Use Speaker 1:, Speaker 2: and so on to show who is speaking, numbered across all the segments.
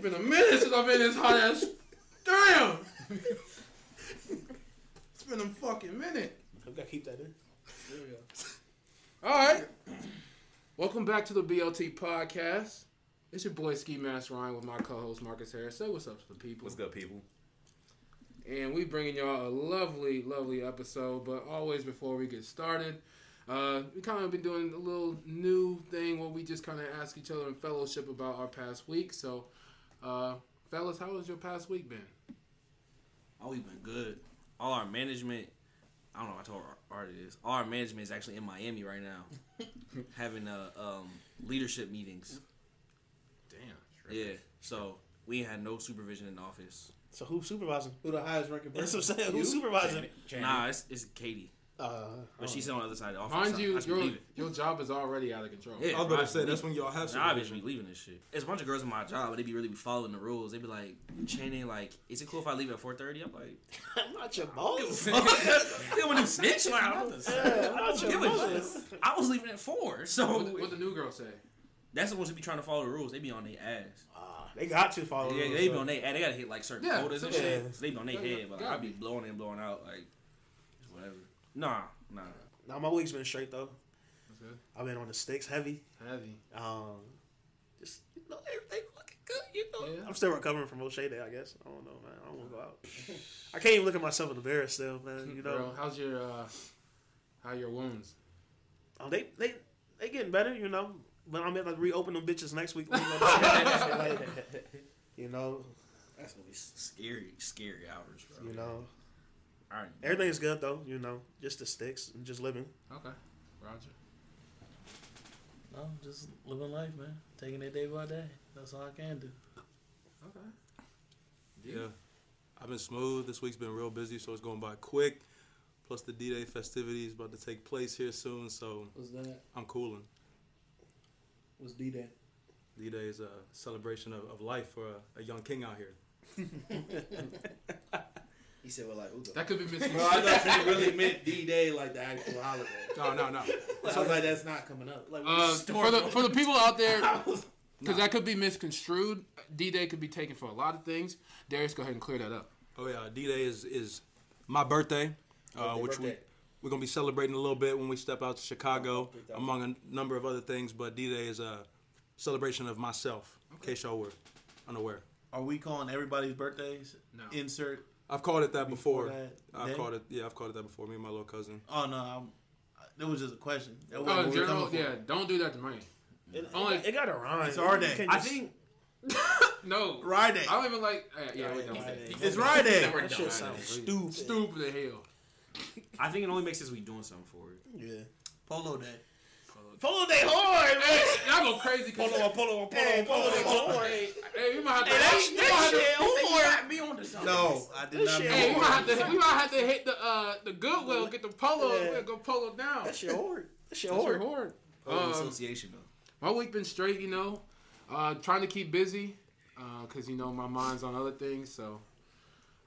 Speaker 1: been a minute since I've been this hot ass. Damn. it's been a fucking minute.
Speaker 2: We gotta keep that in.
Speaker 1: There we go. All right. Welcome back to the BLT podcast. It's your boy Ski Mask Ryan with my co-host Marcus Harris. Say what's up to the people.
Speaker 3: What's good, people?
Speaker 1: And we bringing y'all a lovely, lovely episode. But always before we get started, uh, we kind of been doing a little new thing where we just kind of ask each other in fellowship about our past week. So, uh, fellas, how has your past week been?
Speaker 3: Always Oh, been good. All our management, I don't know. I told our art this. All our management is actually in Miami right now, having uh, um, leadership meetings.
Speaker 1: Damn.
Speaker 3: Yeah, so we ain't had no supervision in the office.
Speaker 2: So who's supervising?
Speaker 4: Who the highest ranking
Speaker 2: That's
Speaker 4: person?
Speaker 2: what I'm saying. Who's supervising?
Speaker 3: Nah, it's, it's Katie,
Speaker 2: Uh,
Speaker 3: but she's on the other side of the office.
Speaker 1: Mind
Speaker 3: so
Speaker 1: you,
Speaker 3: I should be
Speaker 1: your,
Speaker 3: leaving.
Speaker 1: your job is already out of control.
Speaker 3: Yeah.
Speaker 4: I was about to say
Speaker 3: Right.
Speaker 4: that's when y'all have
Speaker 3: Nah, I should
Speaker 4: supervision.
Speaker 3: be leaving this shit. It's a bunch of girls in my job, but they be really be following the rules. They be like, Channing, like, is it cool if I leave at four thirty? I'm like,
Speaker 2: I'm not your boss.
Speaker 3: they want to snitch. Like, I don't,
Speaker 2: Yeah, I'm
Speaker 3: I
Speaker 2: not your
Speaker 3: don't give a shit.
Speaker 2: boss.
Speaker 3: I was leaving at four, so
Speaker 1: What, what the new girl say?
Speaker 3: That's the ones who be trying to follow the rules. They be on their ass.
Speaker 2: Ah, they got you following.
Speaker 3: Oh, Yeah, they be on their ass. They gotta hit like certain
Speaker 1: Yeah,
Speaker 3: quotas and
Speaker 2: yeah.
Speaker 3: shit. So they be on their
Speaker 1: Yeah,
Speaker 3: head. But like, I be blowing and blowing out like it's whatever. Nah, nah.
Speaker 2: Now my week's been straight though.
Speaker 1: That's good.
Speaker 2: I've been on the sticks heavy.
Speaker 1: Heavy.
Speaker 2: Um, just you know everything looking good. You know,
Speaker 1: Yeah.
Speaker 2: I'm still recovering from O'Shea Day. I guess I don't know, man. I don't want to go out. I can't even look at myself in the mirror still, man. You know,
Speaker 1: Bro, how's your uh, how your wounds?
Speaker 2: Um, they they they getting better, you know. But I'm gonna reopen them bitches next week. when we go to- you know,
Speaker 3: That's gonna be scary, scary hours, bro.
Speaker 2: you know,
Speaker 3: All right.
Speaker 2: everything's good though. You know, just the sticks and just living.
Speaker 1: Okay, Roger.
Speaker 5: No, just living life, man. Taking it day by day. That's all I can do.
Speaker 1: Okay.
Speaker 4: Yeah, I've been smooth. This week's been real busy, so it's going by quick. Plus the D-Day festivities about to take place here soon, so
Speaker 5: What's that?
Speaker 4: I'm cooling.
Speaker 5: What's D Day?
Speaker 4: D-Day is a celebration of, of life for a, a young king out here.
Speaker 6: He said, "Well, like, who the?"
Speaker 1: That could be missing.
Speaker 6: Bro, I thought you really meant D Day, like the actual holiday.
Speaker 4: No, no, no.
Speaker 6: So I was like, "That's not coming up." Like,
Speaker 1: Uh, for the for the people out there, because
Speaker 4: Nah.
Speaker 1: that could be misconstrued. D Day could be taken for a lot of things. Darius, go ahead and clear that up.
Speaker 4: Oh yeah, D-Day is is my birthday, uh,
Speaker 6: Birthday,
Speaker 4: which we
Speaker 6: birthday.
Speaker 4: we're gonna be celebrating a little bit when we step out to Chicago,
Speaker 6: Three thousand.
Speaker 4: among a n- number of other things. But D-Day is a celebration of myself, in case y'all were unaware.
Speaker 6: are we calling everybody's birthdays?
Speaker 1: No.
Speaker 6: Insert
Speaker 4: I've called it that before.
Speaker 6: that
Speaker 4: I've
Speaker 6: day?
Speaker 4: called it yeah, I've called it that before. Me and my little cousin.
Speaker 6: Oh no, I'm, I, that was just a question. That
Speaker 1: Oh,
Speaker 6: wasn't what
Speaker 1: in
Speaker 6: we were
Speaker 1: general,
Speaker 6: coming for.
Speaker 1: yeah, don't do that to me.
Speaker 2: It,
Speaker 1: Only-
Speaker 2: it, got a rhyme.
Speaker 6: It's our day.
Speaker 2: You can't
Speaker 3: I
Speaker 2: just-
Speaker 3: think
Speaker 1: No,
Speaker 6: Friday.
Speaker 1: I don't even like. Uh, yeah, we
Speaker 5: Yeah,
Speaker 1: don't.
Speaker 5: yeah,
Speaker 1: He-
Speaker 5: yeah.
Speaker 1: he-
Speaker 6: It's Friday.
Speaker 3: Never
Speaker 2: that
Speaker 3: done.
Speaker 2: shit sounds stupid.
Speaker 1: Stupid as hell.
Speaker 3: I think it only makes sense we doing something for it.
Speaker 2: Yeah.
Speaker 6: Polo Day.
Speaker 2: Polo day hard.
Speaker 1: Hey, y'all go crazy. 'cause-
Speaker 2: polo, polo, polo day hard.
Speaker 1: Hey, we might have to.
Speaker 2: that's-
Speaker 1: we
Speaker 2: that
Speaker 1: might have to-
Speaker 2: shit hard.
Speaker 3: Me on the
Speaker 6: No, I did
Speaker 2: This
Speaker 6: not.
Speaker 2: shit-
Speaker 1: Hey, we
Speaker 6: mean
Speaker 1: might have to. We might have to hit the uh the Goodwill, get the polo,
Speaker 2: Yeah.
Speaker 1: we'll go polo down.
Speaker 2: That shit hard. That shit
Speaker 1: That's your
Speaker 2: hard.
Speaker 1: horn.
Speaker 3: Whole
Speaker 1: Um,
Speaker 3: association though.
Speaker 1: My week been straight, you know. Uh, trying to keep busy, uh, cause you know my mind's on other things. So,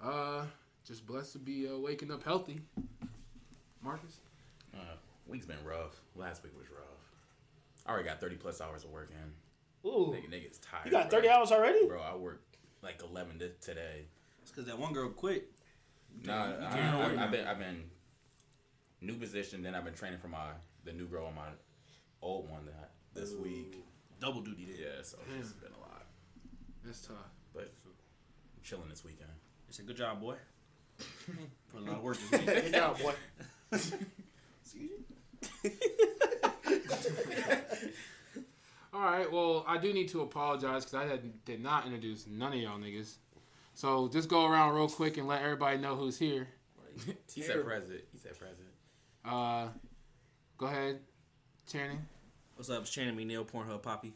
Speaker 1: uh, just blessed to be uh, waking up healthy. Marcus,
Speaker 7: Uh, week's been rough. Last week was rough. I already got 30 plus hours of work in.
Speaker 2: Ooh,
Speaker 7: Nigga, nigga's tired.
Speaker 2: you got
Speaker 7: bro.
Speaker 2: thirty hours already.
Speaker 7: Bro, I worked like 11 to today.
Speaker 3: It's because that one girl quit.
Speaker 7: Nah,
Speaker 3: you
Speaker 7: I,
Speaker 3: doing
Speaker 7: I,
Speaker 3: work now?
Speaker 7: have been, I've been new position. Then I've been training for my the new girl on my old one that I, this week.
Speaker 3: Double duty. There.
Speaker 7: Yeah, so it's been a lot,
Speaker 1: that's tough.
Speaker 7: but I'm chilling this weekend.
Speaker 3: It's a good job, boy. Put a lot of work this week.
Speaker 2: Good job, boy.
Speaker 1: All right, well I do need to apologize because I had, did not introduce none of y'all niggas. So just go around real quick and let everybody know who's here.
Speaker 7: he said president. He said president.
Speaker 1: Uh, go ahead, Channing.
Speaker 3: What's up? It's Channing McNeil, Pornhub Poppy.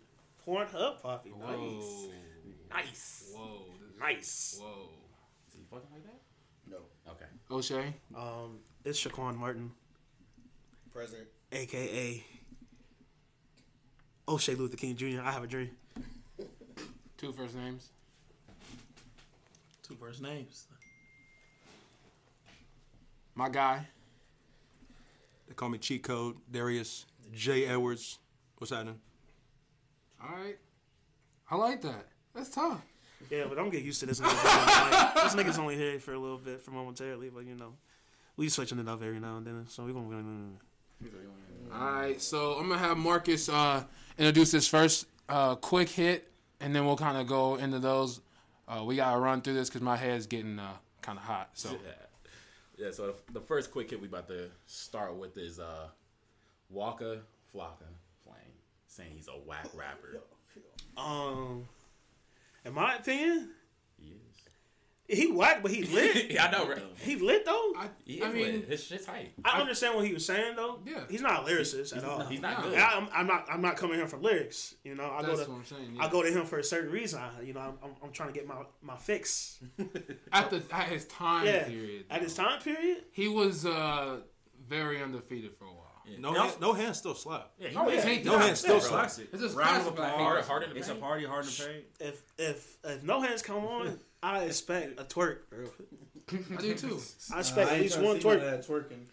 Speaker 2: Pornhub poppy. Nice.
Speaker 1: Whoa,
Speaker 7: Nice.
Speaker 1: whoa,
Speaker 7: Nice.
Speaker 1: whoa.
Speaker 7: Is he fucking like that?
Speaker 6: No,
Speaker 7: Okay.
Speaker 1: O'Shea,
Speaker 2: Um, it's Shaquan Martin,
Speaker 6: president.
Speaker 2: aka O'Shea Luther King Jr. I have a dream.
Speaker 1: two first names.
Speaker 6: Two first names.
Speaker 1: My guy,
Speaker 4: They call me Cheat Code Darius J Edwards. What's happening?
Speaker 1: All right. I like that. That's tough.
Speaker 2: Yeah, but I'm getting used to this. Nigga being, like, this nigga's only here for a little bit, for momentarily, but you know, we switching it up every now and then, so we gonna win.
Speaker 1: All right, so I'm gonna have Marcus uh, introduce his first uh, quick hit, and then we'll kind of go into those. Uh, we gotta run through this because my head's getting uh, kind of hot. So
Speaker 7: Yeah. yeah, so the- the first quick hit we about to start with is uh, Walker Flocka Flame saying he's a whack rapper.
Speaker 2: Um, in my opinion,
Speaker 7: He
Speaker 2: he whack, but he
Speaker 7: is.
Speaker 2: lit.
Speaker 7: yeah, I know, right?
Speaker 2: he lit though.
Speaker 1: I,
Speaker 7: He is
Speaker 1: I mean,
Speaker 7: lit. His shit's hype.
Speaker 2: I understand what he was saying though.
Speaker 1: Yeah.
Speaker 2: he's not a lyricist at all.
Speaker 7: He's not
Speaker 1: Nah.
Speaker 7: good.
Speaker 2: And I, I'm, I'm not. I'm not coming here for lyrics. You know, I
Speaker 1: that's
Speaker 2: go
Speaker 1: what
Speaker 2: to.
Speaker 1: I'm saying.
Speaker 2: I
Speaker 1: Yeah.
Speaker 2: go to him for a certain reason. I- You know, I'm, I'm, I'm trying to get my, my fix.
Speaker 1: At the at his time
Speaker 2: Yeah.
Speaker 1: period,
Speaker 2: At his
Speaker 1: though,
Speaker 2: time period,
Speaker 1: he was uh, very undefeated for a while.
Speaker 4: No,
Speaker 3: And
Speaker 4: hand, no hands still slap.
Speaker 7: Yeah, he
Speaker 2: Oh,
Speaker 1: No,
Speaker 7: lit.
Speaker 1: it's hate
Speaker 4: No
Speaker 1: that.
Speaker 4: hands still
Speaker 3: Bro,
Speaker 4: slap.
Speaker 3: it.
Speaker 1: It's just
Speaker 3: Round of
Speaker 1: classified.
Speaker 3: applause.
Speaker 7: Hard- hard to
Speaker 3: It's a
Speaker 7: pay.
Speaker 3: party hard to pay.
Speaker 2: if if if no hands come on, I expect a twerk, bro.
Speaker 1: I do too.
Speaker 2: I expect at least one twerk.
Speaker 6: twerking.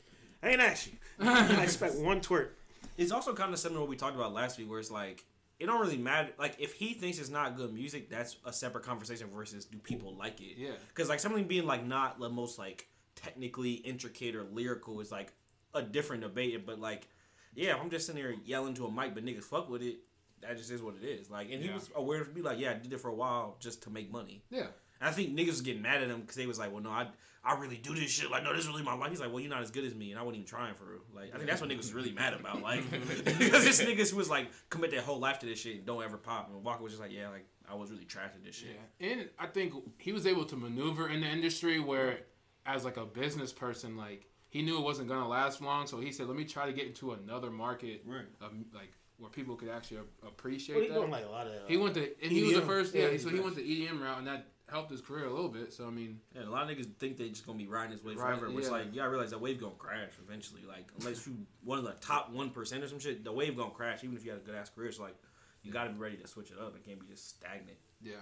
Speaker 2: I ain't ask you. I expect one twerk.
Speaker 3: It's also kind of similar to what we talked about last week, where it's like it don't really matter. Like if he thinks it's not good music, that's a separate conversation. Versus do people like it?
Speaker 1: Yeah.
Speaker 3: Because like something being like not the most like technically intricate or lyrical is like a different debate. But like, yeah, if I'm just sitting there yelling to a mic, but niggas fuck with it. That just is what it is. Like, and he
Speaker 1: Yeah.
Speaker 3: was aware to be like, yeah, I did it for a while just to make money.
Speaker 1: Yeah,
Speaker 3: And I think niggas was getting mad at him because they was like, well, no, I I really do this shit. Like, no, this is really my life. He's like, well, you're not as good as me, and I wasn't even trying for real. Like, I think that's what niggas was really mad about. Like, because this niggas who was like commit their whole life to this shit and don't ever pop. And Walker was just like, yeah, like I was really trash at this shit.
Speaker 1: yeah. And I think he was able to maneuver in the industry where, as like a business person, like he knew it wasn't gonna last long, so he said, "Let me try to get into another market,
Speaker 3: Right.
Speaker 1: of, like where people could actually a-
Speaker 2: But he
Speaker 1: appreciate that."
Speaker 2: doing like a lot of.
Speaker 1: He went to and he was the
Speaker 2: EDM.
Speaker 1: first, yeah.
Speaker 2: Yeah,
Speaker 1: so he went the EDM route, and that helped his career a little bit. So I mean,
Speaker 3: And a lot of niggas think they just gonna be riding this wave
Speaker 1: Right,
Speaker 3: forever. Which
Speaker 1: yeah.
Speaker 3: like, yeah, I realize that wave gonna crash eventually. Like, unless you one of the top one percent or some shit, the wave gonna crash. Even if you had a good ass career, so like, you gotta be ready to switch it up. It can't be just stagnant.
Speaker 1: Yeah.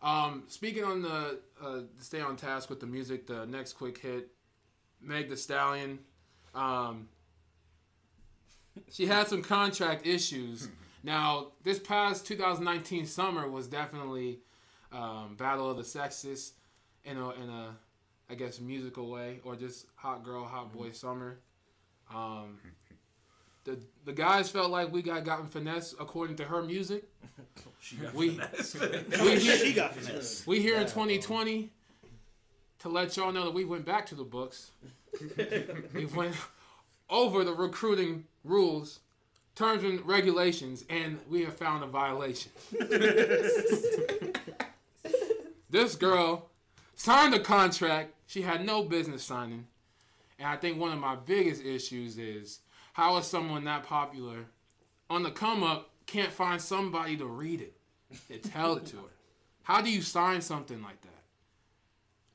Speaker 1: Um, speaking on the uh, stay on task with the music, the next quick hit, Meg the Stallion. Um, she had some contract issues. Now, this past 2019 summer was definitely um, battle of the sexes in a in a I guess musical way or just hot girl hot
Speaker 3: Mm-hmm.
Speaker 1: boy summer. Um, the the guys felt like we got gotten finesse according to her music.
Speaker 3: She got
Speaker 1: We-
Speaker 3: finessed.
Speaker 1: We hear-
Speaker 2: She got finesse.
Speaker 1: we here in 2020 to let y'all know that we went back to the books. we went over the recruiting rules, terms and regulations, and we have found a violation. this girl signed a contract she had no business signing. And I think one of my biggest issues is how is someone that popular on the come up can't find somebody to read it and tell it to her? How do you sign something like that?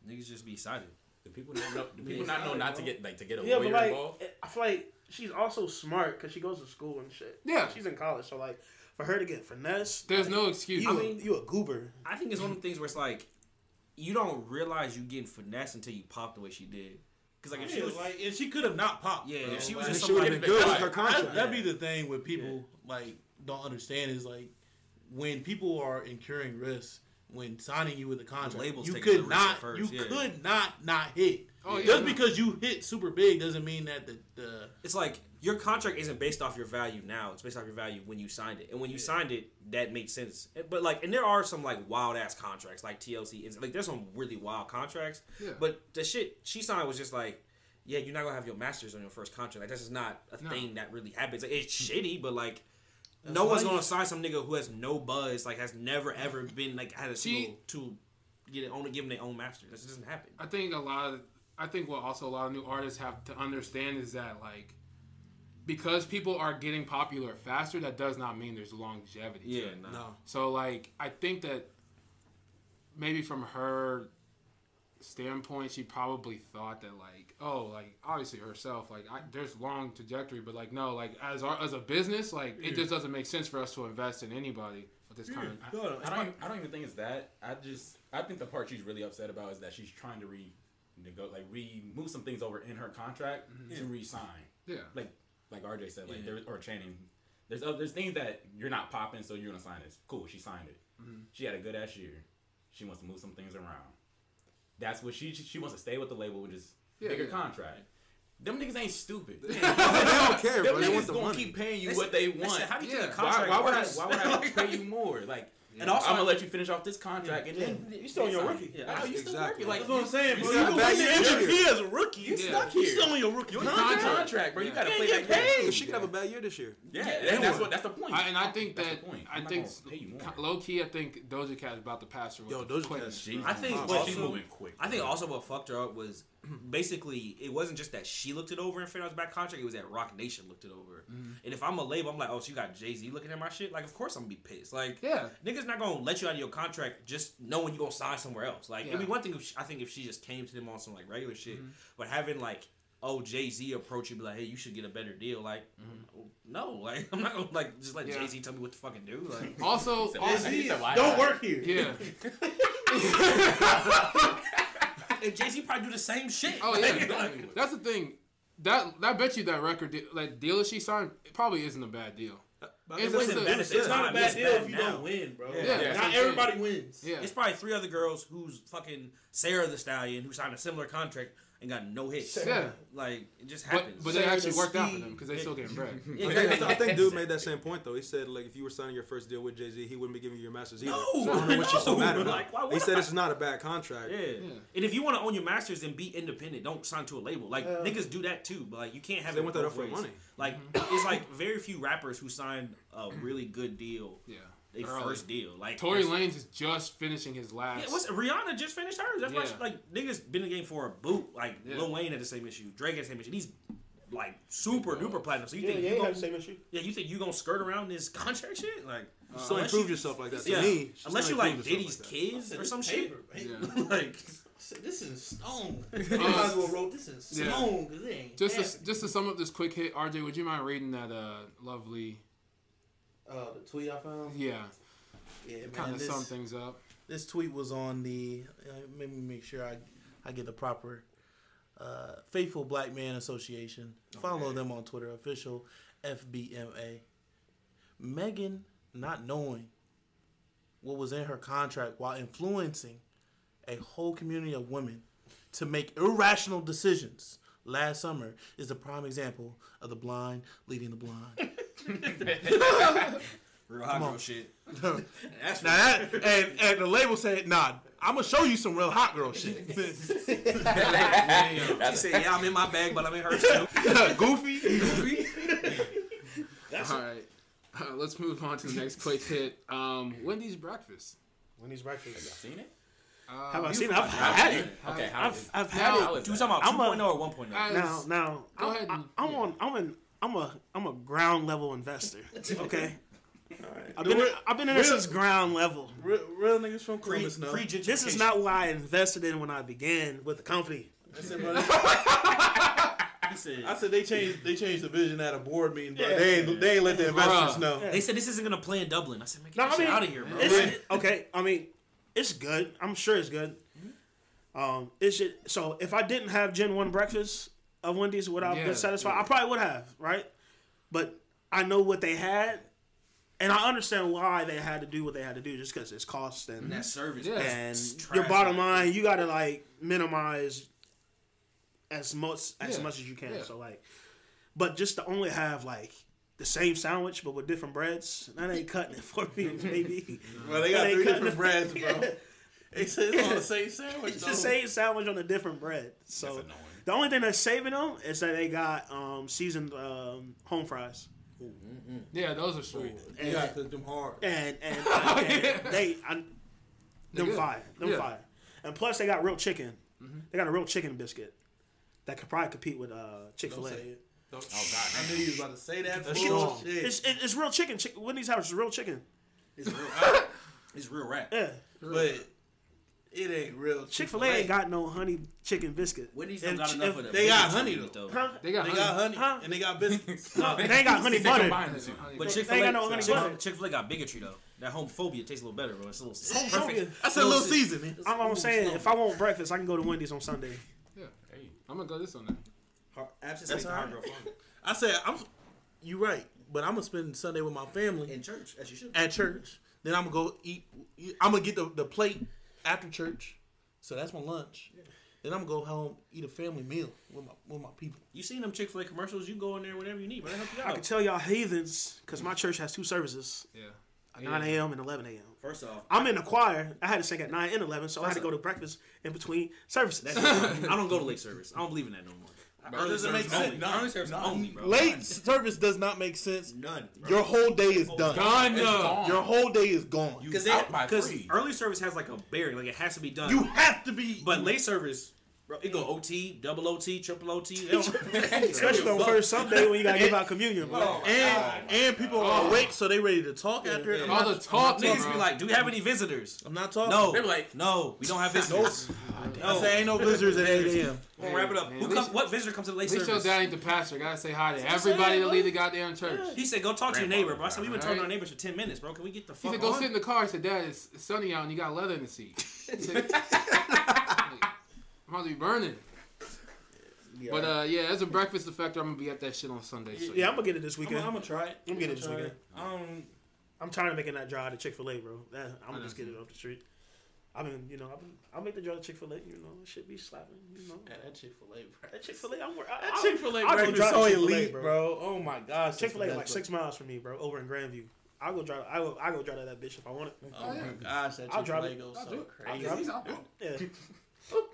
Speaker 3: niggas just be excited.
Speaker 7: Do people not know? Do people not know not to get like to get a
Speaker 2: uh, Yeah,
Speaker 7: lawyer
Speaker 2: but like,
Speaker 7: involved?
Speaker 2: I feel like she's also smart because she goes to school and shit.
Speaker 1: Yeah.
Speaker 2: she's in college, so like for her to get finesse,
Speaker 1: There's
Speaker 2: like,
Speaker 1: no excuse.
Speaker 2: You, you a goober.
Speaker 3: I think it's one of the things where it's like you don't realize you getting finessed until you pop the way she did. Because like if she was
Speaker 6: like, if she could have not popped,
Speaker 3: yeah,
Speaker 6: bro,
Speaker 3: if she was
Speaker 6: like-
Speaker 3: just
Speaker 4: She would
Speaker 3: somebody
Speaker 4: have been good with
Speaker 6: Like,
Speaker 4: her
Speaker 6: that-
Speaker 4: contract.
Speaker 6: That'd be the thing with people like don't understand is like when people are incurring risk when signing you with a contract,
Speaker 3: labels
Speaker 6: you
Speaker 3: take the
Speaker 6: could
Speaker 3: risk
Speaker 6: not
Speaker 3: at first,
Speaker 6: you
Speaker 3: yeah.
Speaker 6: could not not hit.
Speaker 1: Oh, yeah.
Speaker 6: Just because you hit super big doesn't mean that the, the
Speaker 3: it's like your contract isn't based off your value now. It's based off your value when you signed it. And when you signed it, that made sense. But like, and there are some like wild ass contracts, like TLC. Is, like, there's some really wild contracts.
Speaker 1: Yeah.
Speaker 3: But the shit she signed was just like, yeah, you're not gonna have your masters on your first contract. Like, that's just not a
Speaker 1: No.
Speaker 3: thing that really happens. Like, it's shitty, but like. no one's
Speaker 6: life.
Speaker 3: gonna sign some nigga who has no buzz, like has never ever been like had a
Speaker 1: She-
Speaker 3: single to get it only give them their own master. That just doesn't happen.
Speaker 1: I think a lot of I think what also a lot of new artists have to understand is that like because people are getting popular faster, that does not mean there's longevity. to
Speaker 3: Yeah,
Speaker 1: it.
Speaker 3: nah.
Speaker 4: No.
Speaker 1: So like I think that maybe from her standpoint, she probably thought that like oh like obviously herself like I, there's long trajectory, but like no like as our, as a business like it just doesn't make sense for us to invest in anybody with this kind of.
Speaker 7: I, I don't. I don't even think it's that. I just. I think the part she's really upset about is that she's trying to re, nego- like re move some things over in her contract
Speaker 3: Mm-hmm.
Speaker 7: to re-sign.
Speaker 1: Yeah.
Speaker 7: Like like RJ said, like there or Channing. There's other, there's things that you're not popping, so you're gonna sign this. Cool, she signed it. She had a good ass year. She wants to move some things around. That's what she she wants to stay with the label and just
Speaker 1: Yeah,
Speaker 7: bigger
Speaker 1: yeah.
Speaker 7: contract. Them niggas ain't stupid.
Speaker 4: they don't care, bro.
Speaker 7: Them
Speaker 4: They
Speaker 7: niggas
Speaker 4: want the
Speaker 7: gonna
Speaker 4: money.
Speaker 7: keep paying you
Speaker 3: They
Speaker 7: what
Speaker 3: said-
Speaker 7: they
Speaker 3: they
Speaker 7: want.
Speaker 3: said, how do you
Speaker 1: Yeah.
Speaker 3: think the
Speaker 7: why,
Speaker 3: contract
Speaker 7: why would I?
Speaker 3: works?
Speaker 7: Why would I pay you more? Like, and also I'm gonna let you finish off this contract, and then
Speaker 2: You still on your rookie.
Speaker 3: Yeah,
Speaker 7: I know you still
Speaker 4: Exactly.
Speaker 7: working. Like,
Speaker 6: That's what I'm saying,
Speaker 7: you
Speaker 6: bro.
Speaker 7: still
Speaker 6: You
Speaker 4: back
Speaker 7: back
Speaker 4: in
Speaker 7: in
Speaker 4: the
Speaker 7: injury.
Speaker 2: MVP as a rookie.
Speaker 7: You
Speaker 2: You
Speaker 1: Yeah.
Speaker 7: stuck
Speaker 2: you
Speaker 7: here.
Speaker 2: still on your rookie
Speaker 7: You're
Speaker 2: contract.
Speaker 7: contract, contract bro. You
Speaker 1: Yeah.
Speaker 7: gotta
Speaker 2: You
Speaker 7: play
Speaker 2: can't
Speaker 7: that
Speaker 2: get
Speaker 7: game.
Speaker 4: If she could have a bad year this year.
Speaker 7: Yeah,
Speaker 2: Yeah.
Speaker 7: and that's what that's the point.
Speaker 1: I, and I think
Speaker 7: That's
Speaker 1: that
Speaker 7: the point.
Speaker 1: I
Speaker 7: I'm
Speaker 1: think
Speaker 7: not gonna pay you more.
Speaker 1: low key I think Doja Cat is about to pass her.
Speaker 4: Yo,
Speaker 1: with
Speaker 4: Doja
Speaker 1: Quinn.
Speaker 4: Cat's-
Speaker 7: She's
Speaker 3: I think
Speaker 7: moving-
Speaker 3: also-
Speaker 7: she's moving quick.
Speaker 3: I think also what fucked her up was basically it wasn't just that she looked it over and figured out his back contract. It was that Rock Nation looked it over.
Speaker 1: Mm-hmm.
Speaker 3: And if I'm a label, I'm like, oh, so you got Jay Z looking at my shit. Like, of course I'm gonna be pissed. Like,
Speaker 1: Yeah.
Speaker 3: niggas not gonna let you out of your contract just knowing you gonna sign somewhere else. Like, it'd be
Speaker 1: Yeah. Mm-hmm.
Speaker 3: one thing if she, I think if she just came to them on some like regular shit, but having like. Oh, Jay Z approach you, be like, "Hey, you should get a better deal." Like, no, like I'm not gonna like just let
Speaker 1: Mm-hmm. Yeah.
Speaker 3: Jay Z tell me what to fucking do. Like,
Speaker 1: Also, also
Speaker 7: He said, why
Speaker 2: Don't
Speaker 7: not?
Speaker 2: work here.
Speaker 1: yeah.
Speaker 3: and Jay Z probably do the same shit.
Speaker 1: Oh
Speaker 3: Like,
Speaker 1: yeah,
Speaker 3: like,
Speaker 1: that's the thing. That I bet you that record, de- like deal that she signed, it probably isn't a bad deal. It's,
Speaker 3: wasn't
Speaker 1: just a-
Speaker 3: bad at
Speaker 2: It's,
Speaker 3: the
Speaker 2: it's not a
Speaker 3: time.
Speaker 2: bad
Speaker 3: It's
Speaker 2: deal
Speaker 3: bad
Speaker 2: if you
Speaker 3: now.
Speaker 2: don't win, bro.
Speaker 3: Yeah.
Speaker 1: Yeah.
Speaker 2: Not everybody wins.
Speaker 1: yeah,
Speaker 3: It's probably three other girls who's fucking Sarah the Stallion who signed a similar contract and got no hits.
Speaker 1: Yeah.
Speaker 3: Like it just happens.
Speaker 1: but, but they actually
Speaker 2: Sarah
Speaker 1: worked out for
Speaker 2: Steve.
Speaker 1: them because they still getting bread.
Speaker 3: Yeah,
Speaker 4: I think, I think dude made that same point though. He said like if you were signing your first deal with Jay Z, he wouldn't be giving you your masters either.
Speaker 3: No,
Speaker 4: so I don't know what she's so
Speaker 3: no.
Speaker 4: mad about.
Speaker 3: Like, why would
Speaker 4: he said
Speaker 3: I?
Speaker 4: it's not a bad contract.
Speaker 3: Yeah. And if you want to own your masters, then be independent. Don't sign to a label. Like
Speaker 2: Yeah.
Speaker 3: niggas do that too, but like you can't have
Speaker 4: They
Speaker 3: it
Speaker 4: want that
Speaker 3: both
Speaker 4: up for
Speaker 3: ways.
Speaker 4: money.
Speaker 3: Like
Speaker 1: Mm-hmm.
Speaker 3: it's like very few rappers who sign a really good deal.
Speaker 1: Yeah,
Speaker 3: They
Speaker 1: Early.
Speaker 3: first deal. Like
Speaker 1: Tory
Speaker 3: it's-
Speaker 1: Lanez is just finishing his last.
Speaker 3: Yeah, what's Rihanna just finished hers? That's why
Speaker 1: Yeah.
Speaker 3: she, like niggas been in the game for a boot. Like
Speaker 1: Yeah.
Speaker 3: Lil Wayne had the same issue. Drake had the same issue. These like super duper platinum. So you
Speaker 2: Yeah,
Speaker 3: think
Speaker 2: you
Speaker 3: you
Speaker 2: ain't
Speaker 3: gonna
Speaker 2: have the same issue.
Speaker 3: Yeah, you think you gonna skirt around this contract shit? Like,
Speaker 4: You still
Speaker 3: unless
Speaker 4: improve
Speaker 3: you-
Speaker 4: yourself like that. To
Speaker 3: yeah,
Speaker 4: me, you still
Speaker 3: unless you
Speaker 4: improve
Speaker 3: like
Speaker 4: yourself
Speaker 3: Diddy's
Speaker 4: like that.
Speaker 3: kids or some shit.
Speaker 1: Yeah.
Speaker 3: like,
Speaker 6: shit. This is stone.
Speaker 1: Uh,
Speaker 6: You might as well wrote this in
Speaker 1: yeah.
Speaker 6: stone because it ain't.
Speaker 1: just
Speaker 6: happening.
Speaker 1: to, just to sum up this quick hit, RJ, would you mind reading that uh, lovely?
Speaker 6: uh, the tweet I found.
Speaker 1: Yeah,
Speaker 6: Yeah,
Speaker 1: kind
Speaker 6: man,
Speaker 1: of
Speaker 6: this,
Speaker 1: sum things up.
Speaker 6: this tweet was on the. Uh, let me make sure I I get the proper. Uh, Faithful Black Man Association. Follow them on Twitter. Official FBMA. Megan not knowing what was in her contract while influencing a whole community of women to make irrational decisions last summer is the prime example of the blind leading the blind.
Speaker 3: real hot girl
Speaker 6: on.
Speaker 3: shit.
Speaker 6: That's now that and, and the label said, "Nah, I'm gonna show you some real hot girl shit."
Speaker 3: She said, "Yeah, I'm in my bag, but I'm in hers too."
Speaker 6: Goofy.
Speaker 1: All right, uh, let's move on to the next quick hit. Um, Wendy's breakfast.
Speaker 2: Wendy's breakfast.
Speaker 7: Seen it?
Speaker 1: Uh,
Speaker 2: Have I
Speaker 1: you-
Speaker 2: seen it? I've I've had it.
Speaker 7: Okay, how is
Speaker 2: I've I've had
Speaker 1: Now-
Speaker 2: it.
Speaker 7: how is
Speaker 3: Do
Speaker 7: that?
Speaker 3: something about
Speaker 2: I'm a-
Speaker 3: 2.0 or 1.0.
Speaker 1: I-
Speaker 2: Now, now,
Speaker 1: Go
Speaker 2: I'm,
Speaker 1: ahead and-
Speaker 2: I, am
Speaker 1: yeah.
Speaker 2: on. I'm an. I'm a. I'm a ground level investor. Okay. I've
Speaker 6: The
Speaker 2: been.
Speaker 6: real-
Speaker 2: I've been in there
Speaker 6: real-
Speaker 2: since ground level.
Speaker 6: Real, real niggas from
Speaker 3: Pre-
Speaker 6: Columbus now.
Speaker 3: pre-gentrification.
Speaker 2: This is not what I invested in when I began with the company.
Speaker 6: That's it, brother.
Speaker 3: He said-
Speaker 6: I said they changed. They changed the vision at a board meeting, but they ain't, they ain't let the investors
Speaker 1: Bruh.
Speaker 6: know.
Speaker 3: They said this isn't gonna play in Dublin. I said, "Man, get
Speaker 2: No,
Speaker 3: that
Speaker 2: I
Speaker 3: shit
Speaker 2: mean,
Speaker 3: out of here, bro."
Speaker 2: It's, okay, I mean, it's good. I'm sure it's good. Um, it should. So if I didn't have Gen One breakfast of Wendy's, would I have
Speaker 1: Yeah,
Speaker 2: been satisfied?
Speaker 1: yeah.
Speaker 2: I probably would have, right? But I know what they had, and I understand why they had to do what they had to do, just because it's cost and
Speaker 3: that service.
Speaker 1: Yeah.
Speaker 2: and
Speaker 3: it's trash.
Speaker 2: your bottom line. You gotta like minimize as much as
Speaker 1: Yeah,
Speaker 2: much as you can.
Speaker 1: yeah.
Speaker 2: So like, but just to only have like. The same sandwich, but with different breads. That ain't cutting it for me, baby.
Speaker 6: Well, they got
Speaker 2: They
Speaker 6: three
Speaker 2: cut the-
Speaker 6: different brands, bro.
Speaker 2: Yeah.
Speaker 6: They said it's on the same sandwich.
Speaker 2: It's
Speaker 6: though.
Speaker 2: the same sandwich on a different bread. So
Speaker 7: annoying.
Speaker 2: the only thing that's saving them is that they got um, seasoned um, home fries.
Speaker 1: yeah, those are sweet.
Speaker 6: You gotta cook them hard.
Speaker 2: And and,
Speaker 6: Oh,
Speaker 2: and
Speaker 1: Yeah.
Speaker 2: they I, them
Speaker 1: good.
Speaker 2: fire, them
Speaker 1: Yeah.
Speaker 2: fire. And plus they got real chicken. They got a real chicken biscuit that could probably compete with uh, Chick
Speaker 6: Don't
Speaker 2: Fil A.
Speaker 6: say it. Oh,
Speaker 7: Oh god,
Speaker 6: I knew you was about to say that.
Speaker 4: That's
Speaker 6: bullshit.
Speaker 4: strong.
Speaker 2: It's it, it's real chicken. Chick- Wendy's house is real chicken.
Speaker 3: It's real. it's real rap.
Speaker 2: Yeah,
Speaker 6: but it ain't real.
Speaker 2: Chick Fil A ain't got no honey chicken biscuit.
Speaker 3: Wendy's
Speaker 2: If-
Speaker 3: don't got
Speaker 2: if-
Speaker 3: enough of them.
Speaker 6: they got honey,
Speaker 3: though.
Speaker 2: Huh?
Speaker 1: They got
Speaker 6: They got honey
Speaker 2: Huh?
Speaker 6: and they got biscuits.
Speaker 2: No, they ain't got honey
Speaker 7: They
Speaker 2: butter.
Speaker 7: combined the two.
Speaker 1: honey.
Speaker 3: But
Speaker 1: But
Speaker 3: Chick
Speaker 2: Chick-fil-A-
Speaker 3: Fil
Speaker 2: They ain't got no honey butter.
Speaker 3: A, Chick Fil A got bigotry though. That homophobia tastes a little better, bro. It's a little. It's
Speaker 2: Homophobia.
Speaker 6: That's a little seasoning.
Speaker 2: I'm, I'm saying if I want breakfast, I can go to Wendy's on Sunday.
Speaker 1: I'm gonna go this on that.
Speaker 6: That's all right. I said I'm. You right, but I'm gonna spend Sunday with my family
Speaker 3: church, as you should.
Speaker 6: at church. Then I'm gonna go eat. I'm gonna get the, the plate after church, so that's my lunch. Then I'm gonna go home eat a family meal with my with my people.
Speaker 3: You seen them Chick Fil A commercials? You go in there whenever you need, man. Help you
Speaker 2: I can
Speaker 3: out.
Speaker 2: tell y'all heathens because my church has two services:
Speaker 4: Yeah.
Speaker 2: 9 a.m. and 11 a.m.
Speaker 3: First off,
Speaker 2: I'm in the choir. I had to sing at 9 and 11, so I had to go to breakfast in between services.
Speaker 3: that's, I don't go to late service. I don't believe in that no more. Early
Speaker 6: doesn't make
Speaker 3: service
Speaker 6: sense.
Speaker 3: only. Early service only, bro.
Speaker 6: Late service does not make sense.
Speaker 3: None. bro.
Speaker 6: Your whole day is done.
Speaker 1: Gone.
Speaker 7: It's gone.
Speaker 6: Your whole day is gone.
Speaker 7: You
Speaker 3: Because
Speaker 7: out by
Speaker 3: because
Speaker 7: three.
Speaker 3: early service has like a barrier, like it has to be done.
Speaker 6: You have to be.
Speaker 3: but late service, bro, it go OT, double OT, triple OT. They don't-
Speaker 2: Especially on first Sunday when you gotta give out communion.
Speaker 7: Oh,
Speaker 6: and and people are awake, so they ready to talk after. I'm
Speaker 1: All
Speaker 6: not,
Speaker 1: the talk,
Speaker 3: Niggas
Speaker 1: bro.
Speaker 3: be like, "Do we have any visitors?"
Speaker 6: I'm not talking.
Speaker 3: No,
Speaker 7: They were like-
Speaker 3: "No, we don't have visitors."
Speaker 6: I say ain't no visitors at 8 a.m.
Speaker 3: We'll wrap it up.
Speaker 1: Man,
Speaker 3: Who
Speaker 1: we
Speaker 3: come-
Speaker 1: should-
Speaker 3: what visitor comes to the late
Speaker 1: At least your
Speaker 3: service?
Speaker 1: dad ain't the pastor. Gotta say hi to everybody that leave the goddamn church.
Speaker 3: He said, "Go talk to your neighbor." Bro, I said, "We've been talking to our
Speaker 1: Right.
Speaker 3: neighbors for ten minutes, bro. Can we get the
Speaker 1: He
Speaker 3: fuck
Speaker 1: said, "Go
Speaker 3: on?"
Speaker 1: sit in the car." He said, "Dad, it's it's sunny out and you got leather in the seat." I said, I'm about to be burning. But uh, yeah, as a breakfast effector, I'm gonna be at that shit on Sunday. So
Speaker 2: Yeah, I'm gonna get it this
Speaker 6: I'm,
Speaker 2: weekend.
Speaker 6: gonna try it.
Speaker 2: I'm getting this
Speaker 6: I'ma try
Speaker 2: weekend.
Speaker 7: um,
Speaker 2: I'm tired of making that drive to Chick Fil A, bro. That, I'm gonna just get it off the street. I've been, you know, I've been, I'll make the drive to Chick Fil A. You know, it should be slapping. You know,
Speaker 5: Yeah, that Chick Fil A, bro.
Speaker 2: that Chick Fil A, I'm wor- I-
Speaker 6: That
Speaker 2: I-
Speaker 6: Chick Fil A
Speaker 2: I'll go
Speaker 6: breakfast
Speaker 2: drive
Speaker 6: so
Speaker 2: to Chick-fil-A,
Speaker 6: elite,
Speaker 2: bro.
Speaker 6: bro. Oh my gosh,
Speaker 2: Chick Fil A
Speaker 6: that's the
Speaker 2: like
Speaker 6: best
Speaker 2: six miles from me, bro, over in Grandview. I'll go drive. I will. I go drive to that bitch if I want it.
Speaker 5: Oh
Speaker 1: yeah.
Speaker 5: my gosh, that
Speaker 2: I'll
Speaker 5: Chick
Speaker 2: drive
Speaker 5: Fil A
Speaker 2: it.
Speaker 5: goes
Speaker 1: I'll
Speaker 5: so
Speaker 1: do it.
Speaker 2: I'll
Speaker 5: crazy.
Speaker 2: drive it. Yeah.
Speaker 4: Oh,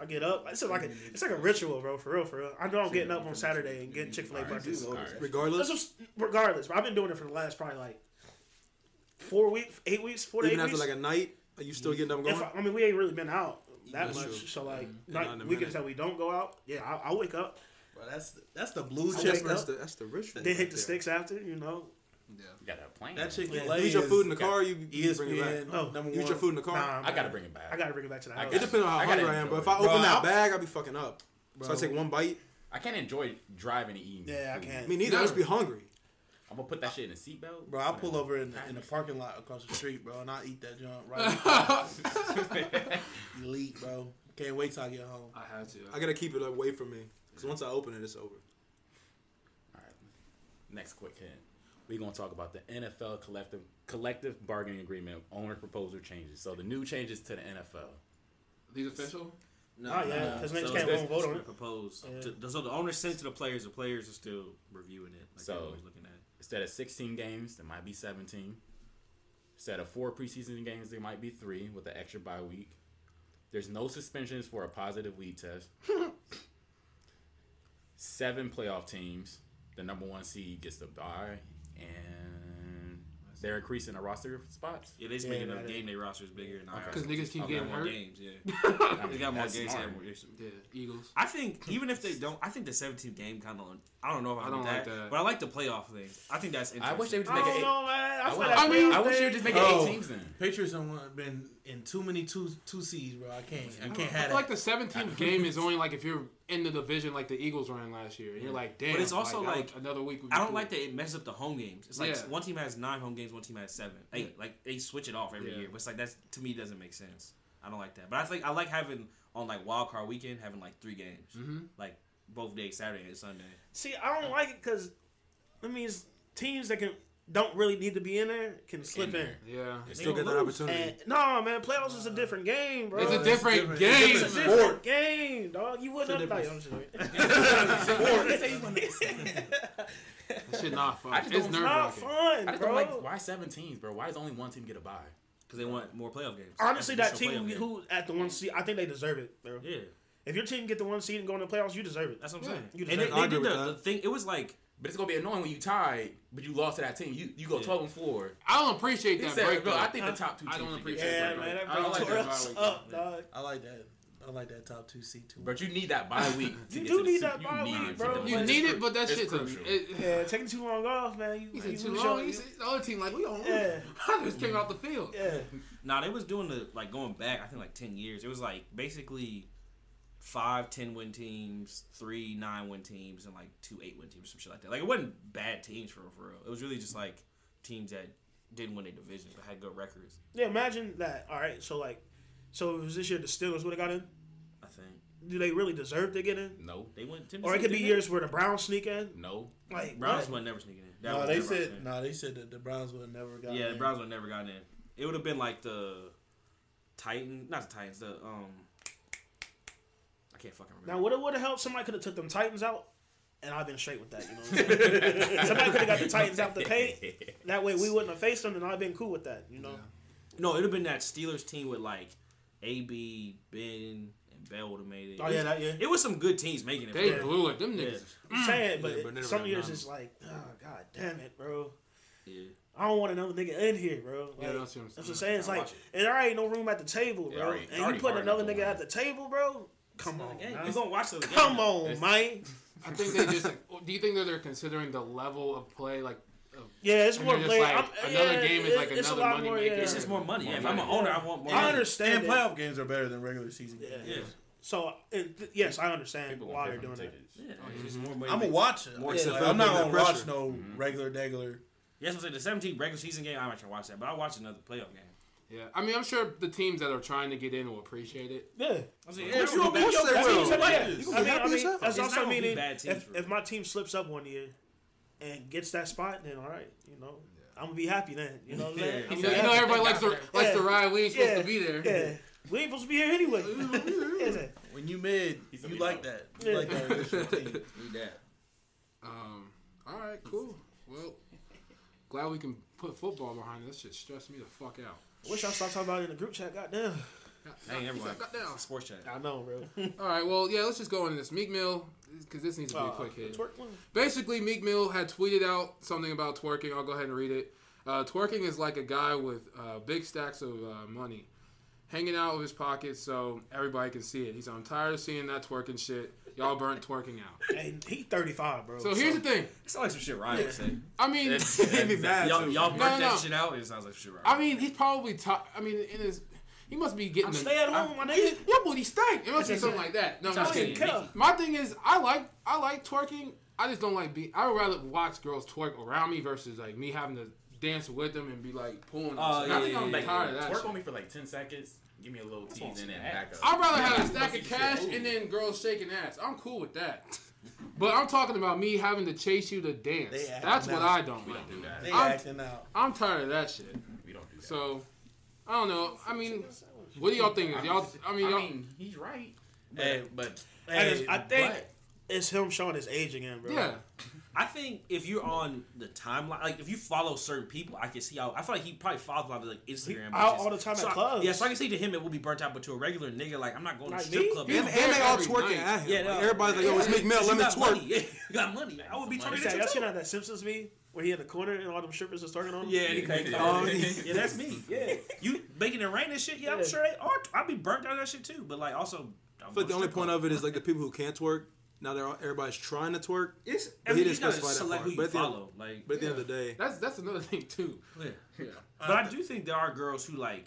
Speaker 2: I get up. It's like a, it's like a ritual, bro. For real, for real. I know I'm getting up on Saturday and getting Chick Fil A breakfast. That's
Speaker 4: Regardless,
Speaker 2: just- regardless, bro, I've been doing it for the last probably like four weeks, eight weeks, four to
Speaker 4: even
Speaker 2: eight
Speaker 4: after
Speaker 2: weeks.
Speaker 4: like a night, are you still getting up and
Speaker 2: If
Speaker 4: going?
Speaker 2: I, I mean, we ain't really been out that
Speaker 4: That's
Speaker 2: much,
Speaker 4: true.
Speaker 2: so like
Speaker 4: Yeah,
Speaker 2: like,
Speaker 4: not in a
Speaker 2: weekends
Speaker 4: minute.
Speaker 2: that we don't go out, yeah, I, I wake up,
Speaker 5: Bro, that's that's the blue
Speaker 2: I
Speaker 4: That's,
Speaker 5: chip.
Speaker 2: wake
Speaker 4: that's
Speaker 2: up.
Speaker 4: the that's the ritual.
Speaker 2: then hit
Speaker 4: right
Speaker 2: the
Speaker 4: there.
Speaker 2: sticks after, you know.
Speaker 7: you gotta have a plan.
Speaker 5: That Chick Fil
Speaker 2: Yeah.
Speaker 5: A.
Speaker 4: You eat your food in the car. You, you bring it
Speaker 5: ESPN
Speaker 4: back.
Speaker 2: Oh.
Speaker 5: number
Speaker 4: You eat your
Speaker 5: one.
Speaker 4: food in the car.
Speaker 2: Nah,
Speaker 7: I
Speaker 2: man.
Speaker 7: gotta bring it back.
Speaker 2: I gotta bring it back to the
Speaker 7: I
Speaker 2: house.
Speaker 4: It depends on how
Speaker 7: I gotta
Speaker 4: hungry I am,
Speaker 7: enjoy
Speaker 4: but if
Speaker 7: it.
Speaker 4: I open
Speaker 5: Bro,
Speaker 4: that
Speaker 5: I-
Speaker 4: bag, I'll be fucking up. So I
Speaker 5: Bro.
Speaker 4: take one bite.
Speaker 7: I can't enjoy driving and eating.
Speaker 2: Yeah, I
Speaker 7: food.
Speaker 2: can't.
Speaker 4: Me neither. I just be hungry.
Speaker 7: I'm gonna put that shit in a seatbelt.
Speaker 6: Bro, I pull over in the, in the parking lot across the street, bro, and I eat that junk right. Elite, bro. Can't wait till I get home.
Speaker 1: I had to.
Speaker 4: I gotta keep it away from me because once I open it, it's over.
Speaker 7: All right. Next quick hit. We're gonna talk about the NFL collective collective bargaining agreement owner proposal changes. So the new changes to the NFL.
Speaker 1: These official?
Speaker 3: No,
Speaker 2: Oh, yeah, 'cause niggas can't
Speaker 3: it's-
Speaker 2: vote on
Speaker 3: it's
Speaker 2: it.
Speaker 3: Proposed.
Speaker 2: Yeah.
Speaker 3: To- so the owner sent it to the players. The players are still reviewing it. Like
Speaker 7: So-
Speaker 3: they're always looking at it.
Speaker 7: Instead of 16 games, there might be 17. Instead of four preseason games, there might be three with an extra bye week. There's no suspensions for a positive weed test. Seven playoff teams. The number one seed gets the bye, and they're increasing the roster spots.
Speaker 3: Yeah, they just
Speaker 2: Yeah,
Speaker 3: making
Speaker 2: yeah,
Speaker 3: the
Speaker 2: yeah.
Speaker 3: game day rosters bigger and
Speaker 7: Okay.
Speaker 3: higher.
Speaker 1: Because niggas keep
Speaker 7: Okay,
Speaker 1: getting
Speaker 3: more
Speaker 1: hurt.
Speaker 3: games. Yeah,
Speaker 7: I
Speaker 3: they
Speaker 7: mean,
Speaker 3: got more games.
Speaker 7: that's
Speaker 3: they
Speaker 7: smart.
Speaker 3: have more years.
Speaker 1: Yeah, Eagles.
Speaker 3: I think even if they don't, I think the 17th game kind of. I don't know if I, don't like that, but I like the playoff thing. I think that's
Speaker 7: I
Speaker 3: interesting.
Speaker 7: wish they would just
Speaker 2: I
Speaker 7: make it
Speaker 2: don't
Speaker 7: eight.
Speaker 2: know, man. I,
Speaker 7: I
Speaker 2: feel
Speaker 7: would-
Speaker 2: like
Speaker 1: I mean-
Speaker 7: I wish they
Speaker 2: they-
Speaker 7: would just make it
Speaker 6: Oh.
Speaker 7: eight teams then.
Speaker 6: Patriots have been in too many two two seeds, bro. I can't. I can't
Speaker 1: I
Speaker 6: have
Speaker 1: feel like
Speaker 6: that.
Speaker 1: the 17th game is only like if you're in the division like the Eagles ran last year, and you're like, damn.
Speaker 3: But it's also
Speaker 1: I
Speaker 3: like,
Speaker 1: would- another week. Would be
Speaker 3: I don't
Speaker 1: cool.
Speaker 3: like that it messes up the home games. It's like
Speaker 1: Yeah.
Speaker 3: one team has nine home games, one team has seven, eight. Like they switch it off every
Speaker 1: Yeah.
Speaker 3: year. But it's like that's to me doesn't make sense. I don't like that. But I think I like having on like wild card weekend having like three games,
Speaker 1: Mhm.
Speaker 3: like both days, Saturday and Sunday.
Speaker 2: See, I don't like it because that means teams that can don't really need to be in there can slip in.
Speaker 7: there.
Speaker 1: Yeah.
Speaker 4: They
Speaker 3: They
Speaker 4: still
Speaker 3: gonna
Speaker 4: get that
Speaker 3: lose.
Speaker 4: opportunity.
Speaker 2: And no, man, playoffs is a different game, bro.
Speaker 1: It's a
Speaker 6: that's
Speaker 1: different,
Speaker 6: different.
Speaker 1: game.
Speaker 2: It's a
Speaker 6: sport.
Speaker 2: different game, dog. You wouldn't have like, I'm just joking.
Speaker 1: That shit not fun.
Speaker 7: I just
Speaker 1: It's
Speaker 7: don't-
Speaker 2: It's
Speaker 1: nerve
Speaker 2: not
Speaker 1: wracking.
Speaker 7: I
Speaker 2: fun,
Speaker 7: just don't like
Speaker 2: bro.
Speaker 7: why seven teams, bro. Why does only one team get a bye?
Speaker 3: because they want more playoff games.
Speaker 2: Honestly, that
Speaker 3: Additional
Speaker 2: team
Speaker 3: playoff
Speaker 2: who at the one seed, I think they deserve it, bro.
Speaker 3: games. yeah,
Speaker 2: If your team get the one seed and go in the playoffs, you deserve it.
Speaker 3: that's what I'm
Speaker 1: Yeah.
Speaker 3: saying.
Speaker 2: You
Speaker 3: and
Speaker 2: deserve
Speaker 3: they,
Speaker 2: it.
Speaker 4: I
Speaker 3: they
Speaker 4: agree
Speaker 3: did
Speaker 4: with
Speaker 3: the, the
Speaker 4: that.
Speaker 3: thing. It was like
Speaker 7: But it's gonna be annoying when you tied, but you lost to that team. You you go
Speaker 3: Yeah.
Speaker 7: twelve and four.
Speaker 1: I don't appreciate
Speaker 7: He
Speaker 1: that
Speaker 7: said,
Speaker 1: break.
Speaker 7: bro,
Speaker 1: though.
Speaker 7: I think the top two.
Speaker 1: I
Speaker 7: Teams
Speaker 1: don't
Speaker 7: should get
Speaker 1: appreciate
Speaker 7: it.
Speaker 2: Yeah,
Speaker 1: that
Speaker 2: man, that
Speaker 1: I don't
Speaker 2: brings
Speaker 1: like
Speaker 2: tore
Speaker 1: that
Speaker 2: us
Speaker 1: bye week.
Speaker 2: up, dog.
Speaker 6: I like that. I like that top two seed too.
Speaker 7: But you need that bye week. to
Speaker 2: You
Speaker 7: get
Speaker 2: do
Speaker 7: to the
Speaker 2: need
Speaker 7: Super-
Speaker 2: that bye
Speaker 7: need
Speaker 2: week,
Speaker 7: to
Speaker 2: bro.
Speaker 7: get
Speaker 1: You
Speaker 7: to the
Speaker 1: need
Speaker 7: Super-
Speaker 1: it, but that
Speaker 7: it's
Speaker 1: shit's
Speaker 7: crucial.
Speaker 1: a. It,
Speaker 2: Yeah, taking too long off, man. You,
Speaker 1: He
Speaker 2: you
Speaker 1: said too
Speaker 2: lose
Speaker 1: long.
Speaker 2: your-
Speaker 1: He said, the other team like we on.
Speaker 2: Yeah.
Speaker 1: I just came out the field.
Speaker 2: yeah.
Speaker 3: Nah, they was doing the like going back. I think like ten years. It was like basically five ten win teams, three nine win teams, and like two eight win teams, some shit like that. Like it wasn't bad teams for real, for real. It was really just like teams that didn't win a division but had good records.
Speaker 2: Yeah, imagine that. All right, so like, so if it was this year the Steelers would have got in.
Speaker 3: I think
Speaker 2: Do they really deserve to get in?
Speaker 7: No,
Speaker 3: they went. Tennessee,
Speaker 2: Or it could be
Speaker 3: didn't they?
Speaker 2: years where the Browns sneak in.
Speaker 7: no.
Speaker 2: Like
Speaker 3: Browns
Speaker 2: what?
Speaker 3: were never sneaking in. That
Speaker 6: No,
Speaker 3: was
Speaker 6: they
Speaker 3: never
Speaker 6: said
Speaker 3: happening.
Speaker 6: no. They said that the Browns would have never got.
Speaker 3: yeah,
Speaker 6: in.
Speaker 3: the Browns were never gotten in. It would have been like the Titans, not the Titans. The um, I can't fucking remember.
Speaker 2: Now, what it would have helped, somebody could have took them Titans out, and I've been straight with that. You know, what I'm saying? somebody could have got the Titans out the paint. That way, we wouldn't have faced them, and I've been cool with that. You know,
Speaker 3: No, it would have been that Steelers team with like AB, Ben, and Bell would have made it.
Speaker 2: Oh, yeah, that- yeah.
Speaker 3: It was some good teams making it.
Speaker 1: They
Speaker 3: bro.
Speaker 1: blew it. Them
Speaker 3: Yeah.
Speaker 1: niggas.
Speaker 2: I'm sad, but,
Speaker 4: Mm. Yeah, but
Speaker 2: it-
Speaker 4: never
Speaker 2: some
Speaker 4: got
Speaker 2: years
Speaker 4: none.
Speaker 2: it's like, oh god damn it, bro.
Speaker 3: Yeah.
Speaker 2: I don't want another nigga in here, bro. Like,
Speaker 1: Yeah, that's what I'm
Speaker 2: that's what
Speaker 1: saying.
Speaker 2: I'm saying. It's
Speaker 7: Now
Speaker 2: like,
Speaker 7: watch it.
Speaker 2: and there ain't no room at the table,
Speaker 7: Yeah,
Speaker 2: bro.
Speaker 7: already-
Speaker 2: and
Speaker 7: already
Speaker 2: you putting
Speaker 7: hard enough
Speaker 2: another nigga
Speaker 7: on
Speaker 2: at the table, bro. Come on,
Speaker 3: Hey,
Speaker 2: man.
Speaker 3: you gonna watch those?
Speaker 2: come on,
Speaker 3: games.
Speaker 2: man.
Speaker 1: I think they just. Do you think that they're considering the level of play? Like,
Speaker 2: Yeah, it's
Speaker 1: And
Speaker 2: more
Speaker 1: they're just
Speaker 2: play.
Speaker 1: like,
Speaker 2: I'm-
Speaker 1: another
Speaker 2: yeah,
Speaker 1: game is
Speaker 2: it-
Speaker 1: like
Speaker 2: it's a
Speaker 1: another
Speaker 2: lot
Speaker 1: money
Speaker 2: more.
Speaker 1: maker.
Speaker 2: yeah.
Speaker 3: It's just more money.
Speaker 7: More
Speaker 3: if
Speaker 7: money.
Speaker 3: I'm an owner, I want more.
Speaker 2: I
Speaker 3: money.
Speaker 2: understand. that.
Speaker 6: And playoff games are better than regular season
Speaker 2: Yeah.
Speaker 6: games.
Speaker 3: Yeah.
Speaker 2: So and th- yes, I understand
Speaker 7: People
Speaker 2: why
Speaker 7: want
Speaker 2: they're
Speaker 7: different
Speaker 2: doing it.
Speaker 7: tickets.
Speaker 3: Yeah, it's just more money.
Speaker 6: I'm gonna watch it.
Speaker 4: More
Speaker 6: Yeah,
Speaker 4: except
Speaker 6: like,
Speaker 4: for
Speaker 6: I'm not
Speaker 4: putting
Speaker 6: gonna
Speaker 4: that
Speaker 6: watch
Speaker 4: pressure.
Speaker 6: no
Speaker 3: Mm-hmm.
Speaker 6: regular degular.
Speaker 3: Yeah, that's what I'm saying. The 17th regular season game, I might try to watch that, but I'll watch another playoff game.
Speaker 1: yeah, I mean, I'm sure the teams that are trying to get in will appreciate it.
Speaker 2: Yeah.
Speaker 3: I'm saying,
Speaker 4: Of
Speaker 3: it's not gonna
Speaker 4: course
Speaker 3: be
Speaker 4: they
Speaker 3: bad
Speaker 4: will.
Speaker 3: teams every
Speaker 4: Yeah.
Speaker 3: year.
Speaker 2: I
Speaker 4: You gonna be
Speaker 2: mean, I
Speaker 4: happy as
Speaker 2: mean,
Speaker 4: hell.
Speaker 2: that's
Speaker 3: It's not
Speaker 2: also
Speaker 3: gonna be
Speaker 2: meaning
Speaker 3: bad teams
Speaker 2: if,
Speaker 3: for-
Speaker 2: if my team slips up one year and gets that spot, then all right, you know, I'm gonna be happy then. You know what I'm saying?
Speaker 3: Yeah.
Speaker 2: I'm
Speaker 1: You know,
Speaker 2: gonna be
Speaker 1: you know
Speaker 2: happy.
Speaker 1: everybody likes to likes to ride. We ain't supposed
Speaker 2: Yeah.
Speaker 1: to be there.
Speaker 2: Yeah. We ain't supposed to be here anyway. yeah.
Speaker 6: When you mid,
Speaker 7: He's a
Speaker 6: you
Speaker 7: leader.
Speaker 6: like that. You
Speaker 2: Yeah.
Speaker 6: like that initial team.
Speaker 7: Need that.
Speaker 1: Um. All right. Cool. Well, glad we can put football behind this. Shit stressed me the fuck out.
Speaker 2: Wish I stopped talking about it in the group chat. Goddamn.
Speaker 3: Hey,
Speaker 1: He's
Speaker 3: everyone.
Speaker 1: like, "Goddamn."
Speaker 3: Sports chat.
Speaker 2: I know, bro.
Speaker 1: All right. Well, yeah. Let's just go into this Meek Mill because this needs to
Speaker 2: Uh,
Speaker 1: be a quick hit. Basically, Meek Mill had tweeted out something about twerking. I'll go ahead and read it. Uh, twerking is like a guy with uh, big stacks of uh, money hanging out of his pockets so everybody can see it. He's I'm tired of seeing that twerking shit. Y'all burnt twerking out.
Speaker 2: And he 35, bro.
Speaker 1: So here's the thing.
Speaker 3: It sounds like some shit Ryan would say.
Speaker 1: I mean,
Speaker 7: That'd be bad,
Speaker 3: Y'all,
Speaker 7: too.
Speaker 3: y'all burnt
Speaker 1: no,
Speaker 3: that
Speaker 1: no.
Speaker 3: shit out. It sounds like some shit Ryan.
Speaker 1: I mean, he's probably. T- I mean, in his, he must be getting.
Speaker 2: I'm
Speaker 1: the-
Speaker 2: stay at home, my nigga.
Speaker 1: Your booty stank. It must be something like that. No, I'm just
Speaker 2: Tell him,
Speaker 1: kidding.
Speaker 2: cut off.
Speaker 1: My thing is, I like I like twerking. I just don't like being. I would rather watch girls twerk around me versus like me having to dance with them and be like pulling.
Speaker 3: Oh,
Speaker 1: them.
Speaker 3: yeah,
Speaker 1: I think
Speaker 3: yeah,
Speaker 1: I'm
Speaker 3: yeah,
Speaker 1: tired of that.
Speaker 7: Twerk
Speaker 1: shit.
Speaker 7: on me for like 10 seconds. Give me a little tease and then back up.
Speaker 1: I'd rather have
Speaker 7: Yeah,
Speaker 1: a stack
Speaker 7: pussy
Speaker 1: of
Speaker 7: shit.
Speaker 1: cash
Speaker 7: Ooh.
Speaker 1: and then girls shaking ass. I'm cool with that. But I'm talking about me having to chase you to dance.
Speaker 6: They act
Speaker 1: That's what
Speaker 6: now.
Speaker 1: I don't
Speaker 7: We
Speaker 1: like.
Speaker 7: don't do that.
Speaker 6: They
Speaker 1: I'm-
Speaker 6: acting out.
Speaker 1: I'm tired of that shit.
Speaker 7: We don't do that.
Speaker 1: So, I don't know. I mean, what do y'all think? Y'all, I mean,
Speaker 7: I
Speaker 1: y'all,
Speaker 7: mean, he's right. But,
Speaker 6: Hey.
Speaker 7: but
Speaker 2: And it's-
Speaker 6: Hey,
Speaker 2: I think
Speaker 7: but-
Speaker 2: it's him showing his age again, bro.
Speaker 1: yeah.
Speaker 3: I think if you're on the timeline, like if you follow certain people, I can see how. I feel like he probably follows a lot of like Instagram.
Speaker 2: out
Speaker 3: bitches.
Speaker 2: all the time
Speaker 3: so
Speaker 2: at
Speaker 3: I-
Speaker 2: clubs.
Speaker 3: Yeah, so I can see to him it will be burnt out, but to a regular nigga, like I'm not going
Speaker 2: Like
Speaker 3: to strip
Speaker 2: me?
Speaker 3: club.
Speaker 1: He's
Speaker 4: And,
Speaker 1: there
Speaker 4: and they all
Speaker 1: every
Speaker 4: twerking
Speaker 1: night.
Speaker 4: at him.
Speaker 3: Yeah,
Speaker 4: Like,
Speaker 3: no.
Speaker 4: everybody's like,
Speaker 3: Yeah,
Speaker 4: "Oh, it's
Speaker 3: yeah,
Speaker 4: Meek Mill.
Speaker 3: you
Speaker 4: Let me
Speaker 3: got
Speaker 4: twerk."
Speaker 3: money. Yeah, you got money. I would be
Speaker 7: Some money.
Speaker 3: twerking
Speaker 2: It's
Speaker 3: at
Speaker 2: like
Speaker 3: you
Speaker 2: that shit
Speaker 3: too.
Speaker 2: out that Simpsons me where he in the corner and all them strippers is talking on him.
Speaker 3: Yeah, and he
Speaker 7: Yeah,
Speaker 3: can't
Speaker 7: yeah.
Speaker 3: call.
Speaker 7: Oh,
Speaker 3: yeah,
Speaker 7: yeah.
Speaker 3: that's me. Yeah, you making it rain and shit. Yeah,
Speaker 2: Yeah.
Speaker 3: I'm sure they are. I'd be burnt out of that shit too. But like also, I'm
Speaker 4: But the
Speaker 3: gonna
Speaker 4: only
Speaker 3: strip
Speaker 4: point
Speaker 3: club.
Speaker 4: of it is like the people who can't twerk. Now they're all, everybody's trying to twerk.
Speaker 3: it's I
Speaker 4: But he
Speaker 3: mean, you
Speaker 4: didn't
Speaker 3: gotta
Speaker 4: specify that
Speaker 3: select
Speaker 4: part.
Speaker 3: who you
Speaker 4: But at the end-
Speaker 3: follow. Like,
Speaker 4: But at the end of the day,
Speaker 1: That's that's another thing too.
Speaker 3: yeah.
Speaker 1: Yeah.
Speaker 3: but I do think there are girls who like.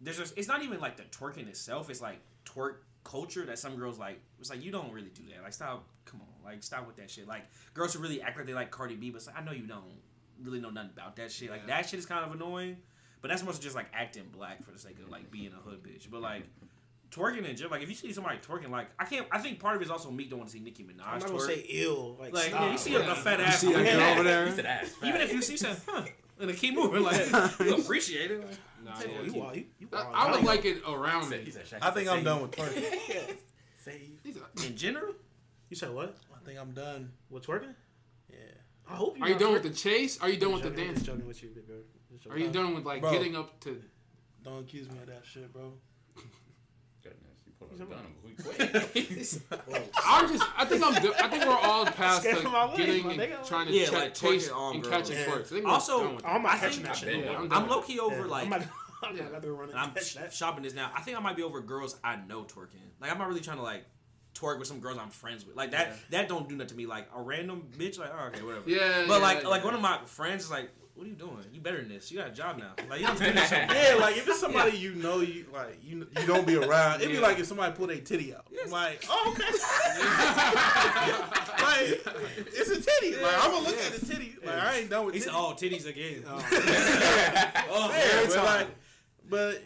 Speaker 3: There's just it's not even like the twerking itself. It's like twerk culture that some girls like. It's like you don't really do that. Like stop. Come on. Like stop with that shit. Like girls who really act like they like Cardi B, but it's like I know you don't really know nothing about that shit. Like that shit is kind of annoying. But that's mostly just like acting black for the sake of like being a hood bitch. But like. Twerking in gym, like if you see somebody twerking, like I can't. I think part of it is also me don't want to see Nicki Minaj
Speaker 2: I'm not gonna
Speaker 3: twerk.
Speaker 2: say ill. Like,
Speaker 3: like
Speaker 2: stop,
Speaker 3: yeah, you see
Speaker 2: bro.
Speaker 3: a, a fat
Speaker 4: you
Speaker 3: ass.
Speaker 4: see that
Speaker 2: Yeah.
Speaker 4: girl over
Speaker 7: He said
Speaker 4: there.
Speaker 7: ass.
Speaker 3: Even if you see something, huh? And they keep moving, like you appreciate it. Like,
Speaker 1: Nah,
Speaker 3: take
Speaker 1: yeah.
Speaker 3: it.
Speaker 2: You wild, you, you
Speaker 1: That-
Speaker 2: wild.
Speaker 1: I would like
Speaker 2: Like,
Speaker 1: it around me.
Speaker 7: He said Shaq.
Speaker 6: I think I'm
Speaker 7: Save.
Speaker 6: done with twerking.
Speaker 7: Save.
Speaker 1: He's a-
Speaker 3: In general,
Speaker 2: You said what?
Speaker 6: I think I'm done.
Speaker 2: What's working?
Speaker 6: Yeah.
Speaker 2: I hope you.
Speaker 1: Are you done with the chase? Are you done with the
Speaker 2: dance?
Speaker 1: dance?
Speaker 2: Joking with you, big girl. Just
Speaker 1: Are you
Speaker 2: joking.
Speaker 1: done with like
Speaker 6: Bro.
Speaker 1: getting up to?
Speaker 6: Don't accuse me of that shit, bro.
Speaker 7: Goodness, you pulled out a gun on me quick.
Speaker 1: I'm just. I think I'm. Do- I think we're all past
Speaker 2: Scared
Speaker 1: like
Speaker 2: of my legs,
Speaker 1: getting
Speaker 2: my
Speaker 1: and
Speaker 2: nigga.
Speaker 1: trying to
Speaker 3: Yeah,
Speaker 1: ch-
Speaker 3: like
Speaker 1: chase
Speaker 3: twerking on
Speaker 1: and
Speaker 3: girls.
Speaker 1: catching
Speaker 2: Yeah.
Speaker 1: twerks. I think we're
Speaker 3: Also,
Speaker 1: done with that.
Speaker 2: I'm not
Speaker 3: I
Speaker 2: catching
Speaker 3: think-
Speaker 2: that shit.
Speaker 7: Yeah,
Speaker 2: bro.
Speaker 1: I'm
Speaker 2: I'm
Speaker 1: done.
Speaker 3: I'm low key over
Speaker 2: not-
Speaker 3: like
Speaker 2: I'm not, I'm
Speaker 1: Yeah.
Speaker 2: not gonna run it.
Speaker 3: I'm
Speaker 2: Catch
Speaker 3: sh-
Speaker 2: that.
Speaker 3: shopping this now. I think I might be over girls I know twerking. Like I'm not really trying to like twerk with some girls I'm friends with. Like that that don't do nothing to me. Like a random bitch, like oh, okay, whatever.
Speaker 1: Yeah,
Speaker 3: But
Speaker 1: yeah,
Speaker 3: like
Speaker 1: yeah.
Speaker 3: like one of my friends is like, what are you doing? You better than this. You got a job now. Like you don't have to do this. shit.
Speaker 6: Yeah, like if it's somebody you know, you like you you don't be around. It'd be
Speaker 1: Yeah.
Speaker 6: like if somebody pulled a titty out. I'm like, oh okay, like it's a titty. Like I'm gonna look at the titty. Like I ain't done with
Speaker 3: He said,
Speaker 6: titty.
Speaker 3: oh titties again.
Speaker 6: Yeah, but like, but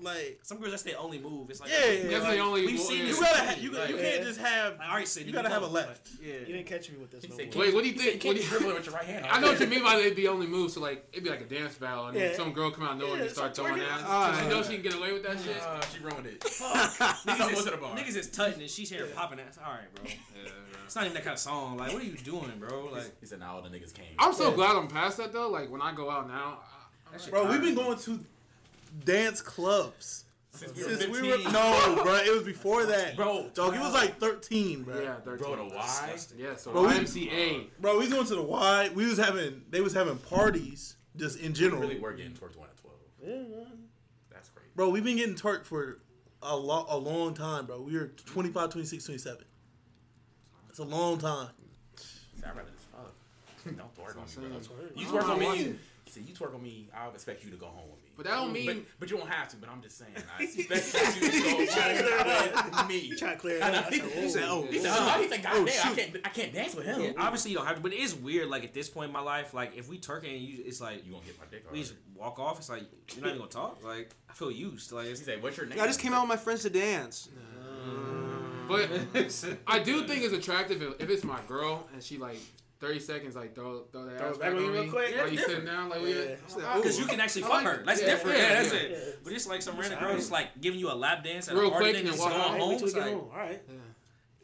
Speaker 6: Like
Speaker 3: Some girls that's their only move. It's like
Speaker 6: Yeah,
Speaker 3: okay,
Speaker 6: yeah,
Speaker 3: we've-
Speaker 1: That's the only.
Speaker 3: we've seen
Speaker 1: yeah.
Speaker 6: you
Speaker 3: this.
Speaker 6: gotta, ha- you,
Speaker 3: Like,
Speaker 6: you can't just have.
Speaker 3: All right, Sydney,
Speaker 6: you gotta
Speaker 3: we
Speaker 6: have a
Speaker 3: know.
Speaker 6: left.
Speaker 2: You didn't catch me with this. No
Speaker 7: said
Speaker 2: more.
Speaker 1: Wait, what do you think?
Speaker 7: Can't
Speaker 1: what do you-
Speaker 7: dribble it with your right hand.
Speaker 1: I know what you mean by it'd be only move. So like it'd be like a dance battle, and then
Speaker 2: Yeah.
Speaker 1: some girl come out knowing
Speaker 2: Yeah,
Speaker 1: and start
Speaker 2: it's a
Speaker 1: throwing
Speaker 2: twerking-
Speaker 1: ass.
Speaker 2: Ah.
Speaker 1: she knows she can get away with that shit.
Speaker 7: Uh, she ruined it.
Speaker 3: Niggas
Speaker 7: Almost
Speaker 3: is,
Speaker 7: to the bar.
Speaker 3: niggas is tutting and she's here popping ass. All right, bro. It's not even that kind of song. Like, what are you doing, bro? Like,
Speaker 7: He said, "Now all the niggas came."
Speaker 1: I'm so glad I'm past that though. Like when I go out now, I, I'm
Speaker 3: That shit
Speaker 1: like,
Speaker 6: Bro, we've been going to dance clubs
Speaker 7: Since we were
Speaker 6: since we
Speaker 7: 15.
Speaker 6: were. No, bro, it was before that,
Speaker 7: Bro,
Speaker 6: Dog, it was like 13, bro.
Speaker 1: yeah, 13.
Speaker 7: bro, the why?
Speaker 1: yeah. So
Speaker 6: Bro, we-
Speaker 1: YMCA.
Speaker 6: Bro, we was going to the Y. We was having. They was having parties just in
Speaker 7: We
Speaker 6: general.
Speaker 7: really were getting towards one at twelve. That's crazy.
Speaker 6: Bro, we've been getting twerked for a lot, a long time, bro. We were 25, 26, 27. It's a long time.
Speaker 7: See, I'd rather just fuck. Don't twerk
Speaker 1: That's
Speaker 7: on me, bro.
Speaker 1: insane.
Speaker 7: You
Speaker 1: I
Speaker 7: twerk
Speaker 1: don't
Speaker 7: on
Speaker 1: want
Speaker 7: me.
Speaker 1: it.
Speaker 7: See, you twerk on me. I'll expect you to go home with me.
Speaker 1: But that don't
Speaker 7: But-
Speaker 1: mean-
Speaker 7: But, you won't have to. But I'm just saying. I expect you to go home with me.
Speaker 2: You trying to clear it up? I said,
Speaker 7: He said,
Speaker 2: "Whoa."
Speaker 7: "Oh, he said, oh, he said, God damn, I can't, I can't dance with him.
Speaker 3: obviously you don't have to, but it is weird. Like at this point in my life, like if we turkey and you, it's like
Speaker 7: You gonna get my dick
Speaker 3: we
Speaker 7: hard?
Speaker 3: just walk off. It's like you're not even gonna talk. Like I feel used. Like
Speaker 7: He
Speaker 3: it's,
Speaker 7: said, "What's your
Speaker 4: "Oh,
Speaker 7: name?"
Speaker 8: I just came out with my friends to dance.
Speaker 1: But I do think it's attractive if, if it's my girl and she like thirty seconds like throw throw that
Speaker 2: Throw
Speaker 1: ass
Speaker 2: it
Speaker 1: back
Speaker 2: back
Speaker 1: on
Speaker 2: on you
Speaker 1: me.
Speaker 2: real quick.
Speaker 1: Are
Speaker 2: Yeah,
Speaker 1: you sitting
Speaker 2: different.
Speaker 1: down like we?
Speaker 2: Yeah.
Speaker 3: because you can actually
Speaker 1: I
Speaker 3: fuck
Speaker 1: like
Speaker 3: her.
Speaker 1: it.
Speaker 3: That's
Speaker 1: Yeah,
Speaker 3: different.
Speaker 1: yeah,
Speaker 3: Yeah, that's
Speaker 1: yeah.
Speaker 3: it. But it's like some random
Speaker 2: all
Speaker 3: girl
Speaker 2: right.
Speaker 3: just like giving you a lap dance at
Speaker 1: Real
Speaker 3: a party
Speaker 1: quick
Speaker 3: and
Speaker 1: and
Speaker 3: just
Speaker 1: walk
Speaker 3: going
Speaker 1: out.
Speaker 2: Hey, wait
Speaker 3: home.
Speaker 2: till we
Speaker 3: It's
Speaker 2: get
Speaker 3: like,
Speaker 2: home. All right.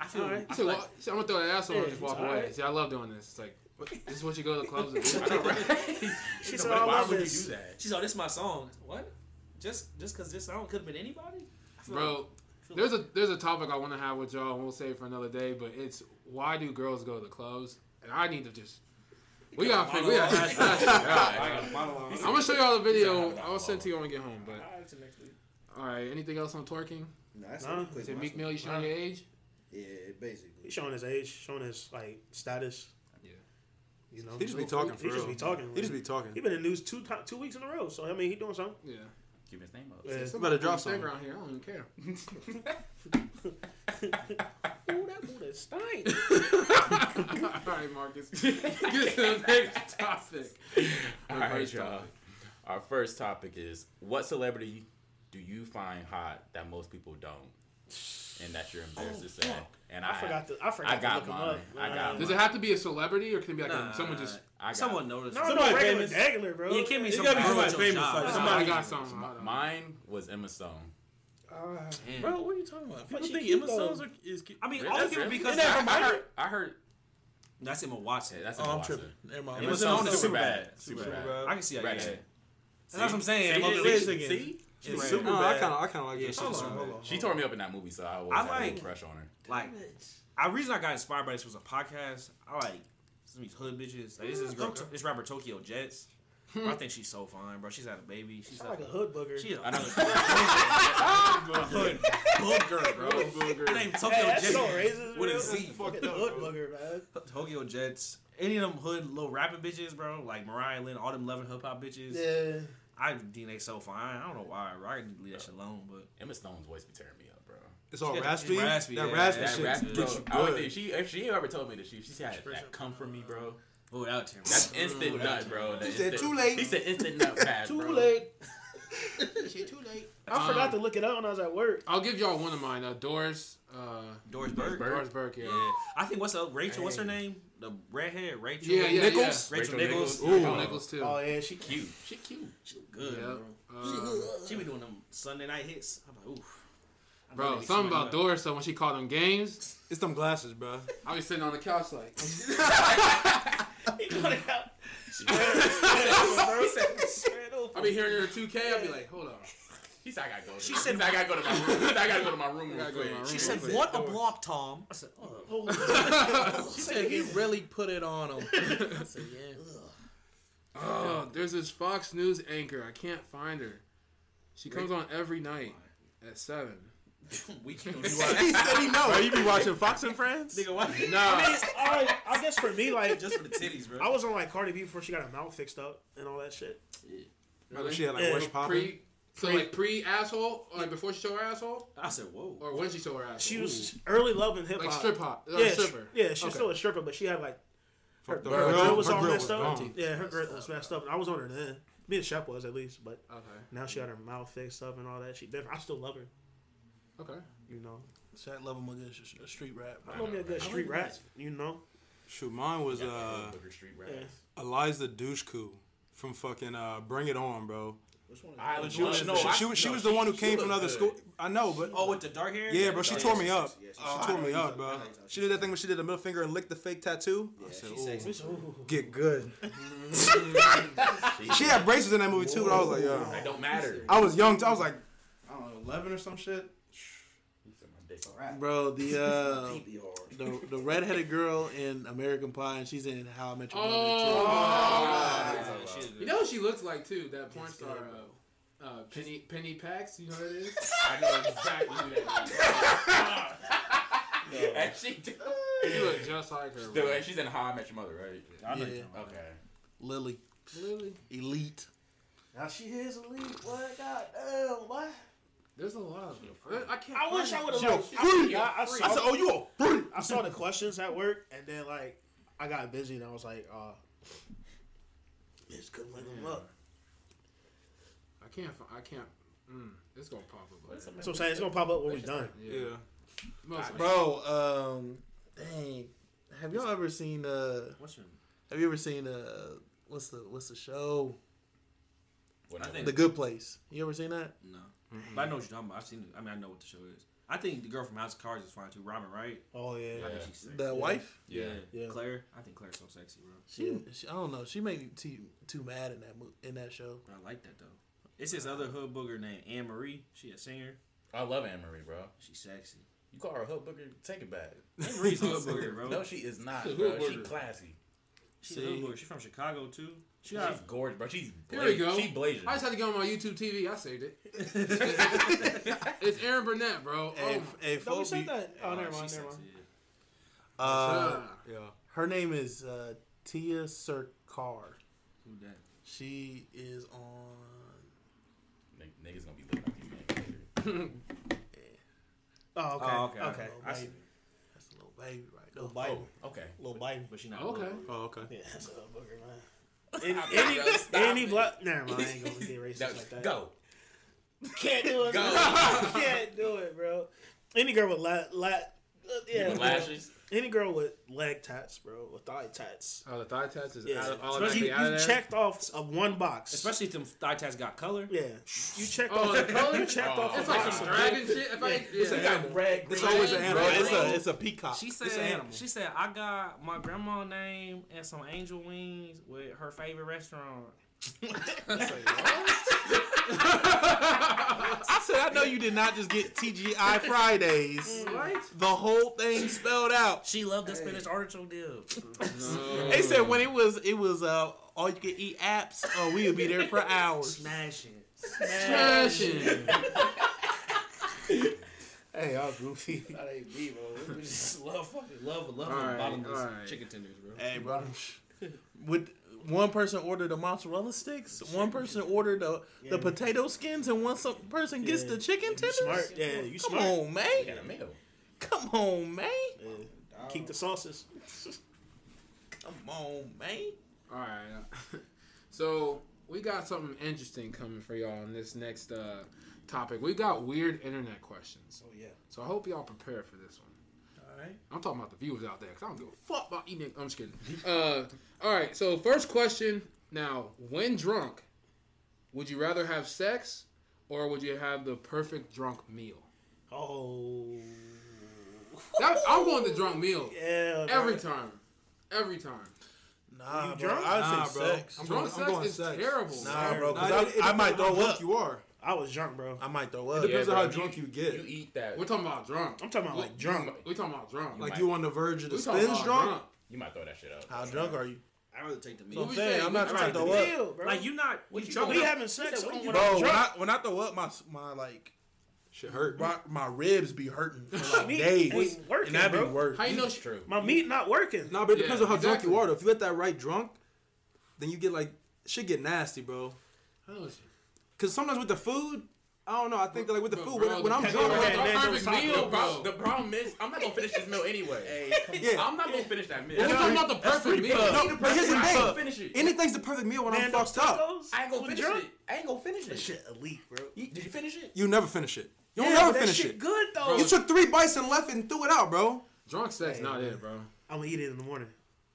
Speaker 3: I feel.
Speaker 2: All right.
Speaker 3: I
Speaker 1: So
Speaker 3: feel like,
Speaker 1: I'm gonna throw that ass over and
Speaker 2: Yeah,
Speaker 1: just walk
Speaker 2: it's all
Speaker 1: away.
Speaker 2: right.
Speaker 1: See, I love doing this. It's like what- this is what you go to the clubs and
Speaker 7: I know,
Speaker 1: do.
Speaker 7: right?
Speaker 2: She
Speaker 7: You know,
Speaker 2: said,
Speaker 7: why-
Speaker 2: "I
Speaker 7: why
Speaker 2: love
Speaker 7: would you
Speaker 2: this."
Speaker 7: do that?
Speaker 3: she's like, this is my song. What? Just just because this song could have been anybody. I feel like-
Speaker 1: Bro, there's a there's a topic I want to have with y'all, and we'll save it for another day. But it's why do girls go to the clubs? And I need to just we gotta figure. We gotta,
Speaker 3: monologue.
Speaker 1: I'm
Speaker 3: I got a monologue.
Speaker 1: gonna show y'all the
Speaker 7: He's
Speaker 1: video.
Speaker 7: not-
Speaker 1: I'll send to you when we get home. But
Speaker 3: Alright, till next week.
Speaker 1: all right, anything else on twerking?
Speaker 9: that's
Speaker 2: Nah.
Speaker 9: a quick
Speaker 1: Is it
Speaker 9: one.
Speaker 1: Meek Mill? You showing your age?
Speaker 9: Yeah, basically.
Speaker 2: He's showing his age, showing his like status.
Speaker 1: Yeah.
Speaker 2: You know,
Speaker 4: He just be talking for
Speaker 2: He just
Speaker 4: real.
Speaker 2: be talking.
Speaker 4: He just be
Speaker 2: He
Speaker 4: talking.
Speaker 2: been in the news two ti two weeks in a row. So I mean, he doing something.
Speaker 1: Yeah.
Speaker 7: Keep his name up.
Speaker 2: Yeah.
Speaker 4: Somebody drop
Speaker 1: Stay
Speaker 4: something.
Speaker 1: around here. I don't even care.
Speaker 2: Ooh, that boot is stank.
Speaker 1: All right, Marcus. Get to the next topic.
Speaker 7: All
Speaker 1: Our
Speaker 7: right,
Speaker 1: first
Speaker 7: y'all.
Speaker 1: topic.
Speaker 7: Our first topic is what celebrity do you find hot that most people don't, and that you're embarrassed to say? And I,
Speaker 2: I forgot to. I forgot
Speaker 7: I got
Speaker 2: to look
Speaker 7: mine.
Speaker 2: him up.
Speaker 7: I
Speaker 2: Nah.
Speaker 7: got
Speaker 1: Does it have to be a celebrity or can it be like
Speaker 3: Nah,
Speaker 1: a, someone just?
Speaker 7: I got
Speaker 3: Someone noticed.
Speaker 2: No,
Speaker 6: Somebody
Speaker 2: no, regular,
Speaker 6: famous.
Speaker 2: regular, bro.
Speaker 3: Yeah, it can't be
Speaker 2: Like,
Speaker 3: somebody,
Speaker 6: gotta be
Speaker 3: who
Speaker 6: somebody
Speaker 3: knows your
Speaker 6: famous,
Speaker 3: job.
Speaker 6: like
Speaker 1: I
Speaker 6: somebody-
Speaker 1: got something. Hold on.
Speaker 7: Mine was Emma Stone.
Speaker 2: uh,
Speaker 6: Bro, what are you talking about? People
Speaker 2: she
Speaker 6: think
Speaker 2: cute,
Speaker 6: Emma
Speaker 2: though.
Speaker 6: Stone's are, is cute.
Speaker 3: I mean,
Speaker 7: Really?
Speaker 3: all
Speaker 7: That's
Speaker 3: people
Speaker 7: really-
Speaker 3: because
Speaker 7: I
Speaker 2: that from
Speaker 7: heard. I heard.
Speaker 3: that's Emma Watson.
Speaker 7: Yeah, that's
Speaker 6: Oh,
Speaker 7: Emma
Speaker 6: I'm
Speaker 7: Watson.
Speaker 6: tripping. Never mind.
Speaker 3: Emma
Speaker 7: Emma
Speaker 3: Stone
Speaker 7: Stone
Speaker 3: is
Speaker 7: super
Speaker 3: Superbad.
Speaker 7: bad. Super bad.
Speaker 3: I can see that.
Speaker 7: Right.
Speaker 3: Yeah. That's what I'm saying.
Speaker 7: See,
Speaker 6: Say it
Speaker 7: she-
Speaker 6: again.
Speaker 7: see?
Speaker 6: It's
Speaker 3: Right.
Speaker 6: super
Speaker 4: No, I
Speaker 6: bad.
Speaker 4: kind of, I kind of like it.
Speaker 6: Hold on, hold on.
Speaker 7: She
Speaker 6: hold
Speaker 7: tore me up in that movie, so I always
Speaker 3: I
Speaker 7: had a
Speaker 3: like-
Speaker 7: little crush on her.
Speaker 3: Like, I reason I got inspired by this was a podcast. I like some of these hood bitches. Like, this is girl, this rapper Tokyo Jets. Bro, I think she's so fine, bro. She's had a baby. She's
Speaker 2: sound like a hood booger.
Speaker 3: She's
Speaker 7: I
Speaker 3: a
Speaker 7: know.
Speaker 3: hood booger, bro. Her name Tokyo
Speaker 2: Hey, that's
Speaker 3: Jets.
Speaker 2: so racist.
Speaker 3: What
Speaker 2: bro.
Speaker 3: is he?
Speaker 2: Fucking hood booger, man.
Speaker 3: Tokyo Jets. Any of them hood little rapping bitches, bro. Like Mariah Lynn, all them loving hip hop bitches.
Speaker 2: Yeah.
Speaker 3: I think they so fine. I don't know why, bro. I can leave that shit alone, but
Speaker 7: Emma Stone's voice be tearing me up, bro.
Speaker 4: It's all
Speaker 3: Yeah, it's
Speaker 4: raspy.
Speaker 3: raspy,
Speaker 4: That
Speaker 3: yeah.
Speaker 4: raspy
Speaker 3: That
Speaker 7: That
Speaker 4: shit
Speaker 7: rap,
Speaker 4: gets
Speaker 7: bro.
Speaker 4: you
Speaker 7: I would,
Speaker 4: good.
Speaker 7: if she if she ever told me that she she had that come from me, bro.
Speaker 3: oh, that would tear me
Speaker 7: That's
Speaker 3: up.
Speaker 7: instant nut, bro. He
Speaker 8: said, "Too late."
Speaker 7: He said instant nut pass,
Speaker 2: Too
Speaker 7: bro.
Speaker 2: late.
Speaker 8: too late.
Speaker 2: I
Speaker 1: Um,
Speaker 2: forgot to look it up when I was at work.
Speaker 1: I'll give y'all one of mine. Uh, Doris. Uh,
Speaker 3: Doris Burke.
Speaker 7: Burke.
Speaker 1: Doris Burke. Yeah.
Speaker 3: Yeah, I think what's up, Rachel? What's her name? The redhead, Rachel.
Speaker 1: Yeah, yeah,
Speaker 3: Nichols.
Speaker 1: yeah.
Speaker 3: Rachel, Nichols.
Speaker 4: Nichols. Ooh.
Speaker 1: Oh, Nichols too.
Speaker 2: Oh yeah, she
Speaker 7: Cute. She cute.
Speaker 3: She good,
Speaker 1: Yep. Uh,
Speaker 3: bro. She be doing them Sunday night hits. I'm like, oof. I know they
Speaker 1: bro,
Speaker 3: be
Speaker 1: something about
Speaker 3: sweating up.
Speaker 1: Doris. So when she called them games,
Speaker 4: It's them glasses, bro.
Speaker 1: I was sitting on the couch like,
Speaker 7: he said,
Speaker 1: I'll be hearing her 2K. I'll be like, hold on.
Speaker 7: he said, I gotta go. To
Speaker 3: She
Speaker 7: she
Speaker 3: said-
Speaker 7: said, I gotta go to my room. He said, I gotta go to my room.
Speaker 1: I gotta go to my
Speaker 7: real quick."
Speaker 1: room.
Speaker 3: She said,
Speaker 4: Doris.
Speaker 3: "What a block, Tom." I said, oh.
Speaker 6: She said he really put it on him. I said, yeah.
Speaker 1: Oh, there's this Fox News anchor. I can't find her. She comes on every night at seven.
Speaker 3: "We can
Speaker 6: he said he knows. Bro, you be watching Fox and Friends?
Speaker 3: nigga, why?
Speaker 1: Nah,
Speaker 2: I, mean, I, I guess for me, like,
Speaker 3: Just for the titties, bro.
Speaker 2: I was on like Cardi B before she got her mouth fixed up and all that shit.
Speaker 1: Really?
Speaker 4: She had like
Speaker 2: Yeah.
Speaker 4: West popping.
Speaker 1: pre. So like pre asshole, like before she showed her asshole,
Speaker 3: I said, "Whoa."
Speaker 1: or when she showed her asshole.
Speaker 2: She was early love and hip hop.
Speaker 1: like strip hop, like
Speaker 2: yeah,
Speaker 1: stripper.
Speaker 2: She, yeah, she was
Speaker 1: Okay.
Speaker 2: still a stripper, but she had like her,
Speaker 4: Fuck the
Speaker 2: her
Speaker 4: girl.
Speaker 2: grill was
Speaker 4: Her
Speaker 2: all
Speaker 4: grill
Speaker 2: messed
Speaker 4: was
Speaker 2: up.
Speaker 4: gone.
Speaker 2: Yeah, her grill was messed up, and I was on her then. Me and Shep was at least, but
Speaker 1: Okay.
Speaker 2: now she got her mouth fixed up and all that. She different. I still love her,
Speaker 1: Okay.
Speaker 2: you know.
Speaker 6: Shaq love him a good sh- a street rap.
Speaker 2: I'm gonna be a good
Speaker 7: I
Speaker 2: street
Speaker 7: like
Speaker 2: rat, you know.
Speaker 4: Shoot, mine was
Speaker 7: Yeah,
Speaker 4: uh,
Speaker 7: Booker Street rats.
Speaker 2: yeah.
Speaker 4: Eliza Dushku from fucking uh, Bring It On, bro.
Speaker 5: Which one?
Speaker 7: I
Speaker 4: She was,
Speaker 7: no,
Speaker 4: she,
Speaker 7: I-
Speaker 4: she was, she
Speaker 7: no,
Speaker 4: was the one who came from
Speaker 7: looked
Speaker 4: another
Speaker 7: good.
Speaker 4: school. I know, but
Speaker 3: Oh, with the dark hair. Oh,
Speaker 4: yeah, bro, she tore me
Speaker 5: yes, yes,
Speaker 4: up.
Speaker 5: yes,
Speaker 4: She
Speaker 5: yes.
Speaker 4: tore
Speaker 5: Oh,
Speaker 4: me
Speaker 5: I know
Speaker 4: up,
Speaker 5: you
Speaker 4: bro.
Speaker 5: talking about.
Speaker 4: She did that thing where she did the middle finger and licked the fake tattoo. I said,
Speaker 5: she's
Speaker 4: "Ooh,
Speaker 5: sexy.
Speaker 4: get good. she had braces in that movie too, but I was like, yo.
Speaker 7: It don't matter.
Speaker 4: I was young. Too. I was like, I don't know, eleven or some shit.
Speaker 6: Bro, the uh,
Speaker 5: Deeply hard.
Speaker 6: the the redheaded girl in American Pie, and she's in How I Met Your Mother.
Speaker 1: Oh,
Speaker 7: Ah.
Speaker 1: God.
Speaker 6: Oh.
Speaker 1: You know what she looks like too? That porn star, uh, uh, Penny Penny Pax. You know who that is?
Speaker 7: I know exactly who that is. And she do-
Speaker 1: She look just like her.
Speaker 7: Dude,
Speaker 1: bro.
Speaker 7: and she's in How I Met Your Mother, right?
Speaker 6: I know Yeah. you're
Speaker 7: Okay.
Speaker 6: too. Lily,
Speaker 1: Literally.
Speaker 6: elite.
Speaker 2: Now she is elite. What? God damn. What?
Speaker 1: There's a lot of them. I can't.
Speaker 2: I wish
Speaker 1: find it.
Speaker 2: I would have.
Speaker 4: Yo,
Speaker 2: Like,
Speaker 4: free.
Speaker 2: I, I
Speaker 4: I said,
Speaker 2: saw,
Speaker 4: oh, you a freak.
Speaker 2: I saw the questions at work, and then like I got busy, and I was like, uh, just couldn't look them up.
Speaker 1: I can't. fi- I can't. Mm, it's gonna pop up. later.
Speaker 2: That's what I'm saying. It's gonna pop up when we're done.
Speaker 1: Yeah.
Speaker 4: Yeah.
Speaker 1: Most of it.
Speaker 6: Bro, um, dang, have y'all ever seen uh?
Speaker 3: What's your name?
Speaker 6: Have you ever seen uh? What's the what's the show?
Speaker 7: Whatever.
Speaker 3: think-
Speaker 6: The Good Place. You ever seen that?
Speaker 3: No, but I know what you're talking about. I've seen. It. I mean, I know what the show is. I think the girl from House of Cards is fine too. Robin, right?
Speaker 2: Oh yeah.
Speaker 7: Yeah.
Speaker 3: I think she's sexy.
Speaker 6: The wife.
Speaker 7: yeah.
Speaker 2: Yeah.
Speaker 3: Claire. I think Claire's so sexy, bro.
Speaker 6: She, she, I don't know. She made me too too mad in that mo- in that show.
Speaker 3: But I like that though. It's this other hood booger named Anne Marie. She a singer.
Speaker 7: I love Anne Marie, bro.
Speaker 3: She's sexy.
Speaker 7: You call her a hood booker, take it back.
Speaker 3: Anne Marie's a hood booger, bro.
Speaker 7: No, she is not,
Speaker 1: She's a
Speaker 7: bro.
Speaker 1: hood
Speaker 7: She
Speaker 1: booger.
Speaker 7: classy.
Speaker 3: She's a hood
Speaker 6: See?
Speaker 3: booger. She's from Chicago too. She
Speaker 7: She's
Speaker 3: got
Speaker 7: gorgeous, bro. She's
Speaker 1: Here
Speaker 7: bla-
Speaker 1: we go.
Speaker 7: She blazing.
Speaker 1: I just had to go on my YouTube TV. I saved it. it's Aaron Burnett, bro.
Speaker 6: Hey,
Speaker 1: oh,
Speaker 6: f- hey,
Speaker 2: Don't we
Speaker 6: Phoebe,
Speaker 2: say that? Oh, never
Speaker 3: she's
Speaker 2: mind. Never
Speaker 3: sexy,
Speaker 2: mind.
Speaker 3: yeah.
Speaker 6: uh,
Speaker 1: God.
Speaker 4: Yeah.
Speaker 6: her name is uh, Tia Sarkar.
Speaker 3: Who that?
Speaker 6: She is on.
Speaker 7: N- niggas gonna be looking up these names. later.
Speaker 2: Oh, okay.
Speaker 3: Oh, okay.
Speaker 2: okay.
Speaker 3: okay.
Speaker 6: Little
Speaker 3: I see.
Speaker 6: baby. That's a little baby right there.
Speaker 2: Little Biden.
Speaker 7: Oh, okay.
Speaker 2: Little Biden.
Speaker 3: But she not.
Speaker 1: Okay.
Speaker 3: hood booger.
Speaker 4: Oh, okay.
Speaker 2: Yeah, that's a booger, man.
Speaker 7: Any,
Speaker 2: Any black? Never mind. I ain't gonna get racist like that.
Speaker 7: Go.
Speaker 2: Can't do it.
Speaker 7: Go.
Speaker 2: bro. Can't do it, bro. Any girl with la- la- uh, yeah,
Speaker 7: With
Speaker 2: bro.
Speaker 7: lashes.
Speaker 2: Any girl with leg tats, bro, with thigh tats.
Speaker 1: Oh, the thigh tats is
Speaker 2: Yeah,
Speaker 1: out of all that.
Speaker 2: especially you, you checked off a one box.
Speaker 3: Especially if them thigh tats got color.
Speaker 2: yeah, you checked
Speaker 1: Oh,
Speaker 2: off.
Speaker 1: the color? Oh,
Speaker 2: You checked off.
Speaker 1: It's
Speaker 2: a
Speaker 1: like
Speaker 2: box
Speaker 1: some
Speaker 2: of dick.
Speaker 1: dragon shit. If I, yeah.
Speaker 7: red,
Speaker 6: It's always an
Speaker 1: Bro,
Speaker 6: animal. It's
Speaker 1: bro.
Speaker 6: a it's a peacock.
Speaker 3: She
Speaker 6: It's
Speaker 3: said.
Speaker 6: an animal.
Speaker 3: She said I got my grandma name and some angel wings with her favorite restaurant.
Speaker 6: I said I know you did not just get TGI Fridays.
Speaker 1: Right?
Speaker 6: The whole thing spelled out.
Speaker 3: She loved the spinach artichoke dip.
Speaker 6: They said
Speaker 1: Mm.
Speaker 6: when it was it was uh all you could eat apps. Oh, we would be there for hours.
Speaker 2: Smashing.
Speaker 1: Trashing.
Speaker 2: Hey, y'all goofy.
Speaker 5: That ain't me, bro. We just love fucking love,
Speaker 1: All
Speaker 5: love.
Speaker 1: right,
Speaker 3: Bottomless
Speaker 1: all right.
Speaker 3: chicken tenders, bro.
Speaker 6: Hey, bro. Would one person order the mozzarella sticks? One person order the
Speaker 2: Yeah.
Speaker 6: the potato skins, and one some person gets
Speaker 2: Yeah.
Speaker 6: the chicken
Speaker 2: You
Speaker 6: tenders.
Speaker 2: smart. Yeah, you
Speaker 6: Come
Speaker 2: smart.
Speaker 6: on, man.
Speaker 7: Got a meal.
Speaker 6: Come on, man.
Speaker 2: Yeah. Keep the sauces.
Speaker 6: Come on, man.
Speaker 1: All right. So we got something interesting coming for y'all on this next uh, topic. We got weird internet questions.
Speaker 5: Oh yeah.
Speaker 1: So I hope y'all prepared for this one.
Speaker 5: All right.
Speaker 1: I'm talking about the viewers out there because I don't give a fuck about eating. I'm just kidding. Uh, all right. So first question. Now, when drunk, would you rather have sex or would you have the perfect drunk meal?
Speaker 2: Oh.
Speaker 1: That, I'm going the drunk meal
Speaker 2: Yeah. bro.
Speaker 1: every time. Every time.
Speaker 6: Nah,
Speaker 2: You
Speaker 6: bro.
Speaker 2: drunk?
Speaker 6: I
Speaker 4: Nah,
Speaker 6: would say
Speaker 4: bro.
Speaker 6: sex.
Speaker 4: I'm
Speaker 1: Drunk
Speaker 4: going.
Speaker 1: sex
Speaker 4: I'm going
Speaker 1: is
Speaker 4: sex.
Speaker 1: terrible.
Speaker 6: Nah, bro. Cause
Speaker 4: Nah,
Speaker 6: I,
Speaker 4: it- it
Speaker 6: I might
Speaker 4: depends on
Speaker 6: throw
Speaker 4: how
Speaker 6: up.
Speaker 4: drunk You are.
Speaker 2: I was drunk, bro.
Speaker 6: I might throw up.
Speaker 4: It depends
Speaker 7: Yeah,
Speaker 4: on how
Speaker 7: bro,
Speaker 4: drunk you
Speaker 7: You
Speaker 4: get.
Speaker 7: eat that.
Speaker 1: We're talking about drunk.
Speaker 2: I'm talking about like drunk.
Speaker 1: We're talking about drunk.
Speaker 4: Like
Speaker 7: might-
Speaker 4: you on the verge of the
Speaker 1: We talking
Speaker 4: spins
Speaker 1: about
Speaker 4: drunk.
Speaker 7: You might throw that shit out.
Speaker 6: How drunk are you?
Speaker 3: I would rather take the meat.
Speaker 6: So I'm
Speaker 1: we
Speaker 6: saying
Speaker 1: say?
Speaker 6: I'm not
Speaker 1: We
Speaker 6: trying to
Speaker 1: tried
Speaker 6: throw up,
Speaker 2: bro.
Speaker 3: Like you not you,
Speaker 7: you
Speaker 3: drunk
Speaker 2: we
Speaker 3: up.
Speaker 2: having sex.
Speaker 7: said, what
Speaker 2: on
Speaker 7: you
Speaker 2: when
Speaker 6: bro.
Speaker 2: I'm
Speaker 6: When I
Speaker 2: drunk.
Speaker 6: when I throw up, my my like
Speaker 4: Shit hurt.
Speaker 6: my, my ribs be hurting for like
Speaker 2: Me
Speaker 6: days,
Speaker 2: ain't working,
Speaker 6: and that'd
Speaker 2: bro.
Speaker 6: be worse.
Speaker 1: How you know?
Speaker 7: It's true.
Speaker 2: My meat not working.
Speaker 4: Nah, but it
Speaker 1: Yeah,
Speaker 4: depends on how drunk
Speaker 1: exactly.
Speaker 4: you are. Though, if you let that right drunk, then you get like shit get nasty, bro.
Speaker 1: I know it's-
Speaker 4: Cause sometimes with the food, I don't know. I think that like with the
Speaker 1: But
Speaker 4: food,
Speaker 1: bro,
Speaker 4: when, when I'm
Speaker 1: the-
Speaker 4: drunk,
Speaker 1: bro,
Speaker 4: when
Speaker 1: the
Speaker 4: I'm-
Speaker 1: perfect meal,
Speaker 7: The
Speaker 1: bro.
Speaker 7: problem, the problem is, I'm not gonna finish this meal anyway.
Speaker 4: yeah.
Speaker 7: I'm not gonna finish that meal.
Speaker 1: We're talking about the perfect meal.
Speaker 4: No, but here's the
Speaker 7: I ain't gonna
Speaker 4: thing.
Speaker 7: finish it.
Speaker 4: Anything's the perfect meal when I'm
Speaker 2: Nando's
Speaker 4: fucked up.
Speaker 2: tacos?
Speaker 7: I ain't gonna finish
Speaker 2: drunk?
Speaker 7: it. I ain't gonna finish it.
Speaker 6: Shit, elite, bro.
Speaker 7: You- Did you finish it?
Speaker 4: You never finish it. You don't
Speaker 2: Yeah, but
Speaker 4: ever
Speaker 2: that
Speaker 4: finish
Speaker 2: shit
Speaker 4: it.
Speaker 2: Good though.
Speaker 4: You took three bites and left and threw it out, bro.
Speaker 1: Drunk sex, not it, bro.
Speaker 2: I'm gonna eat it in the morning.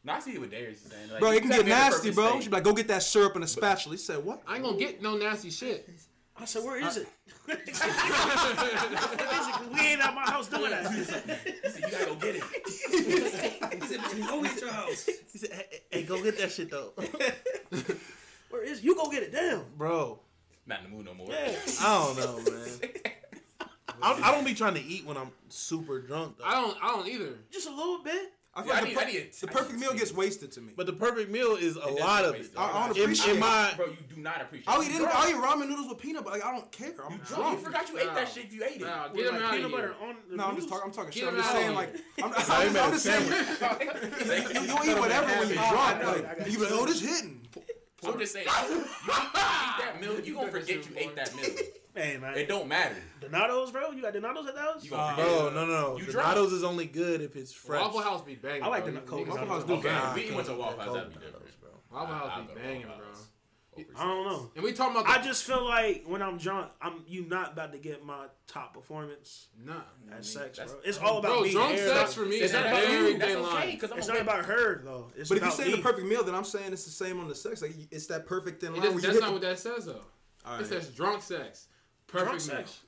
Speaker 7: No, I see it with Darius. is saying, Like,
Speaker 4: Bro,
Speaker 7: you
Speaker 4: it can
Speaker 7: gotta
Speaker 4: get
Speaker 7: be in the
Speaker 4: nasty,
Speaker 7: perfect
Speaker 4: bro.
Speaker 7: state.
Speaker 4: She'd be like, go get that syrup and a spatula. He said, what?
Speaker 1: I ain't gonna get no nasty shit.
Speaker 2: I said, where is it? Uh, Where is it? 'Cause we ain't at my house doing that.
Speaker 7: He said, you gotta go get it.
Speaker 6: He said, hey, hey, go get that shit though.
Speaker 2: Where is it? You go get it. Damn.
Speaker 6: bro,
Speaker 7: Not in the mood no more.
Speaker 6: I don't know, man. I, I don't be trying to eat when I'm super drunk, though.
Speaker 1: I don't. I don't either.
Speaker 2: Just a little bit.
Speaker 4: I feel
Speaker 7: Yeah, I
Speaker 4: like
Speaker 7: need-
Speaker 4: the,
Speaker 7: I
Speaker 4: per-
Speaker 7: need-
Speaker 4: the
Speaker 7: I
Speaker 4: perfect
Speaker 7: need
Speaker 4: meal
Speaker 7: to
Speaker 4: gets
Speaker 7: see.
Speaker 4: wasted to me.
Speaker 6: but the perfect meal is a lot of it.
Speaker 7: wasted.
Speaker 4: I, I don't
Speaker 7: In-
Speaker 6: In,
Speaker 4: appreciate
Speaker 6: in
Speaker 4: it.
Speaker 6: my
Speaker 7: Bro, you do not appreciate
Speaker 4: I'll
Speaker 7: it.
Speaker 4: eat, any, I'll eat ramen noodles with peanut butter. Like, I don't care. I'm
Speaker 7: Bro, you
Speaker 4: drunk.
Speaker 7: forgot you ate
Speaker 1: Nah.
Speaker 7: that shit if you ate it.
Speaker 1: Nah,
Speaker 2: With,
Speaker 1: get him
Speaker 2: like,
Speaker 1: out
Speaker 2: peanut
Speaker 1: of
Speaker 2: butter
Speaker 1: here.
Speaker 2: on the
Speaker 4: No, I'm just
Speaker 2: noodles.
Speaker 4: talking. I'm talking shit.
Speaker 1: Get
Speaker 4: I'm
Speaker 1: him
Speaker 4: just
Speaker 1: out of
Speaker 4: saying, like,
Speaker 1: here.
Speaker 4: I'm, I'm, I'm,
Speaker 6: made a
Speaker 4: just saying, you, you eat whatever when you're
Speaker 2: Oh, I
Speaker 4: drunk.
Speaker 2: know, I
Speaker 4: Like,
Speaker 2: got
Speaker 4: you be like, oh, this hitting.
Speaker 7: I'm just saying, you, you eat that meal, you gonna
Speaker 1: better
Speaker 7: forget
Speaker 1: sit
Speaker 7: you
Speaker 1: with
Speaker 7: ate
Speaker 1: one.
Speaker 7: that meal.
Speaker 2: Hey man,
Speaker 7: It don't matter.
Speaker 2: Donatos, bro. You got Donatos at the house?
Speaker 7: You gonna forget.
Speaker 6: Bro, no, no, no.
Speaker 7: You drunk.
Speaker 6: Donatos is only good if it's fresh.
Speaker 1: Waffle House be banging.
Speaker 2: I like
Speaker 1: bro.
Speaker 2: the cold
Speaker 1: Waffle
Speaker 2: Donatos.
Speaker 1: House do
Speaker 2: Okay.
Speaker 7: Okay,
Speaker 1: bang.
Speaker 7: we went to Waffle House. That'd be
Speaker 6: Cold
Speaker 7: different.
Speaker 6: Donatos, bro.
Speaker 1: Waffle
Speaker 7: I- I
Speaker 1: House
Speaker 7: go
Speaker 1: be
Speaker 7: to
Speaker 1: banging,
Speaker 7: Waffle
Speaker 1: bro.
Speaker 7: House.
Speaker 2: I don't know.
Speaker 1: And we talking about the,
Speaker 2: I just feel like when I'm drunk, I'm you not about to get my top performance
Speaker 1: nah.
Speaker 2: at sex,
Speaker 7: that's-
Speaker 2: bro. It's all about
Speaker 1: Bro,
Speaker 2: me.
Speaker 1: drunk
Speaker 2: It's
Speaker 1: sex
Speaker 2: not-
Speaker 1: for me is
Speaker 7: It's not Mm. about
Speaker 1: every
Speaker 7: you.
Speaker 1: day
Speaker 7: That's
Speaker 1: line.
Speaker 7: okay. Cause I'm
Speaker 2: It's
Speaker 7: gonna
Speaker 2: not
Speaker 7: get-
Speaker 2: about her though. It's
Speaker 4: But if
Speaker 2: about
Speaker 4: you saying the
Speaker 2: me.
Speaker 4: perfect meal, then I'm saying it's the same on the sex. Like, it's that perfect thin
Speaker 1: It
Speaker 4: line.
Speaker 1: just-
Speaker 4: where you
Speaker 1: that's
Speaker 4: hit
Speaker 1: not
Speaker 4: the-
Speaker 1: what that says though.
Speaker 4: All
Speaker 1: It
Speaker 4: right.
Speaker 1: says drunk sex. Perfect
Speaker 2: Drunk
Speaker 1: meal.
Speaker 2: sex.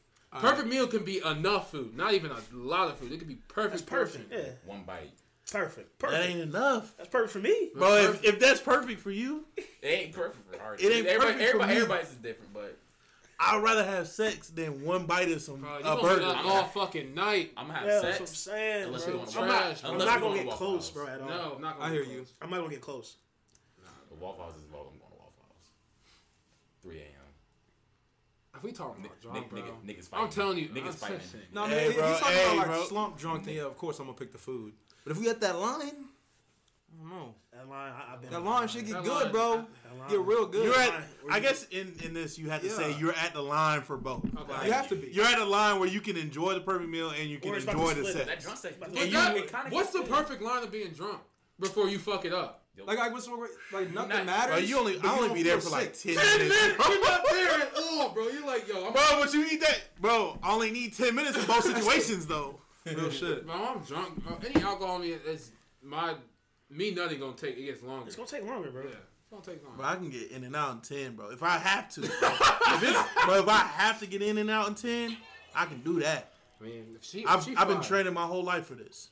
Speaker 1: Perfect meal can be enough food, not even a lot of food. It could be perfect.
Speaker 2: That's perfect.
Speaker 1: portion.
Speaker 2: Yeah,
Speaker 7: One bite.
Speaker 2: perfect.
Speaker 6: That
Speaker 2: Perfect.
Speaker 6: ain't enough.
Speaker 2: That's perfect for me.
Speaker 6: Bro, if, if that's perfect for you,
Speaker 7: It ain't perfect for artists.
Speaker 6: It ain't
Speaker 7: everybody,
Speaker 6: perfect for
Speaker 7: everybody,
Speaker 6: me.
Speaker 7: everybody's is different, but
Speaker 6: I'd rather have sex than one bite of some
Speaker 1: Bro, you
Speaker 6: a
Speaker 1: gonna be
Speaker 6: burger.
Speaker 1: up all fucking night.
Speaker 7: I'm gonna have
Speaker 2: Yeah, that's what I'm
Speaker 7: sex.
Speaker 2: saying.
Speaker 7: Unless
Speaker 2: bro.
Speaker 7: you wanna-
Speaker 2: I'm not.
Speaker 1: Trash.
Speaker 2: I'm
Speaker 7: Unless
Speaker 2: not
Speaker 7: you
Speaker 2: gonna
Speaker 7: wanna
Speaker 2: get
Speaker 7: walk
Speaker 2: close,
Speaker 7: out.
Speaker 2: bro. At all.
Speaker 1: No, I'm not gonna
Speaker 4: I
Speaker 1: be
Speaker 4: hear
Speaker 1: close.
Speaker 4: you.
Speaker 2: I'm not gonna get close.
Speaker 7: The Waffle House is involved. I'm going to Waffle House. 3 a.m.
Speaker 1: If we talking about drunk,
Speaker 7: Nigga,
Speaker 1: bro.
Speaker 7: nigga, niggas fighting.
Speaker 1: I'm telling you,
Speaker 7: Niggas
Speaker 1: I'm
Speaker 7: fighting.
Speaker 1: saying-
Speaker 4: No, I mean,
Speaker 6: Hey,
Speaker 4: if
Speaker 6: bro,
Speaker 4: you're talking
Speaker 6: hey,
Speaker 4: about like
Speaker 6: bro.
Speaker 4: slump drunk, then yeah, of course I'm gonna pick the food. But if we at that line, I don't know.
Speaker 2: That line, I, I've been.
Speaker 4: That
Speaker 2: on
Speaker 4: line should
Speaker 1: That
Speaker 4: get
Speaker 1: line-
Speaker 4: good, bro.
Speaker 2: That line.
Speaker 4: Get real good.
Speaker 6: You're at.
Speaker 2: Line, where
Speaker 6: I
Speaker 2: you-
Speaker 6: guess in, in this you had to say
Speaker 4: Yeah.
Speaker 6: you're at the line for both.
Speaker 1: Okay.
Speaker 4: You have to be.
Speaker 6: You're at a line where you can enjoy the perfect meal and you can
Speaker 2: Or it's about
Speaker 6: enjoy
Speaker 2: to
Speaker 6: the
Speaker 2: split.
Speaker 7: That
Speaker 6: sex.
Speaker 7: drunk sex.
Speaker 2: But
Speaker 7: Yeah,
Speaker 1: But
Speaker 7: you-
Speaker 1: that-
Speaker 7: it kinda
Speaker 1: what's
Speaker 7: gets
Speaker 1: the
Speaker 7: good.
Speaker 1: perfect line of being drunk before you fuck it up?
Speaker 4: Like, like what's like nothing
Speaker 7: not-
Speaker 4: matters.
Speaker 6: Bro, you only
Speaker 4: but
Speaker 6: I only
Speaker 4: don't
Speaker 6: be there
Speaker 4: feel
Speaker 6: for like
Speaker 4: sick.
Speaker 6: ten
Speaker 1: Ten
Speaker 6: minutes.
Speaker 1: minutes, you're not there at all, bro. You're like, yo, I'm,
Speaker 6: Bro, but you eat that, bro. I only need ten minutes in both situations though.
Speaker 4: real shit.
Speaker 1: bro, I'm drunk. Bro. Any alcohol in me, it's my me nothing gonna take. It gets longer.
Speaker 2: It's gonna take longer, bro.
Speaker 1: yeah, it's gonna take longer.
Speaker 6: Bro, I can get in and out in ten, bro. If I have to, bro. if it's, bro, if I have to get in and out in ten, I can do that.
Speaker 1: I mean, if she,
Speaker 6: I've,
Speaker 1: she
Speaker 6: I've been
Speaker 1: fine.
Speaker 6: training my whole life for this.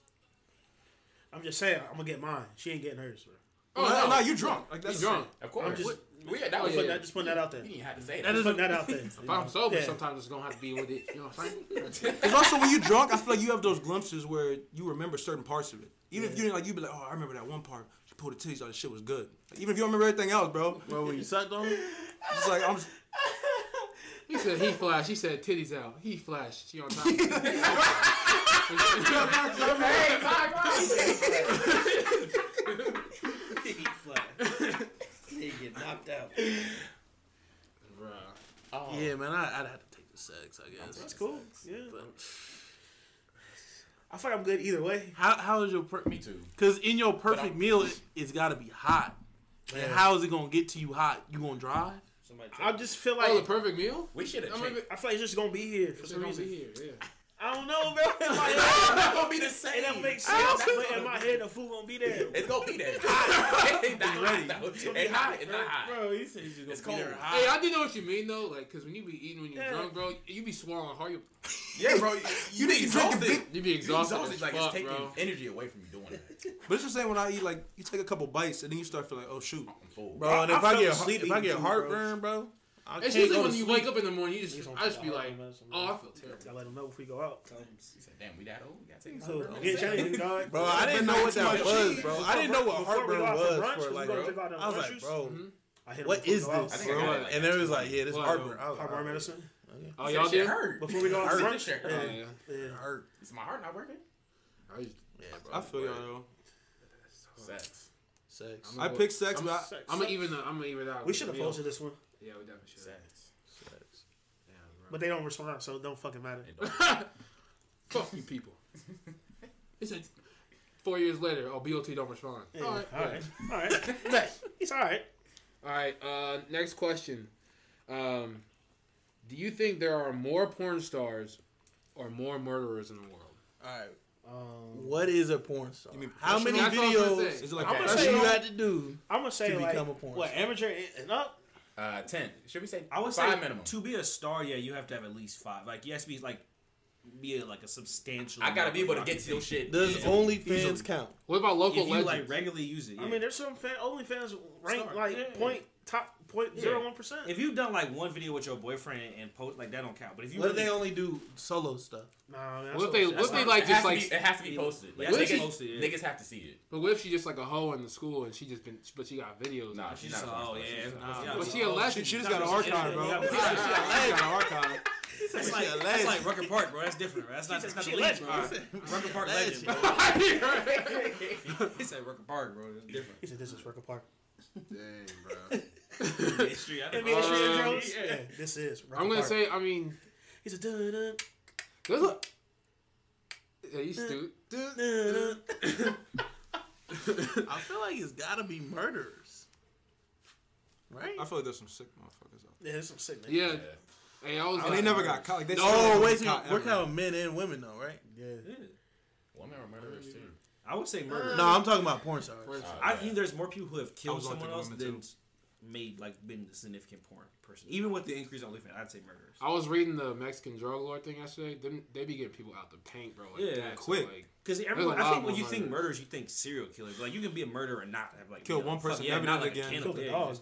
Speaker 2: I'm just saying, I'm gonna get mine. She ain't getting hers, bro.
Speaker 1: Oh
Speaker 4: no,
Speaker 1: no,
Speaker 4: no, you drunk. Like
Speaker 1: you
Speaker 4: that's
Speaker 1: drunk.
Speaker 7: Of course.
Speaker 2: I'm just-
Speaker 7: What- yeah, that
Speaker 1: Oh,
Speaker 7: was
Speaker 1: yeah,
Speaker 2: Putting
Speaker 1: yeah.
Speaker 2: that- just putting that out there.
Speaker 7: You didn't have to say
Speaker 2: That
Speaker 7: that.
Speaker 2: is putting that out there.
Speaker 1: If I'm sober,
Speaker 2: Yeah.
Speaker 1: sometimes it's gonna have to be with it. You know what I'm saying?
Speaker 4: Because also when you drunk, I feel like you have those glimpses where you remember certain parts of it. Even if you didn't like, you be like, oh, I remember that one part. She pulled the titties out. The shit was good. Like, even if you don't remember everything else, bro.
Speaker 6: Bro, when you sucked on, it,
Speaker 4: It's like I'm. Just,
Speaker 1: he said he flashed. He said titties out. He flashed. She on top. hey,
Speaker 3: He get knocked out.
Speaker 1: bro.
Speaker 7: Oh,
Speaker 6: yeah, man, I, I'd have to take the sex, I guess.
Speaker 2: That's cool. Yeah. I feel like I'm good either way.
Speaker 6: How how is your per-
Speaker 7: Me too.
Speaker 6: Because in your perfect meal, it, it's got to be hot. And how is it gonna get to you hot? You gonna drive?
Speaker 3: Somebody
Speaker 2: I just feel like
Speaker 1: Oh, the perfect meal.
Speaker 7: We should have
Speaker 1: I'm
Speaker 7: changed.
Speaker 1: gonna
Speaker 2: I feel like it's just gonna be here for
Speaker 1: It's
Speaker 2: some
Speaker 1: gonna be
Speaker 2: reason.
Speaker 1: here. Yeah.
Speaker 2: I don't know, bro. It's like,
Speaker 7: It's not gonna be the same.
Speaker 2: it don't make
Speaker 7: I
Speaker 2: sense.
Speaker 7: don't
Speaker 2: But in
Speaker 7: know.
Speaker 2: my head, the food gonna be there.
Speaker 7: It's gonna be that hot. It's not hot. though. It's
Speaker 2: gonna be
Speaker 7: not.
Speaker 2: hot,
Speaker 7: It's not hot.
Speaker 6: Bro, he says you
Speaker 7: It's cold.
Speaker 1: Hey, I do know what you mean though. Like, cause when you be eating when you're
Speaker 2: Yeah.
Speaker 1: drunk, bro, you be swallowing hard. You,
Speaker 7: Yeah, bro. You
Speaker 4: niggas
Speaker 7: be
Speaker 4: drinking
Speaker 7: exhausted.
Speaker 1: you be
Speaker 7: You
Speaker 1: exhausted.
Speaker 7: exhausted.
Speaker 1: as
Speaker 7: Like
Speaker 1: fuck,
Speaker 7: it's taking
Speaker 1: bro.
Speaker 7: energy away from you doing that.
Speaker 4: but it's just saying when I eat, like you take a couple bites and then you start feeling like, oh shoot.
Speaker 7: I'm full.
Speaker 6: Bro, and if I,
Speaker 2: fell
Speaker 6: get
Speaker 2: asleep
Speaker 6: if I
Speaker 2: eating
Speaker 6: get
Speaker 2: food, bro.
Speaker 6: heartburn, bro, I
Speaker 1: It's
Speaker 6: can't
Speaker 1: usually
Speaker 6: go
Speaker 1: when
Speaker 6: to
Speaker 1: you
Speaker 6: sleep.
Speaker 1: wake up in the morning, you
Speaker 2: He's
Speaker 1: just
Speaker 2: gonna
Speaker 1: I just be
Speaker 2: feel
Speaker 1: like,
Speaker 2: horrible, man.
Speaker 1: oh, I feel terrible.
Speaker 2: I let them know if we go out.
Speaker 7: He said, "Damn, we that old. We gotta take
Speaker 2: So
Speaker 7: this."
Speaker 2: get changed, dog.
Speaker 6: Bro, I didn't know what that was, bro. I didn't know what
Speaker 2: Before we
Speaker 6: heartburn
Speaker 2: go out for brunch,
Speaker 6: was for
Speaker 2: we
Speaker 6: like.
Speaker 2: go check out them
Speaker 6: I was like,
Speaker 2: brunches.
Speaker 6: bro,
Speaker 1: Mhm.
Speaker 2: I hit 'em
Speaker 6: what
Speaker 2: before we
Speaker 6: is
Speaker 2: go out.
Speaker 7: I
Speaker 6: this,
Speaker 7: think I got it
Speaker 6: bro?
Speaker 7: like
Speaker 6: And it was
Speaker 7: two
Speaker 6: like, yeah, this
Speaker 1: What?
Speaker 6: heartburn. I was
Speaker 2: Heartburn
Speaker 6: like, alright.
Speaker 2: medicine.
Speaker 1: Oh,
Speaker 7: That
Speaker 1: y'all
Speaker 7: shit
Speaker 1: did?
Speaker 7: hurt.
Speaker 2: Before we go out for
Speaker 7: Hurt.
Speaker 2: brunch.
Speaker 7: Shit hurt.
Speaker 2: Yeah.
Speaker 1: Yeah.
Speaker 2: Yeah.
Speaker 6: Hurt.
Speaker 7: Is my heart not working?
Speaker 1: I used-
Speaker 4: I feel y'all though.
Speaker 7: Sex.
Speaker 6: Sex.
Speaker 1: I'm
Speaker 4: I
Speaker 1: gonna-
Speaker 4: pick sex, but I,
Speaker 2: Sex.
Speaker 1: I'm gonna even. I'm gonna even out.
Speaker 2: We
Speaker 1: with
Speaker 2: should
Speaker 1: the
Speaker 2: have
Speaker 1: meal.
Speaker 2: posted this one.
Speaker 1: Yeah, we definitely should.
Speaker 7: Sex.
Speaker 6: Sex.
Speaker 1: Damn, bro.
Speaker 2: But they don't respond, so it don't fucking matter.
Speaker 1: Fuck you people. It's a, four years later. Oh, BOT don't respond.
Speaker 2: Yeah,
Speaker 1: All right.
Speaker 2: All right. All right. He's all right.
Speaker 1: All right. Uh, next question. Um, do you think there are more porn stars or more murderers in the world?
Speaker 4: All right.
Speaker 2: Um,
Speaker 6: What is a porn star?
Speaker 4: You mean
Speaker 6: How many
Speaker 1: That's all I'm gonna
Speaker 6: videos
Speaker 1: say.
Speaker 4: Is it like
Speaker 2: I'm
Speaker 4: that?
Speaker 2: gonna
Speaker 6: does
Speaker 2: say
Speaker 6: you
Speaker 2: all-
Speaker 6: have to do?
Speaker 2: I'm gonna say
Speaker 6: To
Speaker 2: like
Speaker 6: become a porn
Speaker 2: what
Speaker 6: star.
Speaker 2: amateur and- and up.
Speaker 7: Uh, ten. Should we say?
Speaker 3: I would
Speaker 7: five
Speaker 3: say
Speaker 7: minimum.
Speaker 3: to be a star, yeah, you have to have at least five. Like you have to be like be a, like a substantial.
Speaker 7: I gotta be able to
Speaker 3: amount
Speaker 7: get
Speaker 3: of
Speaker 7: to your shit.
Speaker 6: Does
Speaker 7: Yeah.
Speaker 6: OnlyFans count?
Speaker 1: What about
Speaker 3: If
Speaker 1: local
Speaker 3: you
Speaker 1: legends?
Speaker 3: like regularly use it, yeah.
Speaker 2: I mean, there's some fan, OnlyFans rank
Speaker 3: Start.
Speaker 2: like
Speaker 3: Yeah.
Speaker 2: point top point zero one percent.
Speaker 3: if you've done like one video with your boyfriend and post like that don't count. But if you
Speaker 6: What if
Speaker 3: really,
Speaker 6: they only do solo stuff?
Speaker 2: Nah, man,
Speaker 1: What if
Speaker 2: that's
Speaker 1: they- what if
Speaker 2: what- that's
Speaker 1: they
Speaker 2: not-
Speaker 1: like
Speaker 7: it
Speaker 1: just
Speaker 7: has to
Speaker 1: like
Speaker 7: be- it has to be posted. Like,
Speaker 3: Yeah,
Speaker 7: niggas,
Speaker 1: it's
Speaker 3: posted, yeah.
Speaker 7: niggas have to see it.
Speaker 1: but what if she's just like a hoe in the school and she just been, but she got videos.
Speaker 7: Nah,
Speaker 1: of it?
Speaker 7: she's
Speaker 3: she's
Speaker 7: not.
Speaker 3: just,
Speaker 7: a
Speaker 3: oh
Speaker 7: porn star.
Speaker 3: yeah,
Speaker 7: She's
Speaker 3: nah,
Speaker 7: not.
Speaker 1: But
Speaker 3: yeah, it's-
Speaker 1: she a
Speaker 3: oh,
Speaker 1: legend.
Speaker 4: She, she just
Speaker 3: No,
Speaker 4: got an
Speaker 3: she's-
Speaker 4: archive, bro.
Speaker 3: yeah,
Speaker 4: She
Speaker 3: yeah.
Speaker 4: got an archive.
Speaker 3: That's like, that's like Rucker Park, bro. That's different. Bro. That's not that's not
Speaker 2: she a
Speaker 3: the league,
Speaker 2: legend,
Speaker 3: bro. Rucker Park legend. bro. He said Rucker Park, bro. It's different.
Speaker 2: He said this is Rucker Park.
Speaker 1: Dang, bro.
Speaker 3: NBA Street. I
Speaker 2: NBA Street
Speaker 1: Um,
Speaker 2: Jones. Uh, Yeah. this is. Rucker
Speaker 1: I'm gonna
Speaker 2: Park.
Speaker 1: say. I mean,
Speaker 2: he's a dun dun
Speaker 1: there's a. Yeah, you stupid.
Speaker 2: dun dun.
Speaker 6: I feel like it's got to be murderers, right?
Speaker 4: I feel like there's some sick motherfuckers out
Speaker 2: Yeah, that's some sick. Man.
Speaker 1: Yeah.
Speaker 7: Yeah.
Speaker 1: Hey, I was.
Speaker 4: there. Oh, They never got caught. Like, they still
Speaker 6: No,
Speaker 4: never
Speaker 6: Oh,
Speaker 4: got
Speaker 6: wait. a
Speaker 4: caught
Speaker 6: minute. We're
Speaker 4: ever.
Speaker 6: counting men and women though, right?
Speaker 2: Yeah.
Speaker 7: Women are murderers too.
Speaker 3: I would say murder.
Speaker 6: No, I'm talking about porn stars.
Speaker 1: Porn-
Speaker 3: I
Speaker 7: yeah.
Speaker 3: think there's more people who have
Speaker 4: I
Speaker 3: killed
Speaker 4: was gonna
Speaker 3: someone
Speaker 4: think
Speaker 3: else
Speaker 4: women,
Speaker 3: than
Speaker 4: too.
Speaker 3: made like been a significant porn person. Even with the increase in OnlyFans, I'd say murderers.
Speaker 1: I was reading the Mexican drug lord thing yesterday. Them, they be getting people out the paint, bro. Like
Speaker 3: Yeah,
Speaker 1: that, so,
Speaker 4: quick.
Speaker 1: like,
Speaker 3: Because everyone,
Speaker 1: There's a
Speaker 3: I
Speaker 1: lot
Speaker 3: think when
Speaker 1: more
Speaker 3: you think
Speaker 1: murderers.
Speaker 3: murders, you think serial killer. But like you can be a murderer and not have like
Speaker 4: Kill
Speaker 3: yeah,
Speaker 4: one
Speaker 3: fuck,
Speaker 4: person,
Speaker 3: yeah,
Speaker 4: every
Speaker 3: not
Speaker 4: now
Speaker 3: like
Speaker 4: and again.
Speaker 3: a
Speaker 2: Killed
Speaker 3: cannibal.
Speaker 2: the
Speaker 3: Yeah,
Speaker 2: dogs.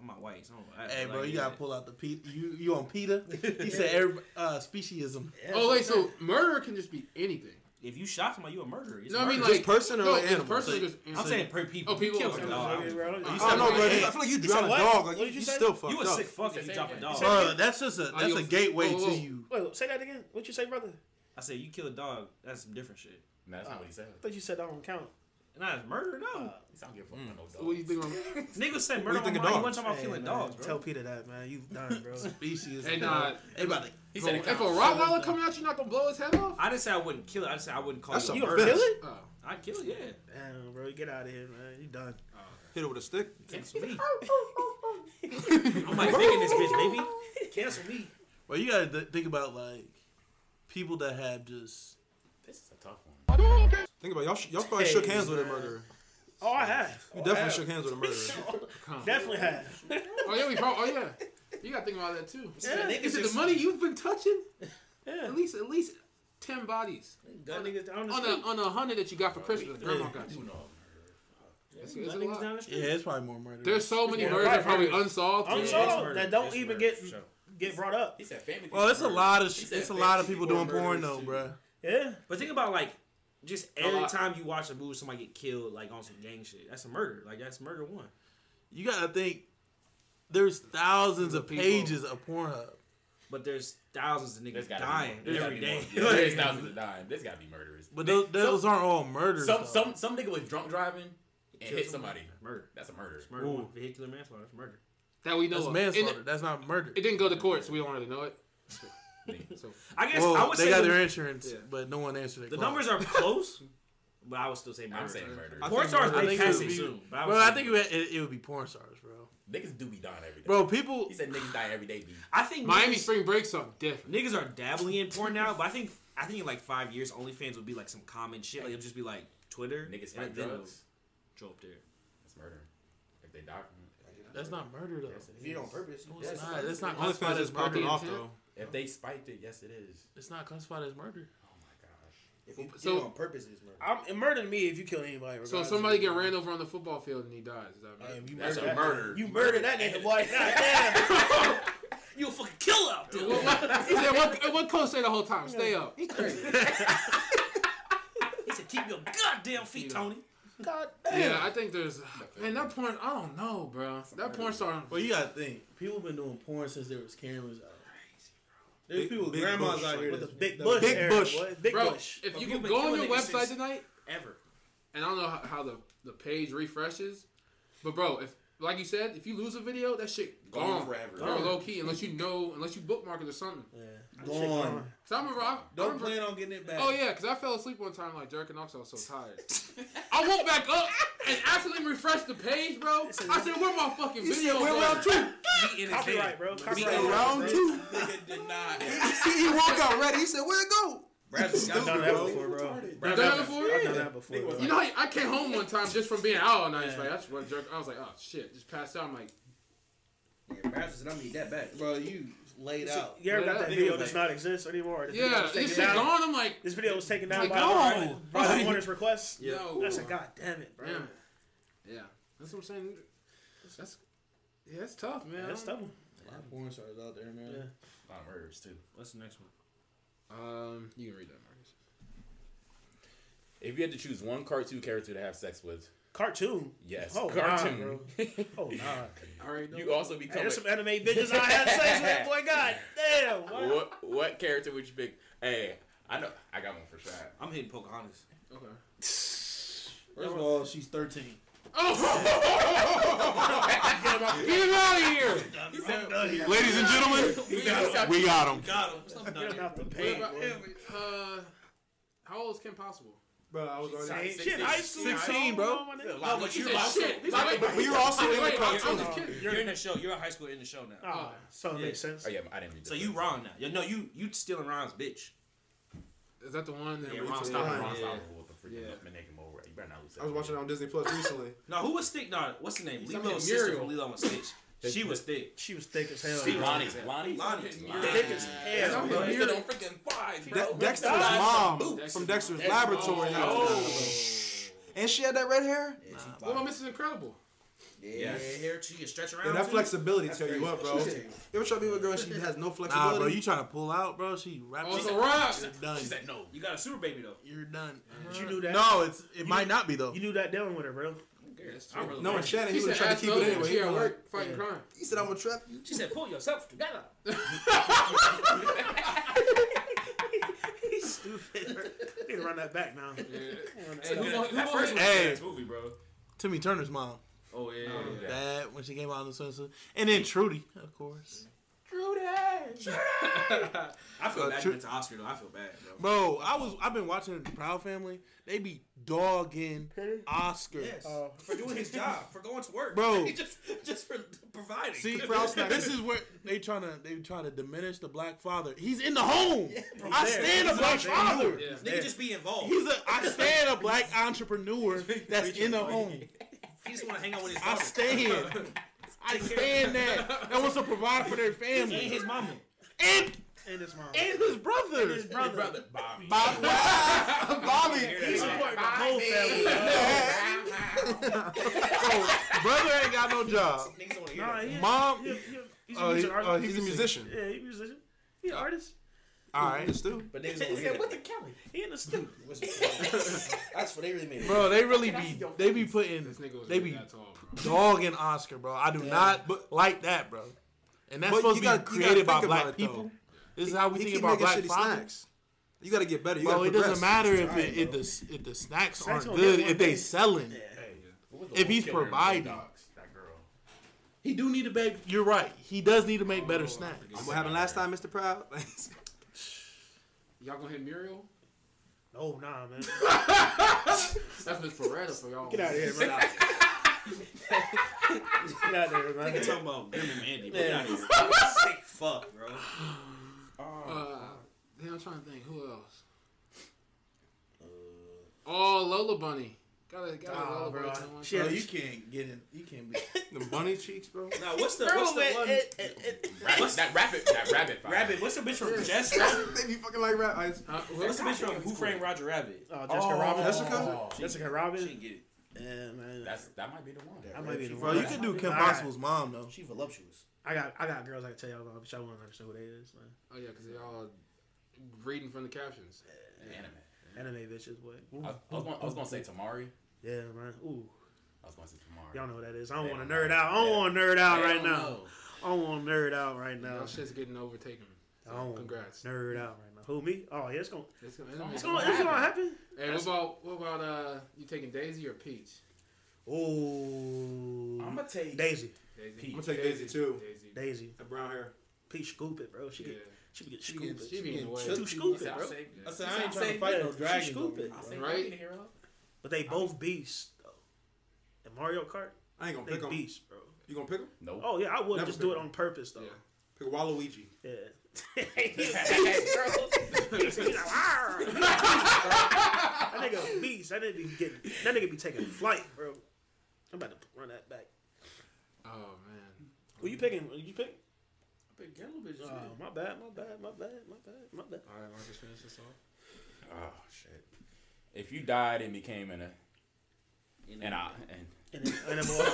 Speaker 3: I'm not white, so I don't- I-
Speaker 6: Hey,
Speaker 3: like,
Speaker 6: bro, you
Speaker 3: yeah.
Speaker 6: gotta pull out the P You you on Peter? He said every, uh, speciesism.
Speaker 2: Yeah,
Speaker 1: oh, wait.
Speaker 2: that's what I'm
Speaker 1: So murder can just be anything.
Speaker 3: If you shot somebody, you a murderer. It's
Speaker 1: No, I mean
Speaker 3: murder.
Speaker 1: like
Speaker 4: Just person or
Speaker 1: no,
Speaker 4: like
Speaker 1: just
Speaker 4: animals?
Speaker 1: person or
Speaker 4: Like-
Speaker 1: just
Speaker 3: I'm
Speaker 1: insane.
Speaker 3: saying per people.
Speaker 1: Oh, people
Speaker 3: You
Speaker 1: are
Speaker 3: killed a
Speaker 1: saying-
Speaker 3: dog.
Speaker 2: saying, bro. You
Speaker 1: I
Speaker 4: I
Speaker 2: said
Speaker 4: don't know,
Speaker 2: what?
Speaker 4: bro.
Speaker 1: Hey,
Speaker 4: I feel like you
Speaker 2: said
Speaker 4: drown a
Speaker 2: what?
Speaker 4: dog. Like,
Speaker 2: What did
Speaker 4: you,
Speaker 2: you
Speaker 4: you
Speaker 2: say?
Speaker 4: still fucked
Speaker 3: You a
Speaker 4: up.
Speaker 3: sick fuck if you
Speaker 7: Say
Speaker 3: dropped a
Speaker 7: it
Speaker 3: dog.
Speaker 7: again.
Speaker 6: Bro, that's just a that's
Speaker 1: Adios.
Speaker 6: a gateway
Speaker 1: Whoa, whoa.
Speaker 6: to you.
Speaker 2: Wait, say that again. What you say, brother?
Speaker 3: I said you kill a dog. That's some different shit.
Speaker 7: Nah, that's not what he said.
Speaker 2: I thought you said that don't count.
Speaker 3: Not as murder, no.
Speaker 7: He sound good for no dog.
Speaker 1: What do you think? I'm-
Speaker 3: Niggas said
Speaker 4: What
Speaker 3: murder
Speaker 4: do
Speaker 3: on
Speaker 4: you think of
Speaker 3: mine. He
Speaker 4: dogs?
Speaker 3: wasn't talking about killing
Speaker 2: man,
Speaker 3: dogs,
Speaker 2: Tell
Speaker 3: bro.
Speaker 2: Peter that, man. You done, bro.
Speaker 6: Speciesism.
Speaker 1: And uh,
Speaker 6: everybody.
Speaker 7: He
Speaker 1: if a
Speaker 7: said it counts.
Speaker 1: Rottweiler coming out, you're not gonna blow his head off.
Speaker 3: I didn't say I wouldn't kill it. I just said I wouldn't call it
Speaker 4: That's a
Speaker 3: a
Speaker 2: You gonna
Speaker 4: Birds.
Speaker 2: kill it?
Speaker 1: Oh.
Speaker 3: I'd kill it, yeah.
Speaker 2: Damn, bro. Get out of here, man. You done.
Speaker 4: Hit it with a stick.
Speaker 3: Cancel me. I'm like thinking this bitch, baby. Cancel me.
Speaker 6: Well, you gotta th- think about like people that have just
Speaker 7: This is a tough one.
Speaker 1: Oh,
Speaker 4: Think about it. y'all. sh- Y'all probably
Speaker 2: Hey,
Speaker 4: shook hands with a
Speaker 2: man.
Speaker 4: murderer.
Speaker 2: Oh, I have.
Speaker 4: You definitely shook hands with a murderer.
Speaker 1: Come.
Speaker 2: Definitely have.
Speaker 1: Oh yeah, we probably. Oh yeah, you gotta think about that too.
Speaker 2: Yeah,
Speaker 1: Is it the money you've been touching?
Speaker 2: Yeah.
Speaker 1: At least, at least ten bodies
Speaker 3: Gun niggas down the
Speaker 1: on
Speaker 3: street.
Speaker 1: a on a hundred that you got for Christmas. Grandma got
Speaker 7: You
Speaker 1: you.
Speaker 7: know.
Speaker 1: It's,
Speaker 3: Gun
Speaker 1: it's a
Speaker 3: niggas
Speaker 1: lot.
Speaker 3: down the street.
Speaker 6: yeah, it's probably more murder.
Speaker 1: There's so many
Speaker 2: Yeah,
Speaker 1: murders
Speaker 2: right,
Speaker 1: that are probably
Speaker 2: murder.
Speaker 1: unsolved.
Speaker 2: Unsolved.
Speaker 1: Yeah.
Speaker 2: Oh, that don't
Speaker 3: It's
Speaker 2: even
Speaker 3: murder,
Speaker 2: get-
Speaker 3: for sure.
Speaker 2: Get brought up.
Speaker 7: He said family.
Speaker 6: Well, it's a lot of
Speaker 7: He
Speaker 6: sh-
Speaker 7: said
Speaker 6: it's a lot of
Speaker 7: fifty
Speaker 6: people doing
Speaker 7: more
Speaker 6: porn
Speaker 7: murders
Speaker 6: though,
Speaker 7: too.
Speaker 6: bruh.
Speaker 2: Yeah.
Speaker 3: But think about like just
Speaker 1: A
Speaker 3: every
Speaker 1: lot.
Speaker 3: time you watch a movie, somebody get killed like on some gang shit. That's a murder. Like that's murder one.
Speaker 6: You gotta think. There's thousands
Speaker 1: The
Speaker 6: of
Speaker 1: people.
Speaker 6: pages of Pornhub.
Speaker 3: But there's thousands of
Speaker 7: There's
Speaker 3: niggas
Speaker 7: gotta
Speaker 3: dying
Speaker 7: be. There's
Speaker 3: every
Speaker 7: gotta
Speaker 3: day.
Speaker 7: be more. There's thousands of dying. There's gotta be murderers.
Speaker 6: But those, those aren't all murders.
Speaker 7: Some
Speaker 6: though.
Speaker 7: some some nigga was drunk driving and
Speaker 3: Kill
Speaker 7: hit somebody.
Speaker 3: Murder.
Speaker 7: That's a murder.
Speaker 3: It's murder one. Vehicular manslaughter. That's murder.
Speaker 1: that we know.
Speaker 6: that's
Speaker 1: of.
Speaker 6: manslaughter.
Speaker 1: And It,
Speaker 6: That's not murder.
Speaker 1: it didn't go to court, so we don't really know it.
Speaker 3: I guess
Speaker 6: Well,
Speaker 3: I would
Speaker 6: they
Speaker 3: say
Speaker 6: got
Speaker 3: the,
Speaker 6: their insurance,
Speaker 1: Yeah.
Speaker 6: but no one answered it.
Speaker 3: the numbers are close, but I would still say murder.
Speaker 7: I'm saying murder.
Speaker 4: I
Speaker 3: Porn
Speaker 4: think
Speaker 3: stars
Speaker 4: murder-
Speaker 3: they
Speaker 6: I think it
Speaker 3: pass
Speaker 6: would
Speaker 3: it
Speaker 6: be-
Speaker 3: soon. But I, would
Speaker 6: Bro, I
Speaker 3: say
Speaker 6: think it,
Speaker 3: murder.
Speaker 6: would- it, it would be porn stars, bro.
Speaker 7: Niggas do be dying every day.
Speaker 6: Bro, people.
Speaker 7: He said niggas die every day. B.
Speaker 3: I think
Speaker 1: Miami
Speaker 3: niggas-
Speaker 1: spring breaks are different.
Speaker 3: Niggas are dabbling in porn now, but I think I think in like five years, OnlyFans will be like some common shit. Like it'll just be like Twitter.
Speaker 7: Niggas
Speaker 3: and
Speaker 7: fight
Speaker 3: then it'll
Speaker 7: drugs.
Speaker 3: Show up there.
Speaker 7: That's murder. If they die from it.
Speaker 6: That's not murder though.
Speaker 7: Yes, it
Speaker 2: If you on
Speaker 7: is.
Speaker 2: purpose.
Speaker 6: It's not. It's not
Speaker 4: OnlyFans
Speaker 6: classified
Speaker 4: is
Speaker 6: as
Speaker 4: popping
Speaker 6: murder.
Speaker 4: off though.
Speaker 7: If they spiked it, yes, it is.
Speaker 6: It's not classified as murder.
Speaker 7: Oh my gosh.
Speaker 5: If you
Speaker 1: So-
Speaker 5: so, on purpose, it's murder.
Speaker 2: I'm, it murder to me if you kill anybody.
Speaker 1: So
Speaker 2: regardless.
Speaker 1: somebody get ran over on the football field and he dies. Is that
Speaker 2: Damn,
Speaker 1: right?
Speaker 2: you
Speaker 7: That's
Speaker 2: murdered
Speaker 7: a
Speaker 2: that-
Speaker 7: murder.
Speaker 2: You murdered that nigga, boy.
Speaker 3: You a fucking killer out there.
Speaker 1: What, what, he said, what, what coach say the whole time? Stay up. He crazy.
Speaker 3: He said, "Keep your goddamn feet, Tony."
Speaker 2: God
Speaker 1: Yeah, I think there's. Man, that porn. I don't know, bro. That porn star.
Speaker 6: Well, you gotta think. People been doing porn since there was cameras out. There's
Speaker 4: Big-
Speaker 6: people,
Speaker 4: Big
Speaker 6: grandmas
Speaker 4: Bush,
Speaker 6: out
Speaker 4: like,
Speaker 6: here.
Speaker 4: with
Speaker 6: that's-
Speaker 2: damn. Big
Speaker 6: that-
Speaker 2: Bush.
Speaker 4: Big
Speaker 2: era,
Speaker 4: Bush.
Speaker 2: boy. Big
Speaker 1: Bro,
Speaker 2: Bush.
Speaker 1: if you
Speaker 3: People been
Speaker 1: go on
Speaker 3: killing
Speaker 1: your
Speaker 3: niggas
Speaker 1: website
Speaker 3: since-
Speaker 1: tonight,
Speaker 3: Ever.
Speaker 1: and I don't know how, how the the page refreshes, but bro, if like you said, if you lose a video, that shit gone,
Speaker 9: forever.
Speaker 1: Or low key, unless you know, unless you bookmark it or something.
Speaker 6: Gone.
Speaker 1: So I remember, I, I
Speaker 6: Don't
Speaker 1: remember-
Speaker 6: plan on getting it back.
Speaker 1: Oh yeah, because I fell asleep one time like jerking off. So I was so tired. I woke back up and accidentally refreshed the page, bro. I said, "Where my fucking video?"
Speaker 8: We're round two.
Speaker 2: Copyright, bro.
Speaker 8: We're
Speaker 2: Copyright.
Speaker 8: round two.
Speaker 9: Nigga did not.
Speaker 8: He, he walked out ready. He said, "Where'd it go?"
Speaker 9: Brad's
Speaker 2: I've done
Speaker 9: stupid,
Speaker 2: that
Speaker 9: bro.
Speaker 2: before, bro.
Speaker 1: You done that before?
Speaker 2: I've done that before.
Speaker 9: Nigga was
Speaker 2: bro.
Speaker 1: You know, how I came home one time just from being out all night. It's Like, I just went jerk. I was like, "Oh shit!" Just passed out. I'm like,
Speaker 9: Yeah, Brad's said, I need that back.
Speaker 6: Bro, you laid out.
Speaker 2: You ever
Speaker 1: Yeah,
Speaker 2: got
Speaker 1: that
Speaker 2: that video does not exist anymore? The video
Speaker 1: "Yeah,
Speaker 2: was taken
Speaker 1: this shit
Speaker 2: down.
Speaker 1: gone." I'm like,
Speaker 2: This video was taken
Speaker 1: Like,
Speaker 2: down by
Speaker 1: no,
Speaker 2: Robert- Robert Warner's request.
Speaker 1: "No."
Speaker 2: That's a god damn it, bro.
Speaker 1: Yeah. Yeah. That's what I'm saying. That's yeah, that's tough, man.
Speaker 2: That's tough.
Speaker 6: A lot of porn stars out there, man.
Speaker 7: A lot of murders too.
Speaker 3: What's the next one?
Speaker 1: Um, you can read that, Marcus.
Speaker 7: If you had to choose one cartoon character to have sex with,
Speaker 2: Cartoon.
Speaker 7: yes,
Speaker 2: Oh,
Speaker 7: cartoon.
Speaker 2: Nah, bro. Oh, nah.
Speaker 1: All right.
Speaker 7: You also
Speaker 2: Hey,
Speaker 7: become.
Speaker 2: there's
Speaker 7: a-
Speaker 2: some anime bitches I had sex with. Boy, god damn. What?
Speaker 7: what what character would you pick? Hey, I know I got one for sure. Oh,
Speaker 3: I'm hitting Pocahontas.
Speaker 1: Okay.
Speaker 6: First of all, she's 13.
Speaker 1: Get him out of here.
Speaker 9: Ladies and gentlemen,
Speaker 1: We got-
Speaker 9: we got him.
Speaker 2: Get him out the
Speaker 1: What
Speaker 2: pain,
Speaker 1: about-
Speaker 2: bro.
Speaker 1: Uh, how old is Kim Possible?
Speaker 8: Bro, I was already.
Speaker 2: Shit, high school.
Speaker 8: 16, bro.
Speaker 2: Oh, my nigga.
Speaker 3: No, but
Speaker 1: He said, shit. He's like,
Speaker 8: But you're also in the
Speaker 1: wait, I'm- I'm
Speaker 8: cartoon.
Speaker 1: just kidding.
Speaker 3: You're in the show. You're in high school. in the show now.
Speaker 2: Ah, so it makes sense.
Speaker 7: Oh yeah, I didn't read.
Speaker 3: So
Speaker 7: this
Speaker 3: you
Speaker 7: one.
Speaker 3: Ron now. You no, you you stealing Ron's bitch.
Speaker 1: Is that the one? that
Speaker 3: Yeah,
Speaker 1: we-
Speaker 3: Ron
Speaker 7: Stop
Speaker 3: Stoppard.
Speaker 7: it, Ron.
Speaker 1: yeah.
Speaker 7: Stop it with the freaking
Speaker 1: Yeah.
Speaker 7: Dominican Moore. You better not lose that.
Speaker 8: I was watching it on Disney Plus recently.
Speaker 3: No, who was thick? No, what's the name?
Speaker 1: He's
Speaker 3: Lilo
Speaker 1: something
Speaker 3: sister
Speaker 1: Muriel.
Speaker 3: from Lilo and Stitch. She was thick.
Speaker 2: She was thick as hell.
Speaker 7: Lonnie. Lonnie. Lonnie.
Speaker 3: Lonnie.
Speaker 2: Thick as
Speaker 1: Yeah,
Speaker 2: hell.
Speaker 1: bro.
Speaker 2: bro.
Speaker 1: Lonnie.
Speaker 7: Still don't freaking fly.
Speaker 8: De- Dexter's mom from Dexter's Laboratory. And she had that red hair.
Speaker 1: What about Mrs. Incredible?
Speaker 9: Yeah.
Speaker 3: hair too. You stretch around.
Speaker 8: Yeah, that
Speaker 3: too.
Speaker 8: flexibility tear you up, bro.
Speaker 9: She-
Speaker 8: You ever try to be with a girl she has no flexibility?
Speaker 6: Nah, bro, you trying to pull out, bro? She wrapped
Speaker 1: Oh, it's a
Speaker 6: you.
Speaker 1: rock.
Speaker 6: You're done.
Speaker 7: She said no.
Speaker 3: You got a super baby though.
Speaker 6: You're done.
Speaker 2: But You knew that.
Speaker 6: No, it's it might not be though.
Speaker 2: You knew that dealing with her, bro.
Speaker 3: I really
Speaker 8: no,
Speaker 3: like
Speaker 8: and Shannon,
Speaker 1: He
Speaker 8: he would have
Speaker 1: said,
Speaker 8: tried
Speaker 1: ask
Speaker 8: to keep
Speaker 1: no,
Speaker 8: it
Speaker 1: anyway.
Speaker 8: anyway.
Speaker 1: She
Speaker 8: He
Speaker 1: at
Speaker 8: was like,
Speaker 1: work fighting crime.
Speaker 8: He said, I'm gonna trap you.
Speaker 3: it. She said, "Pull yourself together."
Speaker 2: He's stupid. Need to run that back now.
Speaker 3: Hey, who
Speaker 1: gonna- who
Speaker 3: gonna- that
Speaker 1: gonna
Speaker 3: first
Speaker 1: hit-
Speaker 3: one was a
Speaker 6: Hey.
Speaker 3: ass movie, bro.
Speaker 6: Timmy Turner's mom.
Speaker 3: Oh yeah. yeah.
Speaker 6: That when she came out in the swimsuit, and then Trudy, of course.
Speaker 3: I feel
Speaker 6: Uh,
Speaker 3: bad.
Speaker 6: true-
Speaker 3: you went to Oscar though. I feel bad, bro.
Speaker 6: Bro, I was I've been watching the Proud Family. They be dogging Oscar. Uh,
Speaker 2: Oh,
Speaker 9: For doing his job, for going to work.
Speaker 6: Bro.
Speaker 9: just, just for providing.
Speaker 6: See, this is where they trying to they trying to diminish the black father. He's in the home. I
Speaker 2: there.
Speaker 6: stand a
Speaker 2: He's
Speaker 6: black
Speaker 2: out there.
Speaker 6: father.
Speaker 1: Yeah.
Speaker 3: Nigga, just be involved.
Speaker 6: He's a I stand a black entrepreneur that's in the home.
Speaker 3: He just want to hang out with his.
Speaker 6: I
Speaker 3: daughter.
Speaker 6: stand. I stand that. That wants to provide for their
Speaker 3: And
Speaker 6: family.
Speaker 3: his mama.
Speaker 6: And
Speaker 2: and his mom.
Speaker 6: and his brother. And his
Speaker 2: brother.
Speaker 7: Bobby.
Speaker 8: Bob- Bobby.
Speaker 2: He supported my whole family. bro.
Speaker 6: brother ain't got no job.
Speaker 9: Niggas want to hear
Speaker 2: Nah, he-
Speaker 6: Mom-
Speaker 2: he- he- he's a
Speaker 8: Oh, he-
Speaker 2: music artist.
Speaker 8: oh, he's a musician.
Speaker 2: Yeah, he's a musician. He's an artist.
Speaker 8: All right, still.
Speaker 9: But niggas want to hear that.
Speaker 2: He in the studio.
Speaker 9: That's what they really mean.
Speaker 6: Bro, they really be they be putting
Speaker 1: This nigga was
Speaker 6: They
Speaker 1: really
Speaker 6: be-
Speaker 1: that tall, bro.
Speaker 6: dog in Oscar, bro. I do not like that, bro. And that's
Speaker 8: But
Speaker 6: supposed
Speaker 8: you
Speaker 6: to
Speaker 8: gotta-
Speaker 6: be
Speaker 8: you gotta
Speaker 6: created by
Speaker 8: think about
Speaker 6: black
Speaker 8: it, though.
Speaker 6: people. This is how we
Speaker 8: He
Speaker 6: think
Speaker 8: keep
Speaker 6: about
Speaker 8: making
Speaker 6: black
Speaker 8: shitty
Speaker 6: fathers.
Speaker 8: snacks. You gotta get better. You
Speaker 6: Bro,
Speaker 8: gotta
Speaker 6: it doesn't
Speaker 8: progress.
Speaker 6: matter if it, if the if the snacks
Speaker 2: Snacks
Speaker 6: aren't
Speaker 2: don't get
Speaker 6: good,
Speaker 2: one
Speaker 6: if they
Speaker 2: thing.
Speaker 6: selling. If he's providing.
Speaker 7: that girl.
Speaker 6: He do need to make. You're right. He does need to make
Speaker 1: Oh,
Speaker 6: better snacks.
Speaker 8: What happened last time, Mr. Proud?
Speaker 1: Y'all gonna hit Muriel?
Speaker 2: Oh, nah, man.
Speaker 1: That's Miss Beretta for y'all.
Speaker 2: Get out of here, bro. Get out of here, man.
Speaker 3: Nigga talking about Grim and Mandy. Bro. Get out of here. Sick fuck, bro.
Speaker 1: Uh, damn, I'm trying to think. Who else? Uh, oh, Lola Bunny. Gotta, gotta
Speaker 2: Nah,
Speaker 1: Lola
Speaker 2: bro.
Speaker 1: Bunny. someone.
Speaker 2: She had-
Speaker 6: you can't get in. You can't be.
Speaker 8: the bunny cheeks, bro.
Speaker 3: Now what's the what's the one?
Speaker 7: Rabbit, that rabbit, that rabbit. fire.
Speaker 3: Rabbit. What's the bitch from Jess?
Speaker 8: they be fucking like rap. I,
Speaker 1: Uh, who
Speaker 3: What's
Speaker 1: else?
Speaker 3: the bitch from Who Framed Roger Rabbit?
Speaker 2: Oh, Jessica Robin.
Speaker 8: Jessica?
Speaker 2: Jessica
Speaker 3: She
Speaker 2: Robin.
Speaker 3: didn't get it.
Speaker 2: Yeah, man.
Speaker 7: That's that might be the one.
Speaker 2: I might be the
Speaker 6: Bro,
Speaker 2: wrong.
Speaker 6: you can do Kim
Speaker 2: All right.
Speaker 6: Possible's mom though.
Speaker 9: She voluptuous.
Speaker 2: I got, I got girls I can tell y'all about, but y'all won't understand who they is, man.
Speaker 1: Oh yeah, because they all reading from the captions.
Speaker 7: Anime.
Speaker 2: Anime bitches, what?
Speaker 7: I, I, was gonna, I was gonna say Tamari.
Speaker 2: Yeah, man. Ooh,
Speaker 7: I was gonna say Tamari.
Speaker 2: y'all know who that is. I don't
Speaker 7: They
Speaker 2: want to
Speaker 7: don't
Speaker 2: nerd
Speaker 7: know.
Speaker 2: out. I don't
Speaker 7: Yeah.
Speaker 2: want to nerd out
Speaker 7: They
Speaker 2: right
Speaker 7: don't
Speaker 2: now.
Speaker 7: know.
Speaker 2: I don't want to nerd out right now.
Speaker 1: Y'all shit's getting overtaken.
Speaker 2: I don't wanna
Speaker 1: Congrats.
Speaker 2: Nerd out right now. Who me? Oh, yeah, it's gonna,
Speaker 1: It's gonna, it's gonna,
Speaker 2: it's gonna, it's gonna happen.
Speaker 1: Hey, what about what about uh you taking Daisy or Peach?
Speaker 2: Ooh.
Speaker 7: I'm gonna take
Speaker 2: Daisy.
Speaker 1: Daisy.
Speaker 7: Pete.
Speaker 8: I'm gonna take Daisy too.
Speaker 1: Daisy.
Speaker 2: Daisy.
Speaker 8: That brown hair.
Speaker 2: Peach scoop it, bro. She
Speaker 1: Yeah.
Speaker 2: get she be get
Speaker 1: She be-
Speaker 2: scoop
Speaker 1: she
Speaker 2: it.
Speaker 1: be in the way.
Speaker 2: Too scoop it,
Speaker 7: I'll
Speaker 2: bro.
Speaker 7: save-
Speaker 1: Yeah.
Speaker 9: I said I ain't
Speaker 7: I'll
Speaker 9: trying to
Speaker 7: save
Speaker 9: fight
Speaker 2: that.
Speaker 9: no
Speaker 2: She
Speaker 9: dragon.
Speaker 2: scoop
Speaker 9: though.
Speaker 2: it.
Speaker 7: I'll save
Speaker 1: Right?
Speaker 7: Pete the hero.
Speaker 2: But they both beasts though. And Mario Kart,
Speaker 8: I ain't gonna
Speaker 2: they
Speaker 8: pick him.
Speaker 2: beasts, bro.
Speaker 8: You gonna pick him?
Speaker 7: Nope.
Speaker 2: Oh yeah, I would
Speaker 8: Never
Speaker 2: just
Speaker 8: pick
Speaker 2: do it
Speaker 8: them.
Speaker 2: on purpose though.
Speaker 8: Pick Waluigi.
Speaker 2: Yeah.
Speaker 7: Bro.
Speaker 2: He's like, "Arr!" that nigga a beast. That nigga be getting. That nigga be taking flight, bro. I'm about to run that back.
Speaker 1: Oh man.
Speaker 2: Who you picking? Who you pick?
Speaker 9: Big yellow bitch.
Speaker 2: Oh, my bad, my bad, my bad, my bad, my bad.
Speaker 1: All right, Marcus, finish this off.
Speaker 7: Oh shit! If you died and became an an I and
Speaker 2: And then, and then we'll-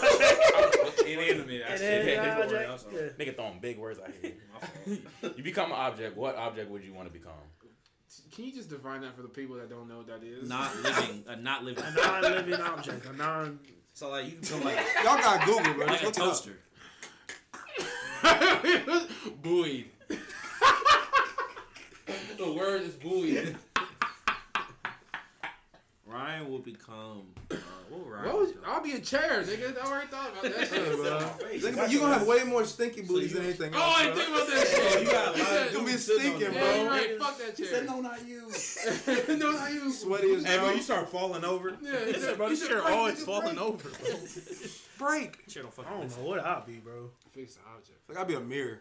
Speaker 3: It ain't a minute. I
Speaker 2: and
Speaker 3: said
Speaker 2: then,
Speaker 3: it.
Speaker 2: uh,
Speaker 3: Don't worry, I'm
Speaker 2: Jack-
Speaker 3: sorry.
Speaker 2: yeah.
Speaker 7: nigga throwing big words out here.
Speaker 3: My fault.
Speaker 7: You become an object. What object would you want to become?
Speaker 1: Can you just define that for the people that don't know what that is?
Speaker 3: Not living. Uh, not living.
Speaker 2: A non-living object, a non.
Speaker 9: So like you can come like
Speaker 8: Y'all got Google, bro. Just
Speaker 3: Like
Speaker 8: look
Speaker 3: a
Speaker 8: it up.
Speaker 3: toaster.
Speaker 1: buoyed. the word is buoyed.
Speaker 3: Ryan will become. Uh, what would Ryan?
Speaker 1: What was,
Speaker 3: become?
Speaker 1: I'll be a chair, nigga. I already thought about that shit.
Speaker 8: Think about- You gonna have way more stinky booties than anything
Speaker 1: Oh, I
Speaker 8: else.
Speaker 1: didn't think about that shit.
Speaker 9: you got a
Speaker 1: He
Speaker 9: lot
Speaker 1: said-
Speaker 9: of
Speaker 8: You'll be
Speaker 9: dudes sitting on
Speaker 8: stinking,
Speaker 9: that.
Speaker 1: Yeah,
Speaker 8: bro.
Speaker 1: you're right. Fuck that chair.
Speaker 8: no, not you.
Speaker 1: no, not you.
Speaker 8: Sweaty as
Speaker 1: Yeah,
Speaker 9: Hey,
Speaker 8: hell.
Speaker 9: when you start falling over,
Speaker 1: he said- he said, "Break, nigga, break."
Speaker 8: over. Break.
Speaker 3: Shit, don't
Speaker 2: I
Speaker 3: fucking
Speaker 2: don't
Speaker 3: listen.
Speaker 2: know what I'll be, bro.
Speaker 1: Fix the object.
Speaker 8: Like I'd be a mirror.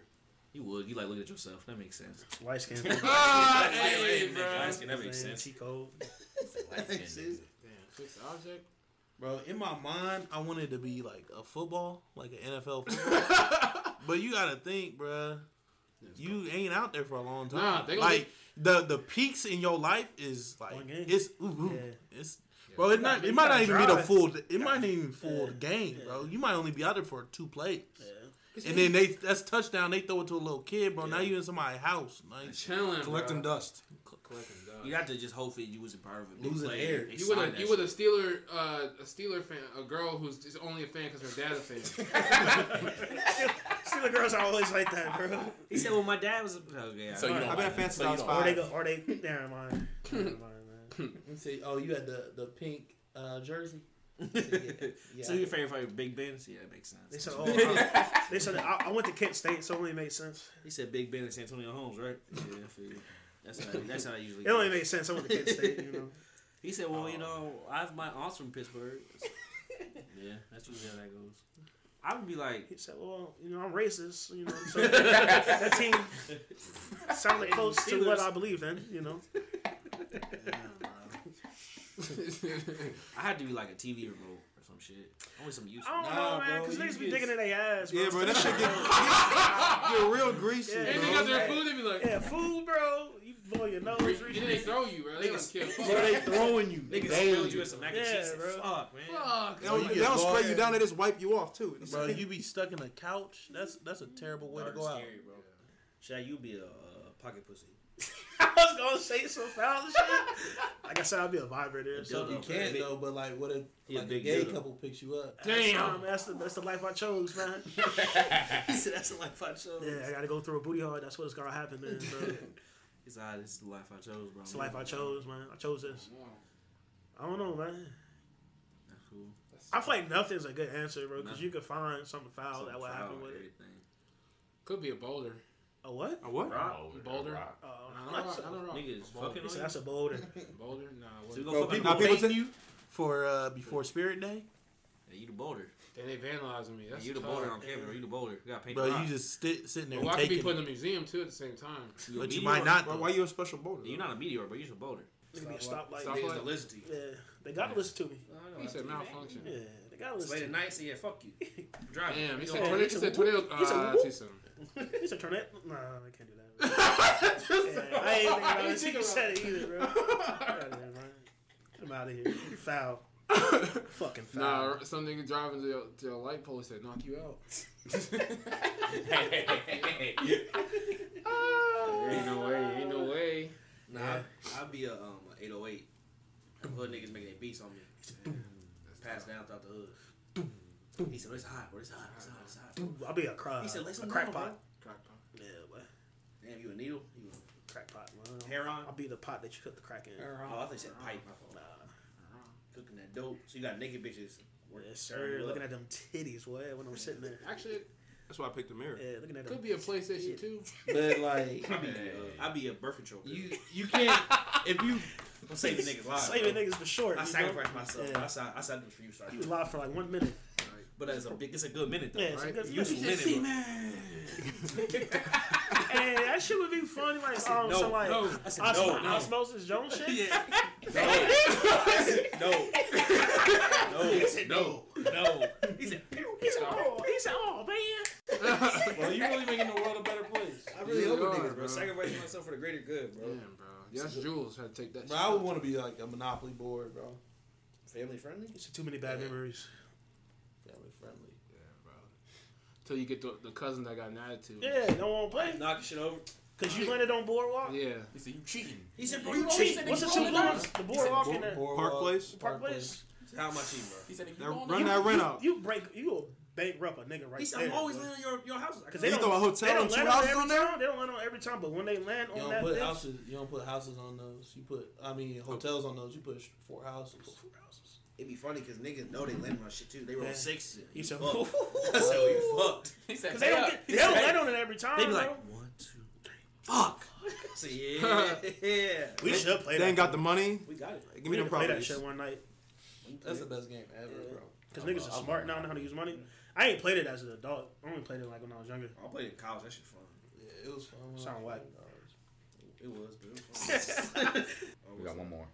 Speaker 3: You would. You like look at yourself. That makes sense.
Speaker 2: Light skin.
Speaker 1: Ah,
Speaker 3: Wait,
Speaker 1: hey,
Speaker 3: wait a minute,
Speaker 1: bro.
Speaker 3: guys, That makes sense.
Speaker 2: Chico.
Speaker 1: Damn, fix the object.
Speaker 6: Bro, in my mind, I wanted to be like a football, like an NFL football. but you gotta think, bruh. You ain't out there for a long time.
Speaker 1: Nah, they gonna
Speaker 6: like the the peaks in your life is like
Speaker 2: One game.
Speaker 6: it's ooh, ooh,
Speaker 2: Yeah.
Speaker 6: it's bro. It not it might not
Speaker 2: gotta
Speaker 6: even be the
Speaker 2: drive.
Speaker 6: full. It might not even full
Speaker 2: Yeah.
Speaker 6: game, bro. You might only be out there for two plays,
Speaker 1: It's
Speaker 6: and then they that's touchdown. They throw it to a little kid, bro. Now you in somebody's house, like
Speaker 1: chilling,
Speaker 8: Collecting
Speaker 1: bro.
Speaker 8: dust.
Speaker 1: Collecting dust.
Speaker 3: You got to just hope that you was a part of it.
Speaker 9: Losing
Speaker 3: Like,
Speaker 9: air.
Speaker 3: they
Speaker 1: You with
Speaker 3: signed
Speaker 1: a
Speaker 3: that
Speaker 1: you with a
Speaker 3: shit.
Speaker 1: Steeler uh, a Steeler fan a girl who's just only a fan because her dad's a fan.
Speaker 2: See the girls are always like that, bro.
Speaker 3: He said, "Well, my dad was." A, okay,
Speaker 7: So you don't.
Speaker 8: I've been a
Speaker 7: like
Speaker 8: fan
Speaker 7: it.
Speaker 8: since
Speaker 7: So
Speaker 8: I
Speaker 7: you
Speaker 8: was
Speaker 7: don't
Speaker 2: Or
Speaker 8: five.
Speaker 2: they go, or they. Never mind. Never mind, man.
Speaker 6: see, oh, you had the the pink uh, jersey. Yeah.
Speaker 3: So your favorite fighter, Big Ben? Yeah, that makes
Speaker 2: They
Speaker 3: sense.
Speaker 2: said, oh, I, they said I, I went to Kent State, so it only made sense.
Speaker 3: He said Big Ben and Santonio Holmes, right? Yeah, I feel you. That's how, that's how I usually.
Speaker 2: It only made sense. I went to Kent State, you know.
Speaker 3: He said, "Well, you know, I have my aunts from Pittsburgh." yeah, that's usually how that goes. I would be like,
Speaker 2: He said, well, you know, I'm racist, you know. So that team sounded close to what I believe in, you know.
Speaker 3: I had to be like a TV remote or some shit. I want some use.
Speaker 2: I
Speaker 9: Nah,
Speaker 2: don't know, man,
Speaker 9: bro,
Speaker 2: because
Speaker 9: you
Speaker 2: niggas be
Speaker 9: just-
Speaker 2: digging in their ass, bro.
Speaker 8: Yeah, bro. That shit get, get real greasy,
Speaker 2: Yeah.
Speaker 1: and they
Speaker 8: bro.
Speaker 1: got their food. They be like,
Speaker 2: Yeah, food, bro. You blow your nose.
Speaker 1: and
Speaker 2: reach
Speaker 1: then they throw you, bro. They gonna kill.
Speaker 6: Bro,
Speaker 1: Fuck.
Speaker 6: they throwing you.
Speaker 3: Niggas
Speaker 6: daily,
Speaker 3: spilled you in some mac and
Speaker 2: Yeah,
Speaker 3: cheese.
Speaker 2: bro.
Speaker 3: Fuck, man.
Speaker 1: Fuck.
Speaker 8: They don't,
Speaker 6: You
Speaker 8: they
Speaker 6: get
Speaker 8: don't spray
Speaker 6: ball-
Speaker 8: you down. They just wipe you off too.
Speaker 6: bro. You be stuck in a couch. That's that's a terrible way to
Speaker 3: Dark
Speaker 6: go out.
Speaker 3: scary, bro. Shaq, you be a uh, pocket pussy.
Speaker 2: I was gonna say some foul shit. Like I said, I'd be a vibrator or
Speaker 3: Dildo,
Speaker 2: something.
Speaker 6: You
Speaker 3: bro.
Speaker 6: can't
Speaker 3: Big-
Speaker 6: though, but like, what if
Speaker 3: He a
Speaker 6: like a
Speaker 3: big
Speaker 6: gay
Speaker 3: dude.
Speaker 6: couple picks you up?
Speaker 1: Damn.
Speaker 2: Damn, that's the that's the life I chose, man.
Speaker 3: he said that's the life I chose.
Speaker 2: Yeah, I gotta go through a booty hole. That's what's gonna happen, man. Bro.
Speaker 3: He said, ah, this is the life I chose, bro.
Speaker 2: It's the life I chose, man. I chose this. I don't know, man.
Speaker 3: That's cool.
Speaker 2: I feel like nothing's a good answer, bro, because
Speaker 3: Nothing.
Speaker 2: you could find something foul
Speaker 3: Something
Speaker 2: Oh, that would
Speaker 3: foul
Speaker 2: happen
Speaker 3: and
Speaker 2: with it.
Speaker 3: everything.
Speaker 1: Could be a boulder.
Speaker 2: A what?
Speaker 8: A what?
Speaker 1: Boulder.
Speaker 2: Oh,
Speaker 1: I
Speaker 2: that's,
Speaker 1: don't know. I don't know.
Speaker 3: Niggas
Speaker 1: Boulder.
Speaker 3: fucking
Speaker 2: he
Speaker 3: on
Speaker 2: said
Speaker 3: you.
Speaker 2: that's a boulder.
Speaker 1: Boulder. Nah.
Speaker 3: So
Speaker 1: What?
Speaker 3: you gonna
Speaker 8: Bro,
Speaker 3: fuck
Speaker 8: people,
Speaker 3: up a
Speaker 8: people
Speaker 3: boulder?
Speaker 8: take you.
Speaker 6: for uh before Spirit Day,
Speaker 3: Yeah, you the boulder.
Speaker 1: Then they vandalizing me. That's
Speaker 3: you the
Speaker 1: tough.
Speaker 3: boulder on camera. You the boulder. You gotta paint
Speaker 6: bro.
Speaker 3: the rock.
Speaker 6: You just sit, sitting there
Speaker 1: Well, I could be
Speaker 6: taking,
Speaker 1: put in a museum too at the same time.
Speaker 3: a
Speaker 6: but you
Speaker 3: meteor.
Speaker 6: might not.
Speaker 8: Bro,
Speaker 6: though.
Speaker 8: why you a special boulder?
Speaker 3: You're not a meteor, but you're a boulder.
Speaker 2: It could be a
Speaker 1: Stoplight.
Speaker 2: stoplight.
Speaker 1: Stop-
Speaker 3: Niggas
Speaker 1: like-
Speaker 3: don't listen to you.
Speaker 2: Yeah, they gotta listen to me.
Speaker 1: He said malfunction.
Speaker 2: Yeah, they gotta
Speaker 3: It's late
Speaker 2: listen
Speaker 3: at
Speaker 2: to me.
Speaker 3: night, so yeah, fuck you. Drive.
Speaker 1: Damn. He
Speaker 3: You
Speaker 1: said
Speaker 3: gonna-
Speaker 1: tornado. Oh, He said tornado.
Speaker 2: he's a whoop. He's a
Speaker 1: Ah,
Speaker 2: whoop.
Speaker 1: too soon.
Speaker 2: He said turn that. Nah, I can't do that. bro. yeah, I ain't thinking about it. You said it either, bro. Get outta there, man. I'm out of here. You foul. Fucking foul.
Speaker 1: Nah. Some nigga driving to your, to your light pole. He said knock you out. Ain't no way. Ain't no way.
Speaker 3: Nah, I'd be a um, a 808. Them hood niggas making their beats on me. Passed down throughout the hood. He said, it's hot, bro. It's hot. It's hot. It's hot.
Speaker 2: I'll be a cry.
Speaker 5: Uh,
Speaker 3: He said, "Let
Speaker 2: a
Speaker 3: some know,
Speaker 2: crackpot.
Speaker 1: Crackpot.
Speaker 2: Yeah, boy.
Speaker 3: Damn, you a needle? You
Speaker 2: Crackpot,
Speaker 3: a
Speaker 2: man.
Speaker 3: heron?
Speaker 5: Uh,
Speaker 2: I'll be the pot that you cut the crack in.
Speaker 3: Oh, I thought you said pipe. My fault.
Speaker 2: Nah.
Speaker 3: Cooking that dope. So you got naked bitches
Speaker 2: Yes, sir. Looking at them titties, what? When I'm sitting there.
Speaker 1: Actually, it
Speaker 4: That's why I picked the mirror.
Speaker 2: Yeah, looking at them.
Speaker 1: could be a PlayStation
Speaker 2: shit.
Speaker 1: 2.
Speaker 5: But like
Speaker 3: I'd be, uh, I'd be a birth control. Pill.
Speaker 5: you, you can't if you
Speaker 3: I'm saving niggas' lives.
Speaker 2: Slaving
Speaker 3: bro.
Speaker 2: niggas for short.
Speaker 3: I
Speaker 2: you know?
Speaker 3: sacrificed myself.
Speaker 2: Yeah.
Speaker 3: I sacrificed I sacrificed for you, sorry.
Speaker 2: You was live for like one minute.
Speaker 3: But that's a big. It's a good minute though.
Speaker 2: Yeah, it's a
Speaker 1: Right.
Speaker 2: good.
Speaker 3: Useful
Speaker 2: minute.
Speaker 3: minute. bro.
Speaker 2: And that shit would be funny, like um,
Speaker 3: no,
Speaker 2: some like
Speaker 3: no. I
Speaker 2: os-
Speaker 3: said no, no.
Speaker 2: osmosis Jones shit.
Speaker 3: No. No. No. No.
Speaker 2: He said, pew, pew. Oh, he said, oh man.
Speaker 5: well, you really making the world a better place.
Speaker 3: I really
Speaker 1: You
Speaker 3: hope
Speaker 1: are,
Speaker 3: it niggas, bro.
Speaker 1: bro.
Speaker 3: Sacrificing myself for the greater good, bro.
Speaker 1: Damn, bro. Yes, Jules had to take that
Speaker 5: Bro, I would want to be like a Monopoly board, bro.
Speaker 3: Family friendly.
Speaker 2: It's too many bad memories.
Speaker 5: Family friendly.
Speaker 1: Until you get the, the cousin that got an attitude.
Speaker 2: Yeah, no one play
Speaker 3: Knocking shit over.
Speaker 2: because you landed on boardwalk.
Speaker 1: Yeah.
Speaker 7: He said, you cheating.
Speaker 3: He said,
Speaker 2: You cheat. What's the two blocks? The boardwalk and the
Speaker 5: Boardwalk,
Speaker 4: Park Place.
Speaker 2: park place.
Speaker 3: How am I cheating, bro?
Speaker 7: He said,
Speaker 4: That, run that rent out.
Speaker 2: You break. You will bankrupt a nigga right
Speaker 3: He said,
Speaker 2: there.
Speaker 3: I'm always
Speaker 2: bro.
Speaker 3: living in your, your house. I
Speaker 2: Cause
Speaker 3: can't-
Speaker 2: they
Speaker 4: You
Speaker 2: don't,
Speaker 4: throw a hotel
Speaker 2: they don't
Speaker 4: and two
Speaker 2: land on
Speaker 4: houses
Speaker 2: every
Speaker 4: on there?
Speaker 2: time. They don't land on every time, but when they land
Speaker 5: You
Speaker 2: on
Speaker 5: don't
Speaker 2: that
Speaker 5: put
Speaker 2: bitch,
Speaker 5: houses. You don't put houses on those. You put, I mean, hotels on those. You put four houses.
Speaker 3: It'd be funny because niggas know they land on shit too. They roll
Speaker 2: Yeah.
Speaker 3: sixes.
Speaker 2: you said,
Speaker 3: fucked.
Speaker 2: "Ooh."
Speaker 3: I said, oh, you fucked.
Speaker 7: he said,
Speaker 2: Cause they don't, get, they don't land on it every time.
Speaker 3: They be like,
Speaker 2: bro.
Speaker 3: one, two, three. Fuck. I said, yeah, yeah.
Speaker 2: we should play.
Speaker 4: They ain't
Speaker 2: that
Speaker 4: got the money.
Speaker 3: We got it.
Speaker 4: Give
Speaker 2: We need
Speaker 4: me them
Speaker 2: to play that
Speaker 4: properties.
Speaker 2: shit one night.
Speaker 5: That's the best game ever, bro.
Speaker 2: Cause niggas are smart now and know how to use money. I ain't played it as an adult. I only played it like when I was younger.
Speaker 3: I played in college. That shit fun.
Speaker 5: Yeah, it was fun. when I
Speaker 2: Sound
Speaker 5: was
Speaker 2: whack.
Speaker 5: young,
Speaker 3: It was, but it was fun. Oh,
Speaker 7: We
Speaker 3: what's
Speaker 7: got one more.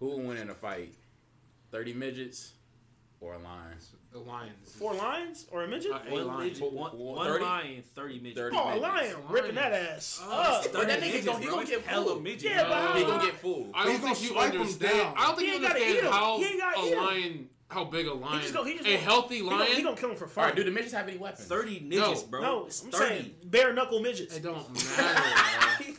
Speaker 7: Who will win in a fight? 30 midgets or a lion?
Speaker 1: The Lions.
Speaker 2: Four lions or a midget?
Speaker 1: Uh, eight lions.
Speaker 3: Midget, one,
Speaker 7: One-
Speaker 3: one
Speaker 7: 30?
Speaker 3: lion, thirty midget.
Speaker 7: 30
Speaker 2: oh, a
Speaker 7: midgets.
Speaker 2: lion ripping that ass
Speaker 1: Uh,
Speaker 2: up.
Speaker 3: But that
Speaker 7: midgets,
Speaker 3: nigga gonna, he
Speaker 7: bro.
Speaker 3: gonna get
Speaker 7: Hella
Speaker 3: hella
Speaker 7: midget.
Speaker 3: midget.
Speaker 2: Yeah, but
Speaker 7: They
Speaker 2: how-
Speaker 7: gonna get fooled.
Speaker 1: I don't
Speaker 4: gonna
Speaker 1: think you
Speaker 4: swipe 'em
Speaker 1: understand.
Speaker 4: down.
Speaker 1: I don't think
Speaker 2: He
Speaker 1: you
Speaker 2: ain't gotta eat
Speaker 1: understand
Speaker 2: 'em.
Speaker 1: how
Speaker 2: He ain't gotta eat
Speaker 1: a
Speaker 2: 'em.
Speaker 1: lion, how big a lion,
Speaker 2: just gonna- he just
Speaker 1: a
Speaker 2: gonna-
Speaker 1: healthy
Speaker 2: He gonna,
Speaker 1: lion.
Speaker 2: he gonna kill him for fun.
Speaker 7: All right, do the midgets have any weapons?
Speaker 3: Thirty
Speaker 1: No.
Speaker 3: midgets, bro.
Speaker 2: no,
Speaker 3: it's
Speaker 2: I'm
Speaker 3: 30.
Speaker 2: saying bare knuckle midgets.
Speaker 1: it don't matter,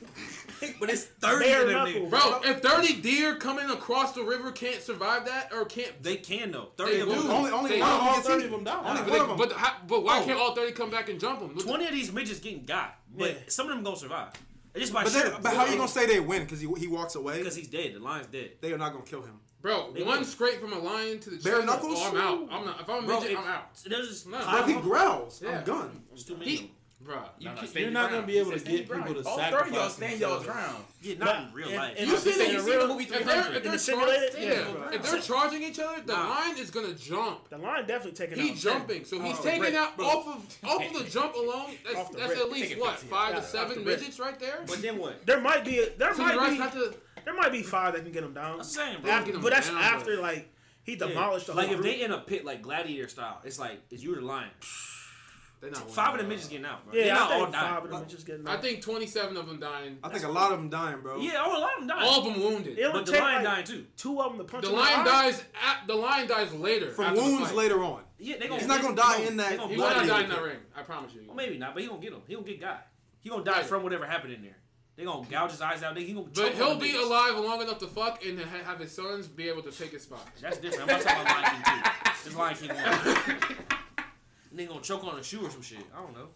Speaker 3: but it's thirty
Speaker 2: Bare
Speaker 3: of them
Speaker 2: knuckle.
Speaker 3: niggas.
Speaker 1: bro. bro. If thirty deer coming across the river can't survive that, or can't,
Speaker 3: They can though. Thirty
Speaker 1: They
Speaker 3: of them.
Speaker 1: do.
Speaker 4: Only, only
Speaker 1: They-
Speaker 4: one of
Speaker 1: all
Speaker 4: them gets
Speaker 5: thirty
Speaker 4: eaten.
Speaker 5: of them die.
Speaker 4: Only
Speaker 1: but,
Speaker 4: one of them. Oh.
Speaker 1: they, but, how, but why can't all thirty come back and jump them?
Speaker 3: Twenty of these midgets getting got. But
Speaker 2: Yeah.
Speaker 3: some of them gonna survive. It's just by
Speaker 4: But, they,
Speaker 3: shooting.
Speaker 4: but how you gonna say they win? Because he, he walks away.
Speaker 3: Because he's dead. The lion's dead.
Speaker 4: They are not gonna kill him.
Speaker 1: bro,
Speaker 3: They
Speaker 1: one
Speaker 3: will.
Speaker 1: scrape from a lion to the
Speaker 4: Bare
Speaker 1: chest,
Speaker 4: knuckles?
Speaker 1: Oh, I'm out. I'm not. If I'm a
Speaker 3: Bro,
Speaker 1: midget,
Speaker 3: if-
Speaker 1: I'm out.
Speaker 3: There's just
Speaker 1: No.
Speaker 4: But if he growls,
Speaker 1: Yeah.
Speaker 4: I'm done.
Speaker 3: There's too many. of
Speaker 1: He,
Speaker 3: them.
Speaker 1: bro,
Speaker 7: You keep-
Speaker 5: You're not gonna be able to
Speaker 7: Stand
Speaker 5: get
Speaker 7: your
Speaker 5: people to
Speaker 7: ground. All 30
Speaker 5: sacrifice
Speaker 7: of y'all stand y'all
Speaker 5: themselves.
Speaker 7: ground.
Speaker 3: Yeah, not in real
Speaker 2: and-
Speaker 3: life.
Speaker 2: and-
Speaker 1: You
Speaker 7: I'm
Speaker 1: see
Speaker 7: saying,
Speaker 1: that
Speaker 7: you
Speaker 1: in
Speaker 7: see
Speaker 1: real-
Speaker 7: the movie
Speaker 1: if they're,
Speaker 7: 300.
Speaker 1: if they're,
Speaker 2: the
Speaker 1: char-
Speaker 2: simulated-
Speaker 1: yeah,
Speaker 2: Yeah.
Speaker 1: if they're charging each other, the lion is gonna jump.
Speaker 2: The lion definitely taking out.
Speaker 1: He
Speaker 2: 10.
Speaker 1: jumping, so he's
Speaker 7: Oh,
Speaker 1: taking
Speaker 7: rip,
Speaker 1: out
Speaker 7: bro.
Speaker 1: off of off of the jump alone. That's,
Speaker 7: Off the
Speaker 1: that's
Speaker 7: rip,
Speaker 1: at
Speaker 7: he
Speaker 1: least
Speaker 7: taking
Speaker 1: what
Speaker 7: 15.
Speaker 1: five
Speaker 2: Yeah,
Speaker 1: to
Speaker 2: off
Speaker 1: seven
Speaker 2: the rip.
Speaker 1: midgets right there.
Speaker 3: But then what?
Speaker 2: There might be a, there
Speaker 1: So the
Speaker 2: might
Speaker 1: rest
Speaker 2: be
Speaker 1: have to-
Speaker 2: there might be five that can get him down.
Speaker 3: I'm saying, bro.
Speaker 2: After,
Speaker 1: get him
Speaker 2: but that's
Speaker 1: down,
Speaker 2: after
Speaker 1: but-
Speaker 2: like he
Speaker 3: Yeah.
Speaker 2: demolished the whole.
Speaker 3: Like if
Speaker 2: group.
Speaker 3: they in a pit like gladiator style, it's like it's you the lion.
Speaker 1: They're not
Speaker 3: Five of
Speaker 1: winning.
Speaker 3: them midgets getting out, bro.
Speaker 2: yeah,
Speaker 3: They're
Speaker 2: I
Speaker 3: not
Speaker 2: think five
Speaker 3: all dying.
Speaker 2: of them just getting.
Speaker 1: I
Speaker 2: out.
Speaker 1: think twenty-seven of them dying.
Speaker 4: I think a lot of them dying, bro.
Speaker 3: Yeah, oh, a lot of them dying.
Speaker 1: All of them wounded.
Speaker 2: It only
Speaker 3: but the
Speaker 2: take,
Speaker 3: lion
Speaker 2: like,
Speaker 3: dying too.
Speaker 2: Two of them to punch.
Speaker 1: The
Speaker 2: him in
Speaker 1: lion
Speaker 2: eye.
Speaker 1: dies. At, the lion dies later.
Speaker 4: From
Speaker 1: after the
Speaker 4: wounds
Speaker 1: fight.
Speaker 4: later on.
Speaker 3: Yeah, they gonna,
Speaker 4: He's not
Speaker 3: they
Speaker 4: gonna
Speaker 3: gonna-
Speaker 4: die in
Speaker 3: they
Speaker 4: that
Speaker 3: gonna
Speaker 1: He
Speaker 3: blood
Speaker 1: will not
Speaker 3: it.
Speaker 1: die in that ring. I promise you.
Speaker 3: Well, maybe not, but he gonna get him. He gonna get got. He gonna die
Speaker 1: Yeah.
Speaker 3: from whatever happened in there. They gonna gouge his eyes out. They, he gonna
Speaker 1: But
Speaker 3: choke
Speaker 1: he'll
Speaker 3: on the
Speaker 1: be
Speaker 3: bitch.
Speaker 1: alive long enough to fuck and to ha- have his sons be able to take his spot.
Speaker 3: That's different. I'm not talking about Lion King two. It's Lion King one. They gonna choke on a shoe or some shit. I don't know.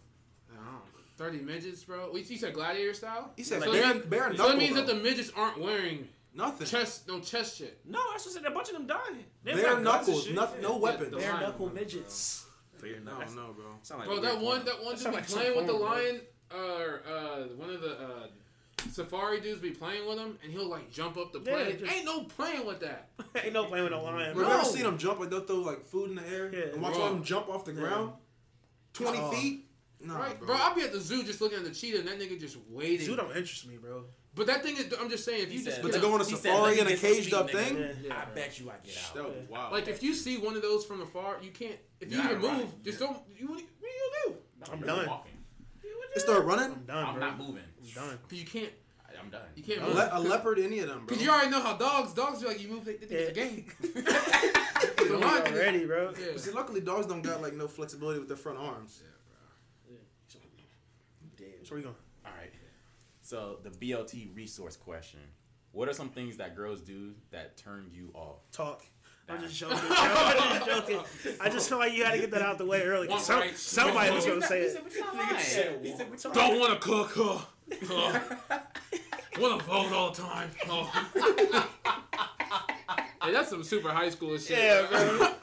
Speaker 1: I don't know. Thirty midgets, bro. Wait, You said gladiator style.
Speaker 4: He said
Speaker 1: so
Speaker 4: bare,
Speaker 1: that-
Speaker 4: bare
Speaker 1: so
Speaker 4: knuckle.
Speaker 1: that means
Speaker 4: bro.
Speaker 1: that the midgets aren't wearing
Speaker 4: Nothing.
Speaker 1: chest, no chest shit.
Speaker 3: No, I just said a bunch of them dying. They got guns
Speaker 4: bare
Speaker 3: and
Speaker 4: knuckles.
Speaker 3: shit.
Speaker 4: Nothing. No weapon.
Speaker 1: the
Speaker 4: Bare-
Speaker 1: lion
Speaker 2: knuckle
Speaker 1: won, bro.
Speaker 2: midgets.
Speaker 3: Fair
Speaker 4: No,
Speaker 3: enough.
Speaker 4: no, bro.
Speaker 3: Sound like a
Speaker 1: Bro,
Speaker 3: weird
Speaker 1: that one,
Speaker 3: porno.
Speaker 1: that one dude
Speaker 2: sound
Speaker 1: be
Speaker 2: like some
Speaker 1: playing with the
Speaker 2: porn, bro.
Speaker 1: lion, or uh, one of the uh, safari dudes be playing with him, and he'll like jump up the
Speaker 2: Yeah,
Speaker 1: plane.
Speaker 2: just-
Speaker 1: Ain't no playing with that.
Speaker 2: Ain't no playing with a lion.
Speaker 4: Bro,
Speaker 2: bro.
Speaker 4: Have you ever seen them jump? Like they'll throw like food in the air
Speaker 2: Yeah.
Speaker 4: and watch
Speaker 1: Bro.
Speaker 4: all them jump off the ground. Twenty
Speaker 2: Oh.
Speaker 4: feet. Nah,
Speaker 1: right,
Speaker 4: bro.
Speaker 1: bro. I'll be at the zoo just looking at the cheetah, and that nigga just waiting.
Speaker 2: You don't interest me, bro.
Speaker 1: But that thing is, I'm just saying, if you just
Speaker 7: said-
Speaker 4: but
Speaker 1: get
Speaker 4: to
Speaker 1: a-
Speaker 4: go on a
Speaker 7: He said,
Speaker 4: safari
Speaker 7: "Let me
Speaker 4: in a
Speaker 7: get some
Speaker 4: caged
Speaker 7: speed,
Speaker 4: up
Speaker 7: nigga."
Speaker 4: thing.
Speaker 2: Yeah.
Speaker 1: Yeah,
Speaker 7: I
Speaker 1: bro.
Speaker 7: bet you I get out.
Speaker 4: That was wild.
Speaker 1: Like if you see one of those from afar, you can't. If you
Speaker 7: Nah,
Speaker 1: even move,
Speaker 7: right.
Speaker 1: just don't. You, what do you what do you
Speaker 2: I'm
Speaker 7: You're
Speaker 2: done.
Speaker 7: walking.
Speaker 4: They start running.
Speaker 2: I'm done,
Speaker 7: I'm
Speaker 2: bro.
Speaker 7: not moving.
Speaker 2: I'm done.
Speaker 1: do? You can't.
Speaker 7: I- I'm done.
Speaker 1: You can't
Speaker 4: A,
Speaker 1: move.
Speaker 4: le- a leopard, any of them, bro.
Speaker 1: Cause you already know how dogs. Dogs be like you move. They, they think it's a
Speaker 2: Yeah.
Speaker 1: game.
Speaker 2: I'm
Speaker 1: the lion thing is-
Speaker 2: already, bro.
Speaker 1: Yeah.
Speaker 4: See, luckily dogs don't got like no flexibility with their front arms.
Speaker 2: So where you going?
Speaker 7: All right. So the BLT resource question: What are some things that girls do that turn you off?
Speaker 2: Talk. I'm just joking. bro. I'm just joking. I just feel like you had to get that out the way early. 'cause Some,
Speaker 1: Right.
Speaker 2: somebody was gonna say it.
Speaker 1: Don't want to cook. Huh? want to vote all the time. Huh? hey, that's some super high school shit.
Speaker 2: Yeah, bro.
Speaker 3: That's what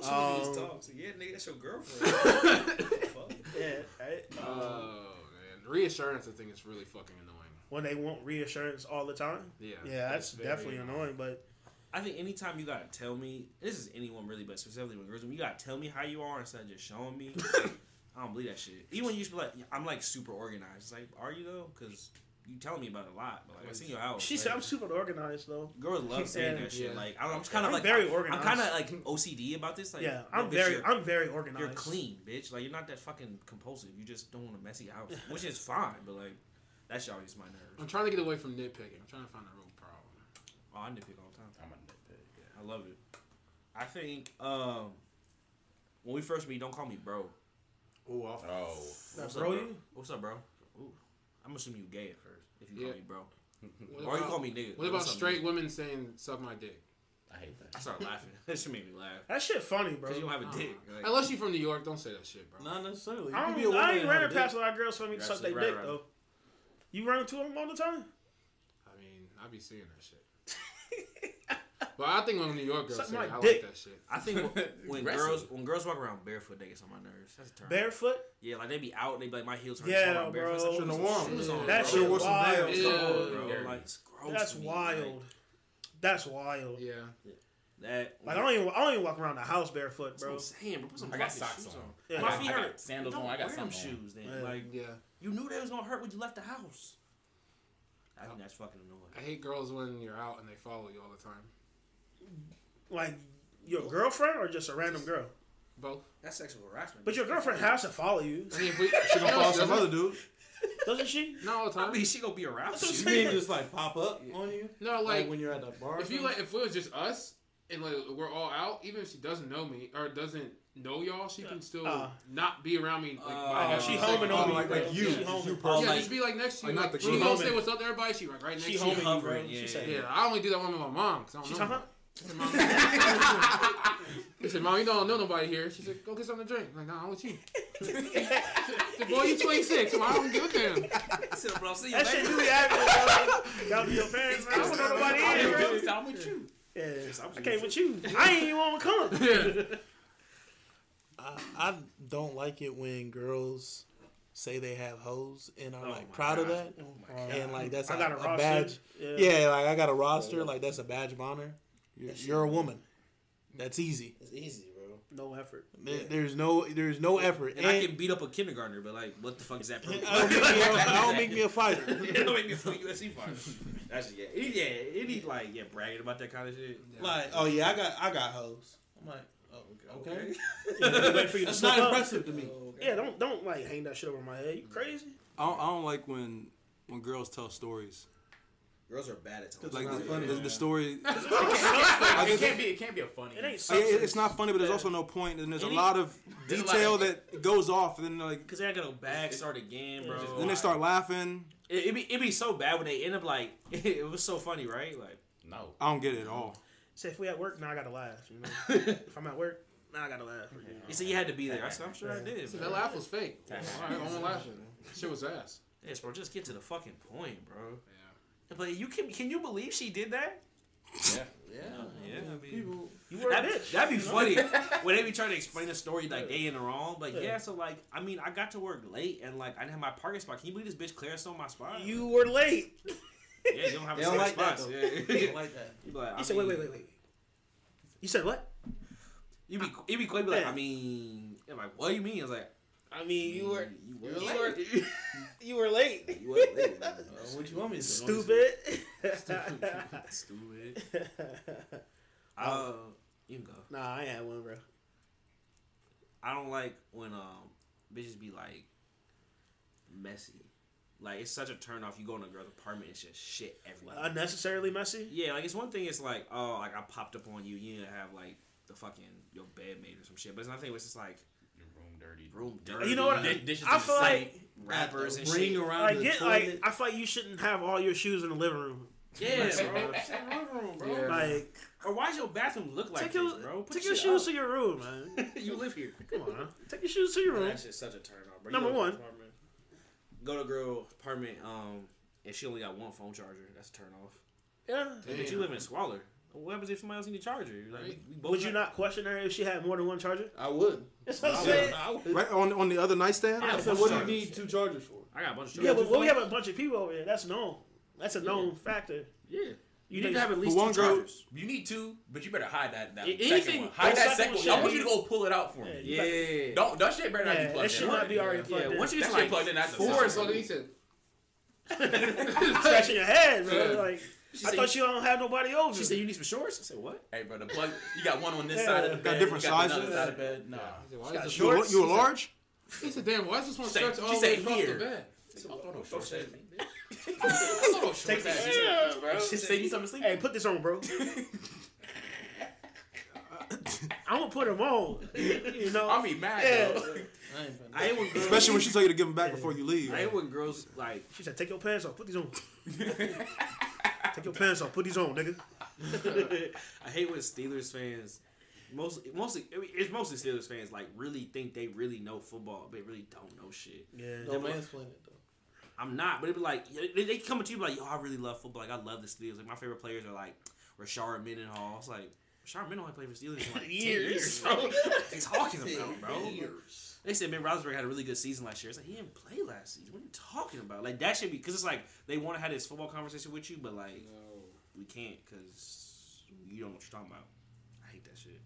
Speaker 3: niggas
Speaker 2: Um,
Speaker 3: talk. So, yeah, nigga, that's your girlfriend. Fuck.
Speaker 2: Yeah, Um, I-
Speaker 1: Oh man, reassurance I think is really fucking annoying.
Speaker 2: when they want reassurance all the time.
Speaker 1: Yeah,
Speaker 2: Yeah,
Speaker 1: it's
Speaker 2: that's
Speaker 1: very
Speaker 2: definitely annoying. But
Speaker 3: I think anytime you gotta tell me, this is anyone really, but specifically when girls, when you gotta tell me how you are instead of just showing me, I don't believe that shit. Even when you used to be like, I'm like super organized. It's like, are you though? Because you telling me about it a lot. But like, I seen your
Speaker 1: Oh,
Speaker 3: house.
Speaker 2: she
Speaker 3: like,
Speaker 2: said, "I'm super organized though."
Speaker 3: Girls love saying
Speaker 2: Yeah.
Speaker 3: that shit.
Speaker 1: Yeah.
Speaker 3: Like I'm, I'm just kind of
Speaker 2: I'm
Speaker 3: like
Speaker 2: very
Speaker 3: I'm-
Speaker 2: organized.
Speaker 3: I'm kind of like OCD about this. Like
Speaker 2: yeah,
Speaker 3: no,
Speaker 2: I'm
Speaker 3: bitch,
Speaker 2: very,
Speaker 3: You're,
Speaker 2: I'm very organized.
Speaker 3: you're clean, bitch. Like you're not that fucking compulsive. You just don't want a messy house, which is fine. But like that shit always my nerves.
Speaker 1: I'm trying to get away from nitpicking. I'm trying to find a real problem.
Speaker 3: Oh, I nitpick all the time.
Speaker 7: I'm a nitpick. Yeah.
Speaker 3: I love it. I think um, when we first meet, don't call me bro.
Speaker 4: Oh, I'll
Speaker 7: Oh,
Speaker 3: What's
Speaker 2: bro
Speaker 3: up, bro?
Speaker 2: you?
Speaker 3: What's up, bro? Ooh, I'm assuming you gay at first if you
Speaker 1: Yeah.
Speaker 3: call me bro,
Speaker 1: What
Speaker 3: or you
Speaker 1: about-
Speaker 3: call me nigga.
Speaker 1: What
Speaker 3: What's
Speaker 1: about
Speaker 3: up,
Speaker 1: straight
Speaker 3: nigga?
Speaker 1: women saying "suck my dick"?
Speaker 7: I hate that.
Speaker 3: I started laughing. that shit made me laugh
Speaker 2: That shit funny, bro.
Speaker 3: because you don't have
Speaker 1: Uh,
Speaker 3: a dick. Like,
Speaker 1: Unless you're from New York, don't say that shit, bro.
Speaker 8: Not necessarily. You
Speaker 2: I
Speaker 8: can
Speaker 2: don't,
Speaker 8: be a woman
Speaker 2: I
Speaker 8: and
Speaker 2: ain't
Speaker 8: have a
Speaker 2: running
Speaker 8: dick.
Speaker 2: past a lot of girls for me to
Speaker 3: You're
Speaker 2: suck their
Speaker 3: absolutely
Speaker 2: dick
Speaker 3: right,
Speaker 2: though. You run into them all the time.
Speaker 1: I mean, I be seeing that shit. but I think when New York girls
Speaker 2: Suck
Speaker 1: say
Speaker 2: my
Speaker 1: it, I
Speaker 2: dick.
Speaker 1: like that shit.
Speaker 3: I think when- when
Speaker 7: Aggressive.
Speaker 3: girls when girls walk around barefoot, they get on my nerves. That's a turn.
Speaker 2: Barefoot.
Speaker 3: yeah, like they be out, they be like my heels hurt.
Speaker 2: Yeah,
Speaker 3: Yeah, bro. Barefoot. It's
Speaker 2: bro.
Speaker 3: Like,
Speaker 8: have
Speaker 2: Shouldn't
Speaker 3: shouldn't have
Speaker 8: worn
Speaker 3: worn
Speaker 8: them.
Speaker 3: shit on,
Speaker 2: That
Speaker 3: bro.
Speaker 2: shit
Speaker 8: wore some
Speaker 2: wild.
Speaker 8: Vans.
Speaker 1: Yeah.
Speaker 3: Come on,
Speaker 7: Yeah.
Speaker 3: bro. Like, it's gross
Speaker 2: That's
Speaker 3: to me,
Speaker 2: wild.
Speaker 3: Oh, Like,
Speaker 2: That's wild.
Speaker 1: Yeah,
Speaker 3: that
Speaker 2: Like I don't even, I don't even walk around the house barefoot,
Speaker 3: That's what
Speaker 2: bro.
Speaker 3: I'm saying, bro. Put some
Speaker 7: I got
Speaker 3: fucking
Speaker 7: socks
Speaker 3: shoes
Speaker 7: on.
Speaker 2: Yeah.
Speaker 3: My
Speaker 7: I got-
Speaker 3: feet
Speaker 7: I got
Speaker 3: hurt.
Speaker 7: sandals
Speaker 3: Don't
Speaker 7: on, I got
Speaker 3: wear them
Speaker 7: something on.
Speaker 3: shoes. Then
Speaker 2: Yeah.
Speaker 3: like
Speaker 1: yeah.
Speaker 3: you knew they was gonna hurt when you left the house. I think that's fucking
Speaker 1: I
Speaker 3: annoying.
Speaker 1: hate girls when you're out and they follow you all the time.
Speaker 2: Like your girlfriend or just a random girl.
Speaker 1: Both.
Speaker 3: That's sexual harassment.
Speaker 2: But your girlfriend has to follow you,
Speaker 1: I mean, if we, she
Speaker 4: I'll
Speaker 1: gonna
Speaker 4: follow some other dude.
Speaker 2: doesn't she?
Speaker 1: Not all the
Speaker 3: I
Speaker 1: time.
Speaker 3: mean, she gonna be aroused.
Speaker 2: That's what
Speaker 3: you.
Speaker 2: I'm
Speaker 8: You mean
Speaker 2: saying.
Speaker 8: just like pop up on you?
Speaker 1: No,
Speaker 8: Like,
Speaker 1: like
Speaker 8: when you're at the bar? or
Speaker 1: if you
Speaker 8: something?
Speaker 1: like, if it was just us and like we're all out, even if she doesn't know me or doesn't know y'all, she can still
Speaker 2: Uh.
Speaker 1: not be around me. Like,
Speaker 3: Oh,
Speaker 1: by
Speaker 2: she
Speaker 1: half a
Speaker 2: homing
Speaker 1: second.
Speaker 2: on
Speaker 8: Oh,
Speaker 2: me,
Speaker 8: like,
Speaker 2: bro.
Speaker 8: like you,
Speaker 2: Yeah.
Speaker 8: you
Speaker 1: Yeah,
Speaker 8: personally.
Speaker 1: just be like next to you.
Speaker 4: like, not
Speaker 1: Like,
Speaker 4: the
Speaker 1: she
Speaker 4: girl.
Speaker 1: don't
Speaker 2: Homing.
Speaker 1: say what's up to everybody. She like right next
Speaker 2: She
Speaker 1: to you.
Speaker 2: homing you, bro.
Speaker 3: hovering, yeah.
Speaker 2: She said,
Speaker 1: Yeah, I only do that one with my mom. Cause I don't
Speaker 2: She
Speaker 1: know
Speaker 2: talking
Speaker 1: nobody. I said, Mom, you don't know nobody here. She said, Go get something to drink. I'm like, Nah, I'm with you. the boy, you 26, so I don't give a damn.
Speaker 3: I said, bro, I'll see you
Speaker 2: That
Speaker 3: later.
Speaker 2: shit do be happening, bro. Y'all be your parents, man. I don't know nobody in, bro.
Speaker 7: I'm with you.
Speaker 2: Yeah, I came with you. I ain't even want to come.
Speaker 6: I, I don't like it when girls say they have hoes and are
Speaker 3: Oh
Speaker 6: like
Speaker 3: my
Speaker 6: proud of
Speaker 3: God.
Speaker 6: that. and like that's
Speaker 2: I
Speaker 6: a
Speaker 2: got a, roster.
Speaker 6: badge.
Speaker 2: Yeah.
Speaker 6: Yeah. like I got a roster. Like that's a badge of honor. You're, you're a woman. That's easy.
Speaker 5: It's easy, bro.
Speaker 2: no effort.
Speaker 6: There, There's no there's no effort.
Speaker 3: And I can beat up a kindergartner, but like, what the fuck is that?
Speaker 6: I
Speaker 3: purpose?
Speaker 6: don't make me a- I don't make me a fighter.
Speaker 3: It don't make me feel USC fighter. That's yeah, any, yeah, any like yeah, bragging about that kind of shit.
Speaker 6: Like, oh yeah, I got I got hoes. I'm like, oh, okay.
Speaker 2: Wait for you to
Speaker 6: That's
Speaker 2: slip
Speaker 6: not
Speaker 2: up.
Speaker 6: impressive to me.
Speaker 2: Yeah, don't don't like hang that shit over my head. You crazy?
Speaker 4: I don't, I don't like when when girls tell stories.
Speaker 3: Girls are bad at telling.
Speaker 4: Like
Speaker 3: stories.
Speaker 4: the, the, the story,
Speaker 7: it can't be. It can't be a funny.
Speaker 2: It ain't
Speaker 4: I- it-
Speaker 2: substance.
Speaker 4: it's not funny, but there's also no point, and there's a
Speaker 3: Any-
Speaker 4: lot of
Speaker 7: there's a lot
Speaker 4: detail
Speaker 7: of-
Speaker 4: that goes off, and then like
Speaker 3: Cause they gotta go back, start again, bro.
Speaker 4: then they start laughing.
Speaker 3: It, it be it be so bad when they end up like it was so funny, right? Like
Speaker 7: No.
Speaker 4: I don't get it at all.
Speaker 2: Say if we at work, now I gotta laugh. You know? if I'm at work, now I gotta laugh.
Speaker 3: you said you had to be there. I said I'm sure I did.
Speaker 1: That
Speaker 3: bro.
Speaker 1: laugh was fake. All right, I won't laugh at it. Shit was ass.
Speaker 3: Yes, bro. Just get to the fucking point, bro.
Speaker 1: Yeah.
Speaker 3: But you can can you believe she did that?
Speaker 7: Yeah.
Speaker 3: Yeah, yeah. I mean,
Speaker 2: You were a
Speaker 3: That'd,
Speaker 2: bitch.
Speaker 3: that'd be funny when they be trying to explain a story like they in the wrong. But yeah. so like I mean, I got to work late and like I didn't have my parking spot. Can you believe this bitch Claire stole my spot?
Speaker 2: You were late.
Speaker 3: yeah, you don't have a
Speaker 5: They don't
Speaker 3: spot.
Speaker 5: like that,
Speaker 3: spots.
Speaker 5: though.
Speaker 3: yeah.
Speaker 5: I don't like that.
Speaker 3: You be like, I
Speaker 2: You said wait,
Speaker 3: mean-
Speaker 2: wait, wait, wait. You said what?
Speaker 3: You be you be quick. Be like,
Speaker 2: Yeah.
Speaker 3: I mean, I'm like, what do you mean? I was like,
Speaker 2: I mean, you were
Speaker 3: you
Speaker 2: you
Speaker 3: were
Speaker 2: were
Speaker 3: late.
Speaker 2: you were late.
Speaker 3: You were late.
Speaker 5: what you want me to do?
Speaker 2: Stupid.
Speaker 3: Stupid. Uh, you can go.
Speaker 2: nah, I ain't had one, bro.
Speaker 3: I don't like when um bitches be like messy. Like it's such a turn off. You go in a girl's apartment, it's just shit everywhere.
Speaker 2: Unnecessarily messy.
Speaker 3: yeah, like it's one thing. It's like oh, like I popped up on you. You didn't have like the fucking your bed made or some shit. But it's another thing. where It's just like
Speaker 7: Your room dirty.
Speaker 3: room dirty.
Speaker 2: You know what?
Speaker 7: Dish- dishes
Speaker 2: I
Speaker 7: in the
Speaker 2: feel
Speaker 7: sink.
Speaker 2: like
Speaker 3: rappers and
Speaker 5: ring
Speaker 3: shit.
Speaker 5: around
Speaker 2: I
Speaker 5: the
Speaker 2: get
Speaker 5: toilet.
Speaker 2: like I feel like you shouldn't have all your shoes in the living room.
Speaker 3: Yeah, bro. It's your room, bro.
Speaker 1: Yeah.
Speaker 2: Like
Speaker 3: Or why does your bathroom look like
Speaker 2: take
Speaker 3: this,
Speaker 2: your
Speaker 3: bro? Put
Speaker 2: take your
Speaker 3: shit
Speaker 2: shoes to your room, man.
Speaker 3: up. you live here.
Speaker 2: Come on, take your shoes to your room.
Speaker 3: That shit's such a turn off, bro. You
Speaker 2: Number
Speaker 3: go to
Speaker 2: one.
Speaker 3: the apartment- Go to a girl apartment, um, and she only got one phone charger. That's a turn off.
Speaker 2: Yeah,
Speaker 3: But you live in Swaller. What happens if somebody else needs a charger? Like, we, we both
Speaker 2: Would you not question her if she had more than one charger?
Speaker 9: I would.
Speaker 2: That's what I'm saying.
Speaker 9: I would.
Speaker 4: Right on on the other nightstand.
Speaker 3: Yeah,
Speaker 9: So what do you need two chargers for?
Speaker 3: I got a bunch of chargers.
Speaker 2: Yeah, but when we have a bunch of people over here, that's known. That's a known factor.
Speaker 3: yeah. You,
Speaker 2: think-
Speaker 3: need to have at least
Speaker 4: one
Speaker 3: two
Speaker 4: girl-
Speaker 3: chargers.
Speaker 7: You need two, but you better hide that, that
Speaker 3: Yeah,
Speaker 7: second
Speaker 3: anything-
Speaker 7: one.
Speaker 2: that
Speaker 7: Hide that
Speaker 2: second
Speaker 7: second
Speaker 2: one
Speaker 7: one. I want
Speaker 2: should
Speaker 7: you to go pull it out for me.
Speaker 2: Yeah.
Speaker 7: Don't that shit better not
Speaker 2: Yeah,
Speaker 7: be
Speaker 2: that
Speaker 7: plugged
Speaker 2: should
Speaker 7: in.
Speaker 2: not be already plugged
Speaker 3: Yeah,
Speaker 2: in.
Speaker 3: once you
Speaker 7: That
Speaker 3: get
Speaker 7: shit
Speaker 3: to like
Speaker 7: plugged in at the
Speaker 3: four,
Speaker 1: Four
Speaker 7: Sorry.
Speaker 1: is what he said.
Speaker 2: Scratching your head, bro.
Speaker 1: Yeah.
Speaker 2: Like
Speaker 3: She
Speaker 2: I
Speaker 3: said-
Speaker 2: thought you don't have nobody over.
Speaker 3: she said, "You need some shorts." I said, "What?"
Speaker 7: Hey, bro, the plug. You got one on this
Speaker 2: Yeah.
Speaker 7: side of the
Speaker 2: Got
Speaker 7: bed. you
Speaker 4: different
Speaker 7: got another
Speaker 4: sizes?
Speaker 7: Side of the bed. Nah.
Speaker 1: He said, why is this-
Speaker 4: You, a- you a large?
Speaker 1: he said, damn, why is this one
Speaker 7: Say-
Speaker 1: stretch
Speaker 7: she
Speaker 1: all the
Speaker 7: say
Speaker 1: way across the
Speaker 7: here.
Speaker 1: bed?
Speaker 7: Don't throw no shorts at me.
Speaker 2: Take
Speaker 7: Take
Speaker 2: this.
Speaker 7: that.
Speaker 2: bro.
Speaker 7: She said, "You something to sleep."
Speaker 2: Hey, put this on, bro. I'm gonna put them on. You know,
Speaker 7: I'll be mad
Speaker 2: Yeah.
Speaker 7: though.
Speaker 5: I ain't finna-
Speaker 3: I ain't with girls.
Speaker 4: Especially when she tell you to give them back before you leave.
Speaker 3: I ain't with girls like
Speaker 2: she said, "Take your pants off. Put these on. Take your pants off. Put these on, nigga."
Speaker 3: I hate when Steelers fans, mostly, mostly, I mean, it's mostly Steelers fans like really think they really know football, but really don't know shit.
Speaker 2: Yeah.
Speaker 5: Don't mansplain it though.
Speaker 3: I'm not, but it'd be like they, they come to you like, yo, I really love football. Like I love the Steelers. Like my favorite players are like Rashard Mendenhall. It's like Rashard Mendenhall ain't played for Steelers in like years.
Speaker 2: Years.
Speaker 3: Ten years bro. what are you talking about, bro? They said Ben Roethlisberger had a really good season last year. It's like he didn't play last season. What are you talking about? Like that should be because it's like they want to have this football conversation with you, but like we can't because you don't know what you're talking about. I hate that shit.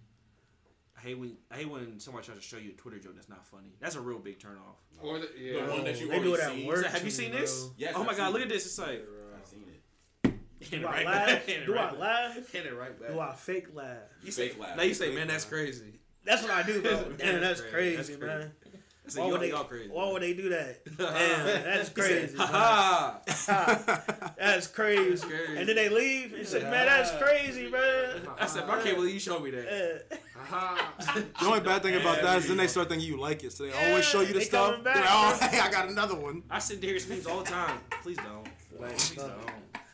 Speaker 3: I hate when I hate when somebody tries to show you a Twitter joke that's not funny. That's a real big turnoff.
Speaker 1: Or the,
Speaker 7: The
Speaker 1: yeah.
Speaker 7: one that you
Speaker 2: They do it
Speaker 7: already
Speaker 2: at
Speaker 7: seen.
Speaker 2: work.
Speaker 3: It's like, have you
Speaker 2: too,
Speaker 3: seen
Speaker 2: bro.
Speaker 3: this?
Speaker 7: Yes,
Speaker 3: oh my
Speaker 7: I've
Speaker 3: god,
Speaker 7: seen
Speaker 3: look
Speaker 7: it.
Speaker 3: at this. It's like
Speaker 7: I've seen it.
Speaker 3: Hit it
Speaker 2: Do I
Speaker 3: right
Speaker 2: laugh?
Speaker 3: back. Hit it
Speaker 2: Do I
Speaker 3: right back.
Speaker 2: laugh?
Speaker 3: Hit it right back.
Speaker 2: Do I fake laugh?
Speaker 7: You fake laugh.
Speaker 3: Now you say, man, that's crazy.
Speaker 2: That's what I do, bro.
Speaker 3: That's
Speaker 2: Damn, that's
Speaker 3: crazy.
Speaker 2: crazy,
Speaker 3: That's crazy.
Speaker 2: man.
Speaker 3: I
Speaker 2: Why
Speaker 3: say,
Speaker 2: would
Speaker 3: y'all,
Speaker 2: they-
Speaker 3: y'all crazy.
Speaker 2: Why would they do that? Damn, that's crazy.
Speaker 3: Ha
Speaker 2: bro.
Speaker 3: ha.
Speaker 2: That's crazy.
Speaker 3: crazy.
Speaker 2: And then they leave and say, man, that's crazy, man.
Speaker 3: I said, I can't believe you showed me that.
Speaker 2: Yeah.
Speaker 1: Aha.
Speaker 4: The only bad thing about that is then they start thinking you like it, so they always show you the
Speaker 2: they
Speaker 4: stuff.
Speaker 2: coming
Speaker 4: They're
Speaker 2: back,
Speaker 4: like, oh,
Speaker 2: bro."
Speaker 4: hey, I got another one.
Speaker 3: I sit there and screams all the time. Please don't. Like, please don't.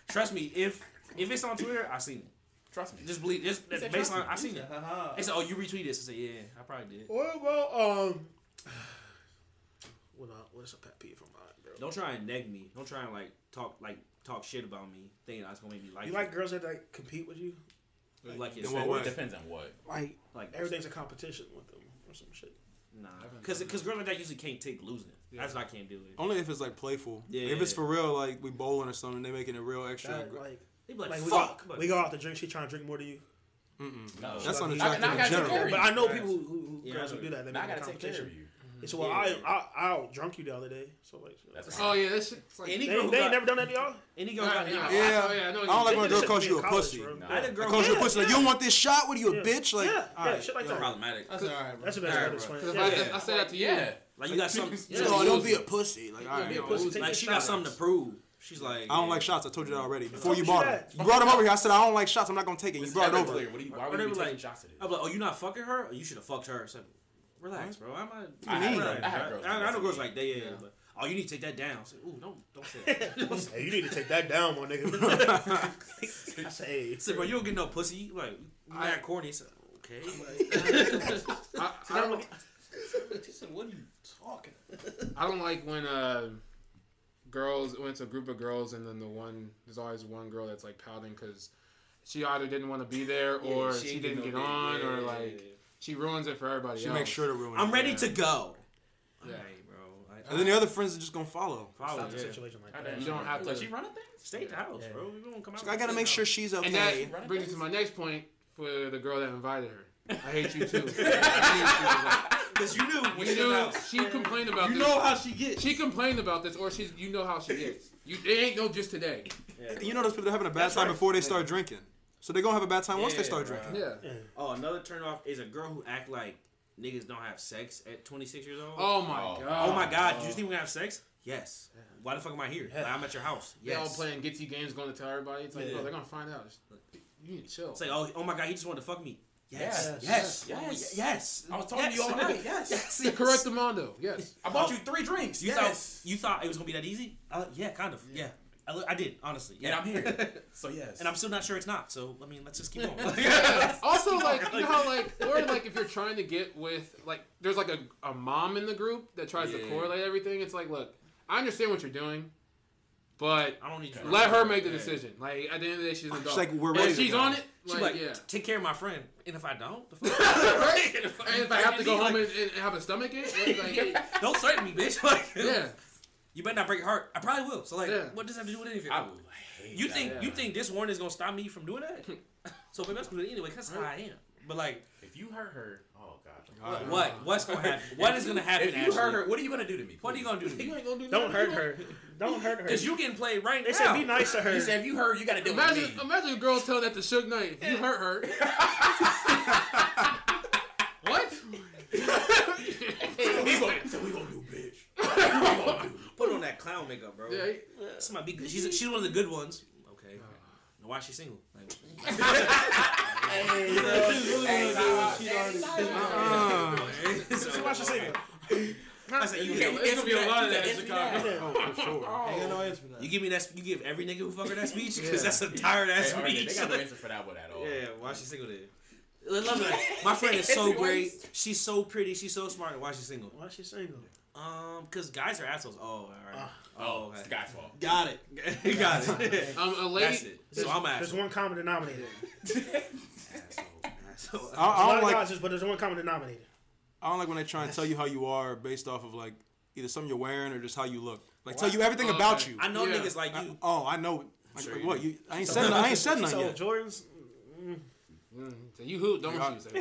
Speaker 3: Trust me, if if it's on Twitter, I seen it.
Speaker 7: Trust me.
Speaker 3: Just believe this that's
Speaker 7: said trust
Speaker 3: baseline. I seen it.
Speaker 5: Haha.
Speaker 3: They said, "Oh, you retweeted this." I said, "Yeah, I probably did."
Speaker 2: What about, um, what about- what's a pet peeve from mine, bro?
Speaker 3: Don't try and neg me. Don't try and like talk like talk shit about me. Thinking that's gonna make me like
Speaker 2: You like girls that like compete with you?
Speaker 3: it. like it.
Speaker 4: Then what way?
Speaker 7: Depends on what.
Speaker 2: Like
Speaker 3: Like
Speaker 2: everything's a competition with them or some shit.
Speaker 3: Nah, because because girls like that usually can't take losing. That's what I can't do it.
Speaker 4: Only if it's like playful.
Speaker 3: Yeah.
Speaker 4: If it's for real, like we bowling or something, they making it real extra.
Speaker 2: That, like,
Speaker 3: They be like,
Speaker 2: like we, go,
Speaker 3: "Fuck."
Speaker 2: we go out to drink, she trying to drink more than you.
Speaker 7: No.
Speaker 2: Like,
Speaker 4: That's unattractive
Speaker 7: I- I
Speaker 4: in
Speaker 7: got you
Speaker 4: general.
Speaker 7: covered.
Speaker 2: But I know people who, who
Speaker 3: Yeah,
Speaker 2: girls who
Speaker 3: I know.
Speaker 2: do that. They
Speaker 7: Now I
Speaker 2: make it a
Speaker 7: gotta take care
Speaker 2: competition.
Speaker 7: of you.
Speaker 2: They say, well,
Speaker 3: Yeah.
Speaker 2: I, I, I outdrunk you the other day. So like,
Speaker 7: That's
Speaker 1: oh yeah, that shit's like.
Speaker 3: Any
Speaker 2: they,
Speaker 3: girl, who
Speaker 2: they ain't
Speaker 3: got,
Speaker 2: never done that to y'all.
Speaker 3: any girl,
Speaker 1: Nah,
Speaker 3: got,
Speaker 1: nah,
Speaker 3: nah,
Speaker 4: Yeah.
Speaker 1: oh, yeah, I know what
Speaker 4: I don't
Speaker 1: you
Speaker 4: like
Speaker 1: mean.
Speaker 4: when a girl calls you a
Speaker 2: College,
Speaker 4: pussy.
Speaker 2: bro.
Speaker 7: Nah.
Speaker 3: I had a girl.
Speaker 4: Calls you a
Speaker 2: Yeah,
Speaker 4: pussy like
Speaker 2: yeah.
Speaker 4: you don't want this shot. What are you a bitch? Like,
Speaker 2: yeah,
Speaker 4: all
Speaker 2: yeah,
Speaker 4: right.
Speaker 2: shit like that.
Speaker 7: Problematic.
Speaker 3: uh,
Speaker 5: That's alright, bro.
Speaker 2: That's the best way to
Speaker 3: Alright,
Speaker 2: explain
Speaker 1: Because
Speaker 2: it.
Speaker 1: if
Speaker 2: Yeah.
Speaker 1: I, if I say that to you,
Speaker 7: Yeah.
Speaker 3: Like you got something.
Speaker 4: Oh,
Speaker 3: Yeah,
Speaker 4: don't be a pussy. Like, all
Speaker 2: Be a
Speaker 4: right.
Speaker 2: pussy, take
Speaker 3: like
Speaker 2: your
Speaker 3: she
Speaker 2: shot.
Speaker 3: got something to prove. She's like,
Speaker 4: I don't like shots. I told you that already. Before
Speaker 2: told
Speaker 4: you
Speaker 2: you
Speaker 4: bought
Speaker 2: that.
Speaker 4: them, you brought them over here. I said I don't like shots. I'm not gonna take it. You
Speaker 7: Let's
Speaker 4: brought it
Speaker 7: have it
Speaker 4: over.
Speaker 7: clear. What do you- Why
Speaker 3: Or
Speaker 7: would
Speaker 3: they
Speaker 7: you
Speaker 3: be
Speaker 7: be
Speaker 3: like-
Speaker 7: taking shots at it?
Speaker 3: I'm like, oh, you not fucking her? You should have fucked her. It's like, relax, bro. I'm not.
Speaker 7: I have-
Speaker 3: Relax.
Speaker 7: I have
Speaker 3: I, I,
Speaker 7: girls like
Speaker 3: know
Speaker 7: that.
Speaker 3: girls like that. Yeah, but oh, you need to take that down. I said, ooh, don't, don't say that.
Speaker 2: Hey, you need to take that down, my nigga. I say, hey,
Speaker 3: I said, bro, you don't get no pussy. You Like, you mad corny. I said, okay.
Speaker 1: I, I don't.
Speaker 3: what are you talking?
Speaker 1: I don't like when uh, girls when it's a group of girls and then the one there's always one girl that's like pouting because she either didn't want to be there or she, didn't get on or like she ruins it for everybody
Speaker 4: She
Speaker 1: else.
Speaker 4: makes sure to ruin
Speaker 3: I'm
Speaker 4: it.
Speaker 3: ready to go.
Speaker 1: Yeah.
Speaker 3: Alright, bro. Like,
Speaker 4: And then the other friends are just gonna follow.
Speaker 3: probably,
Speaker 2: stop the
Speaker 3: yeah.
Speaker 2: situation like that.
Speaker 1: You don't have
Speaker 7: Like
Speaker 1: to.
Speaker 7: she running things?
Speaker 3: Stay at the house, bro. We gonna come out.
Speaker 4: It's like, I gotta make sure she's okay.
Speaker 1: And that brings me to my next point for the girl that invited her. I hate you too. I
Speaker 3: because you knew
Speaker 1: hate you, too. you knew she complained about
Speaker 5: You
Speaker 1: this.
Speaker 5: know how she gets.
Speaker 1: she complained about this, or she's you know how she is. You it ain't no just today.
Speaker 4: You know those people that are having a bad time before they start drinking. So they're gonna have a bad time once they
Speaker 3: Yeah,
Speaker 4: start
Speaker 3: bro.
Speaker 4: drinking.
Speaker 1: Yeah.
Speaker 3: Oh, another turnoff is a girl who act like niggas don't have sex at 26 years old.
Speaker 1: Oh my
Speaker 7: Oh.
Speaker 1: god.
Speaker 3: Oh my god, do you think we have sex? Yes. Why the fuck am I here? Like, I'm at your house.
Speaker 1: They all
Speaker 3: Yes.
Speaker 1: playing gitsy games, going to tell everybody. It's like, bro, they're gonna find out. Just, you need to chill.
Speaker 3: It's like, oh, oh my god, he just wanted to fuck me. Yes.
Speaker 7: Yes.
Speaker 3: Yes. Yes.
Speaker 7: Yes.
Speaker 3: Yes. yes.
Speaker 7: I was talking to you all
Speaker 3: yes.
Speaker 7: night. Yes.
Speaker 3: Yes.
Speaker 1: The correct Amondo, yes.
Speaker 7: I bought you three drinks.
Speaker 3: You
Speaker 7: Oh. yes.
Speaker 3: thought you thought it was gonna be that easy? Uh, yeah, kind of. Yeah. I, li- I did, honestly. Yeah.
Speaker 7: And I'm here. So yes.
Speaker 3: And I'm still not sure it's not. So I mean, let's just keep going.
Speaker 1: Also, like you know how like or like if you're trying to get with like there's like a, a mom in the group that tries to
Speaker 3: Yeah.
Speaker 1: correlate everything. It's like, look, I understand what you're doing. But
Speaker 3: I don't need you.
Speaker 1: let her make the decision. Like at the end of the day, she's an adult.
Speaker 4: She's like, we're
Speaker 1: And
Speaker 4: ready
Speaker 1: if
Speaker 4: to
Speaker 1: she's
Speaker 4: go.
Speaker 1: on it.
Speaker 3: She's
Speaker 1: Like,
Speaker 3: like,
Speaker 1: yeah.
Speaker 3: take care of my friend. And if I don't, the fuck?
Speaker 1: right? And if I have to go
Speaker 3: Like,
Speaker 1: home and, and have a stomach ache, it's like, hey,
Speaker 3: don't threaten me, bitch. Like,
Speaker 1: yeah,
Speaker 3: you better not break your heart. I probably will. So like,
Speaker 1: Yeah.
Speaker 3: what does that have to do with anything?
Speaker 7: I would hate
Speaker 3: you
Speaker 7: that.
Speaker 3: think
Speaker 1: yeah.
Speaker 3: you think this warning is gonna stop me from doing that? so maybe I'm screwed anyway. 'cause That's how I am. But like,
Speaker 7: if you hurt her, oh god.
Speaker 4: All right.
Speaker 3: what? What's gonna happen? What is gonna happen?
Speaker 7: If you hurt
Speaker 3: Ashley?
Speaker 7: her, what are you gonna do to me?
Speaker 3: What are you gonna do to me?
Speaker 2: Don't hurt her. Don't hurt her.
Speaker 3: Because you getting played right
Speaker 2: They
Speaker 3: now.
Speaker 2: said be nice to her.
Speaker 7: He said, if you hurt, you gotta deal
Speaker 1: imagine,
Speaker 7: with me.
Speaker 1: imagine a girl telling that to Suge Knight. You hurt her. what?
Speaker 7: we gonna, so we gonna do, bitch.
Speaker 9: Put on that clown makeup, bro.
Speaker 1: Yeah,
Speaker 3: This might be good. She's, she's one of the good ones. Okay. Now Why is she single? Like,
Speaker 4: So why she singing?
Speaker 3: I said, you, can't-
Speaker 1: it's gonna be a lot of that in
Speaker 3: Answer
Speaker 1: Chicago.
Speaker 4: Oh, for sure.
Speaker 6: Ain't got no answer for that.
Speaker 3: you give me that. You give every nigga who fuck her that speech because
Speaker 1: Yeah.
Speaker 3: that's a tired ass
Speaker 7: Hey, all right,
Speaker 3: speech.
Speaker 7: they got no answer for that one at all.
Speaker 9: Yeah, why she single then?
Speaker 3: I love her. My friend is so great. She's so pretty. She's so smart. Why is she single?
Speaker 2: Why she single?
Speaker 3: Um, cause guys are assholes. Oh, all right.
Speaker 7: Oh, it's the guy's fault.
Speaker 9: Got it.
Speaker 3: Got it.
Speaker 1: Um, a
Speaker 3: That's
Speaker 1: lady.
Speaker 3: it. So I'm
Speaker 2: There's
Speaker 3: asking.
Speaker 2: one common denominator.
Speaker 4: I,
Speaker 2: A lot
Speaker 4: I don't
Speaker 2: of
Speaker 4: like.
Speaker 2: dodges, but there's one common denominator.
Speaker 4: I don't like when they try and tell you how you are based off of like either something you're wearing or just how you look. Like tell you everything
Speaker 1: Okay.
Speaker 4: about you.
Speaker 3: I know
Speaker 1: Yeah.
Speaker 3: niggas like you.
Speaker 4: oh, I know. Like,
Speaker 3: Sure you
Speaker 4: what? You, I ain't said. I ain't said nothing
Speaker 2: So
Speaker 4: yet.
Speaker 2: Jordans,
Speaker 1: mm, So you hoop, don't
Speaker 4: Yeah.
Speaker 1: you? Say,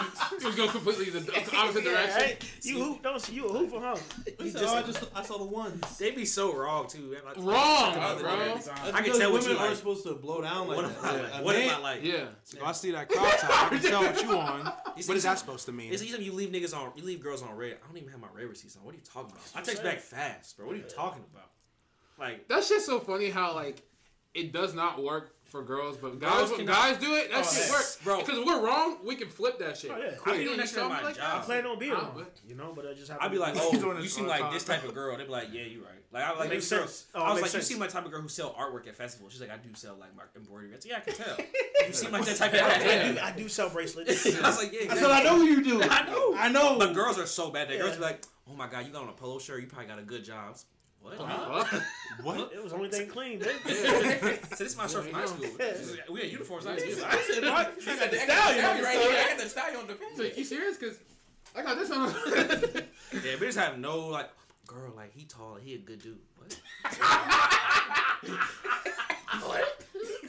Speaker 1: what? you go completely the opposite direction.
Speaker 2: hey, you hoop, don't you? You a hooper, huh?
Speaker 6: You just, oh, I just I saw the ones.
Speaker 3: They be so wrong too. Like,
Speaker 1: Wrong, bro.
Speaker 3: I can tell what
Speaker 6: women
Speaker 3: you
Speaker 6: aren't
Speaker 3: like.
Speaker 6: supposed to blow down like
Speaker 3: What am
Speaker 6: that.
Speaker 3: I
Speaker 6: Yeah.
Speaker 3: like? What am I
Speaker 6: Man,
Speaker 3: like?
Speaker 1: Yeah.
Speaker 4: If I see that crop top, I can tell what you on.
Speaker 3: You see-
Speaker 4: What is that supposed to mean?
Speaker 3: It's either you leave niggas on, you leave girls on red. I don't even have my red receipts on. What are you talking about? I text back fast, bro. What are you talking about? Like,
Speaker 1: That shit's so funny how like it does not work for girls, but guys,
Speaker 3: Girls
Speaker 1: when
Speaker 3: cannot-
Speaker 1: guys do it. That
Speaker 3: Oh,
Speaker 1: shit
Speaker 3: yeah.
Speaker 1: works,
Speaker 3: Bro.
Speaker 1: Because we're wrong, we can flip that shit.
Speaker 2: Oh, yeah.
Speaker 3: I be
Speaker 1: You
Speaker 3: doing that shit
Speaker 1: saw
Speaker 3: at
Speaker 1: me
Speaker 3: my
Speaker 1: like that?
Speaker 2: I
Speaker 3: job.
Speaker 2: plan on being
Speaker 1: Nah,
Speaker 2: one,
Speaker 1: but-
Speaker 2: you know, but I just have
Speaker 3: I'd be like,
Speaker 4: He's
Speaker 3: oh,
Speaker 4: doing
Speaker 3: you
Speaker 4: this
Speaker 3: seem
Speaker 4: all
Speaker 3: like
Speaker 4: the
Speaker 3: this type of girl. They'd be like, yeah, you right. Like, I like
Speaker 2: Makes
Speaker 3: this girl.
Speaker 2: sense. Oh,
Speaker 3: I was like,
Speaker 2: makes
Speaker 3: you
Speaker 2: sense.
Speaker 3: seem like the type of girl who sell artwork at festivals. She's like, I do sell like my embroidery. I said, yeah, I can tell. You seem like that type of
Speaker 2: I,
Speaker 3: girl.
Speaker 2: do, I do sell bracelets.
Speaker 3: I was like, yeah.
Speaker 6: I said I know you do.
Speaker 3: I know.
Speaker 6: I know.
Speaker 3: But girls are so bad. That girls
Speaker 2: Yeah.
Speaker 3: be like, oh my god, you got on a polo shirt. You probably got a good job. What?
Speaker 1: Fuck.
Speaker 4: what?
Speaker 2: it was the only thing clean, bitch.
Speaker 3: so this is my shirt from high school. She's like, We had uniforms. I said, what? She said, stallion.
Speaker 7: right here. I got the style on the
Speaker 1: So, you serious? Because I got this on.
Speaker 3: Yeah, bitches have no like, girl, like he tall, he a good dude. What?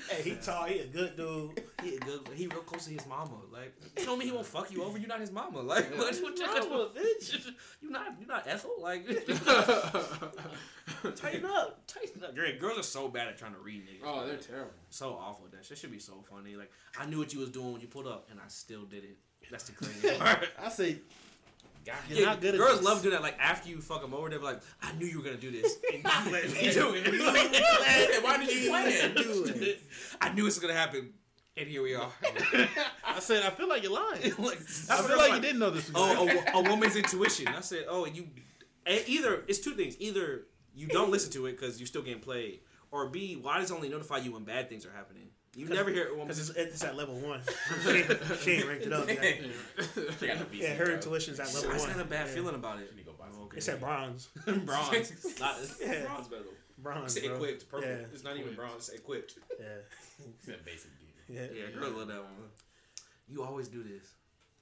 Speaker 2: hey, he tall, he a good dude.
Speaker 3: He a good, he real close to his mama. Like, you know me, he won't fuck you over. You're not his mama. Like, what? What?
Speaker 2: Bro, bitch,
Speaker 3: You not, you not Ethel. Like,
Speaker 2: tighten up.
Speaker 3: tighten up. Girl- girls are so bad at trying to read niggas.
Speaker 1: oh, they're
Speaker 3: Like,
Speaker 1: terrible.
Speaker 3: so awful at that. That should be so funny. Like, I knew what you was doing when you pulled up, and I still did it. That's the crazy part.
Speaker 6: I say you're
Speaker 3: Yeah,
Speaker 6: not good at
Speaker 3: girls
Speaker 6: this.
Speaker 3: love doing that. Like after you fuck them over, they're like, "I knew you were gonna do this." And you let me do it. Why did you plan?
Speaker 6: Do it.
Speaker 3: I knew this was gonna happen, and here we are.
Speaker 6: I said I feel like you're lying.
Speaker 3: like,
Speaker 6: I feel like you didn't know this. Was
Speaker 3: Oh, a, wo- a woman's intuition. I said, "Oh, you." and Either it's two things. Either you don't listen to it because you're still getting played, or B, why does it only notify you when bad things are happening? You never hear a woman.
Speaker 2: Because it's, it's at level one. she ain't- she ain't ranked it up yet.
Speaker 7: She got the VC,
Speaker 2: Yeah, her
Speaker 7: bro.
Speaker 2: intuition's at
Speaker 3: I
Speaker 2: level
Speaker 3: just
Speaker 2: one.
Speaker 3: had a bad
Speaker 2: yeah.
Speaker 3: feeling about it.
Speaker 7: Let me go buy some.
Speaker 2: It's at bronze.
Speaker 3: Bronze, not
Speaker 2: Yeah.
Speaker 3: bronze medal.
Speaker 2: Bronze,
Speaker 3: It's
Speaker 2: bro.
Speaker 3: equipped. Purple.
Speaker 2: Yeah.
Speaker 3: It's not even bronze. It's equipped.
Speaker 2: Yeah.
Speaker 7: It's a basic deal.
Speaker 2: yeah.
Speaker 3: Yeah, girl, love that one. You always do this,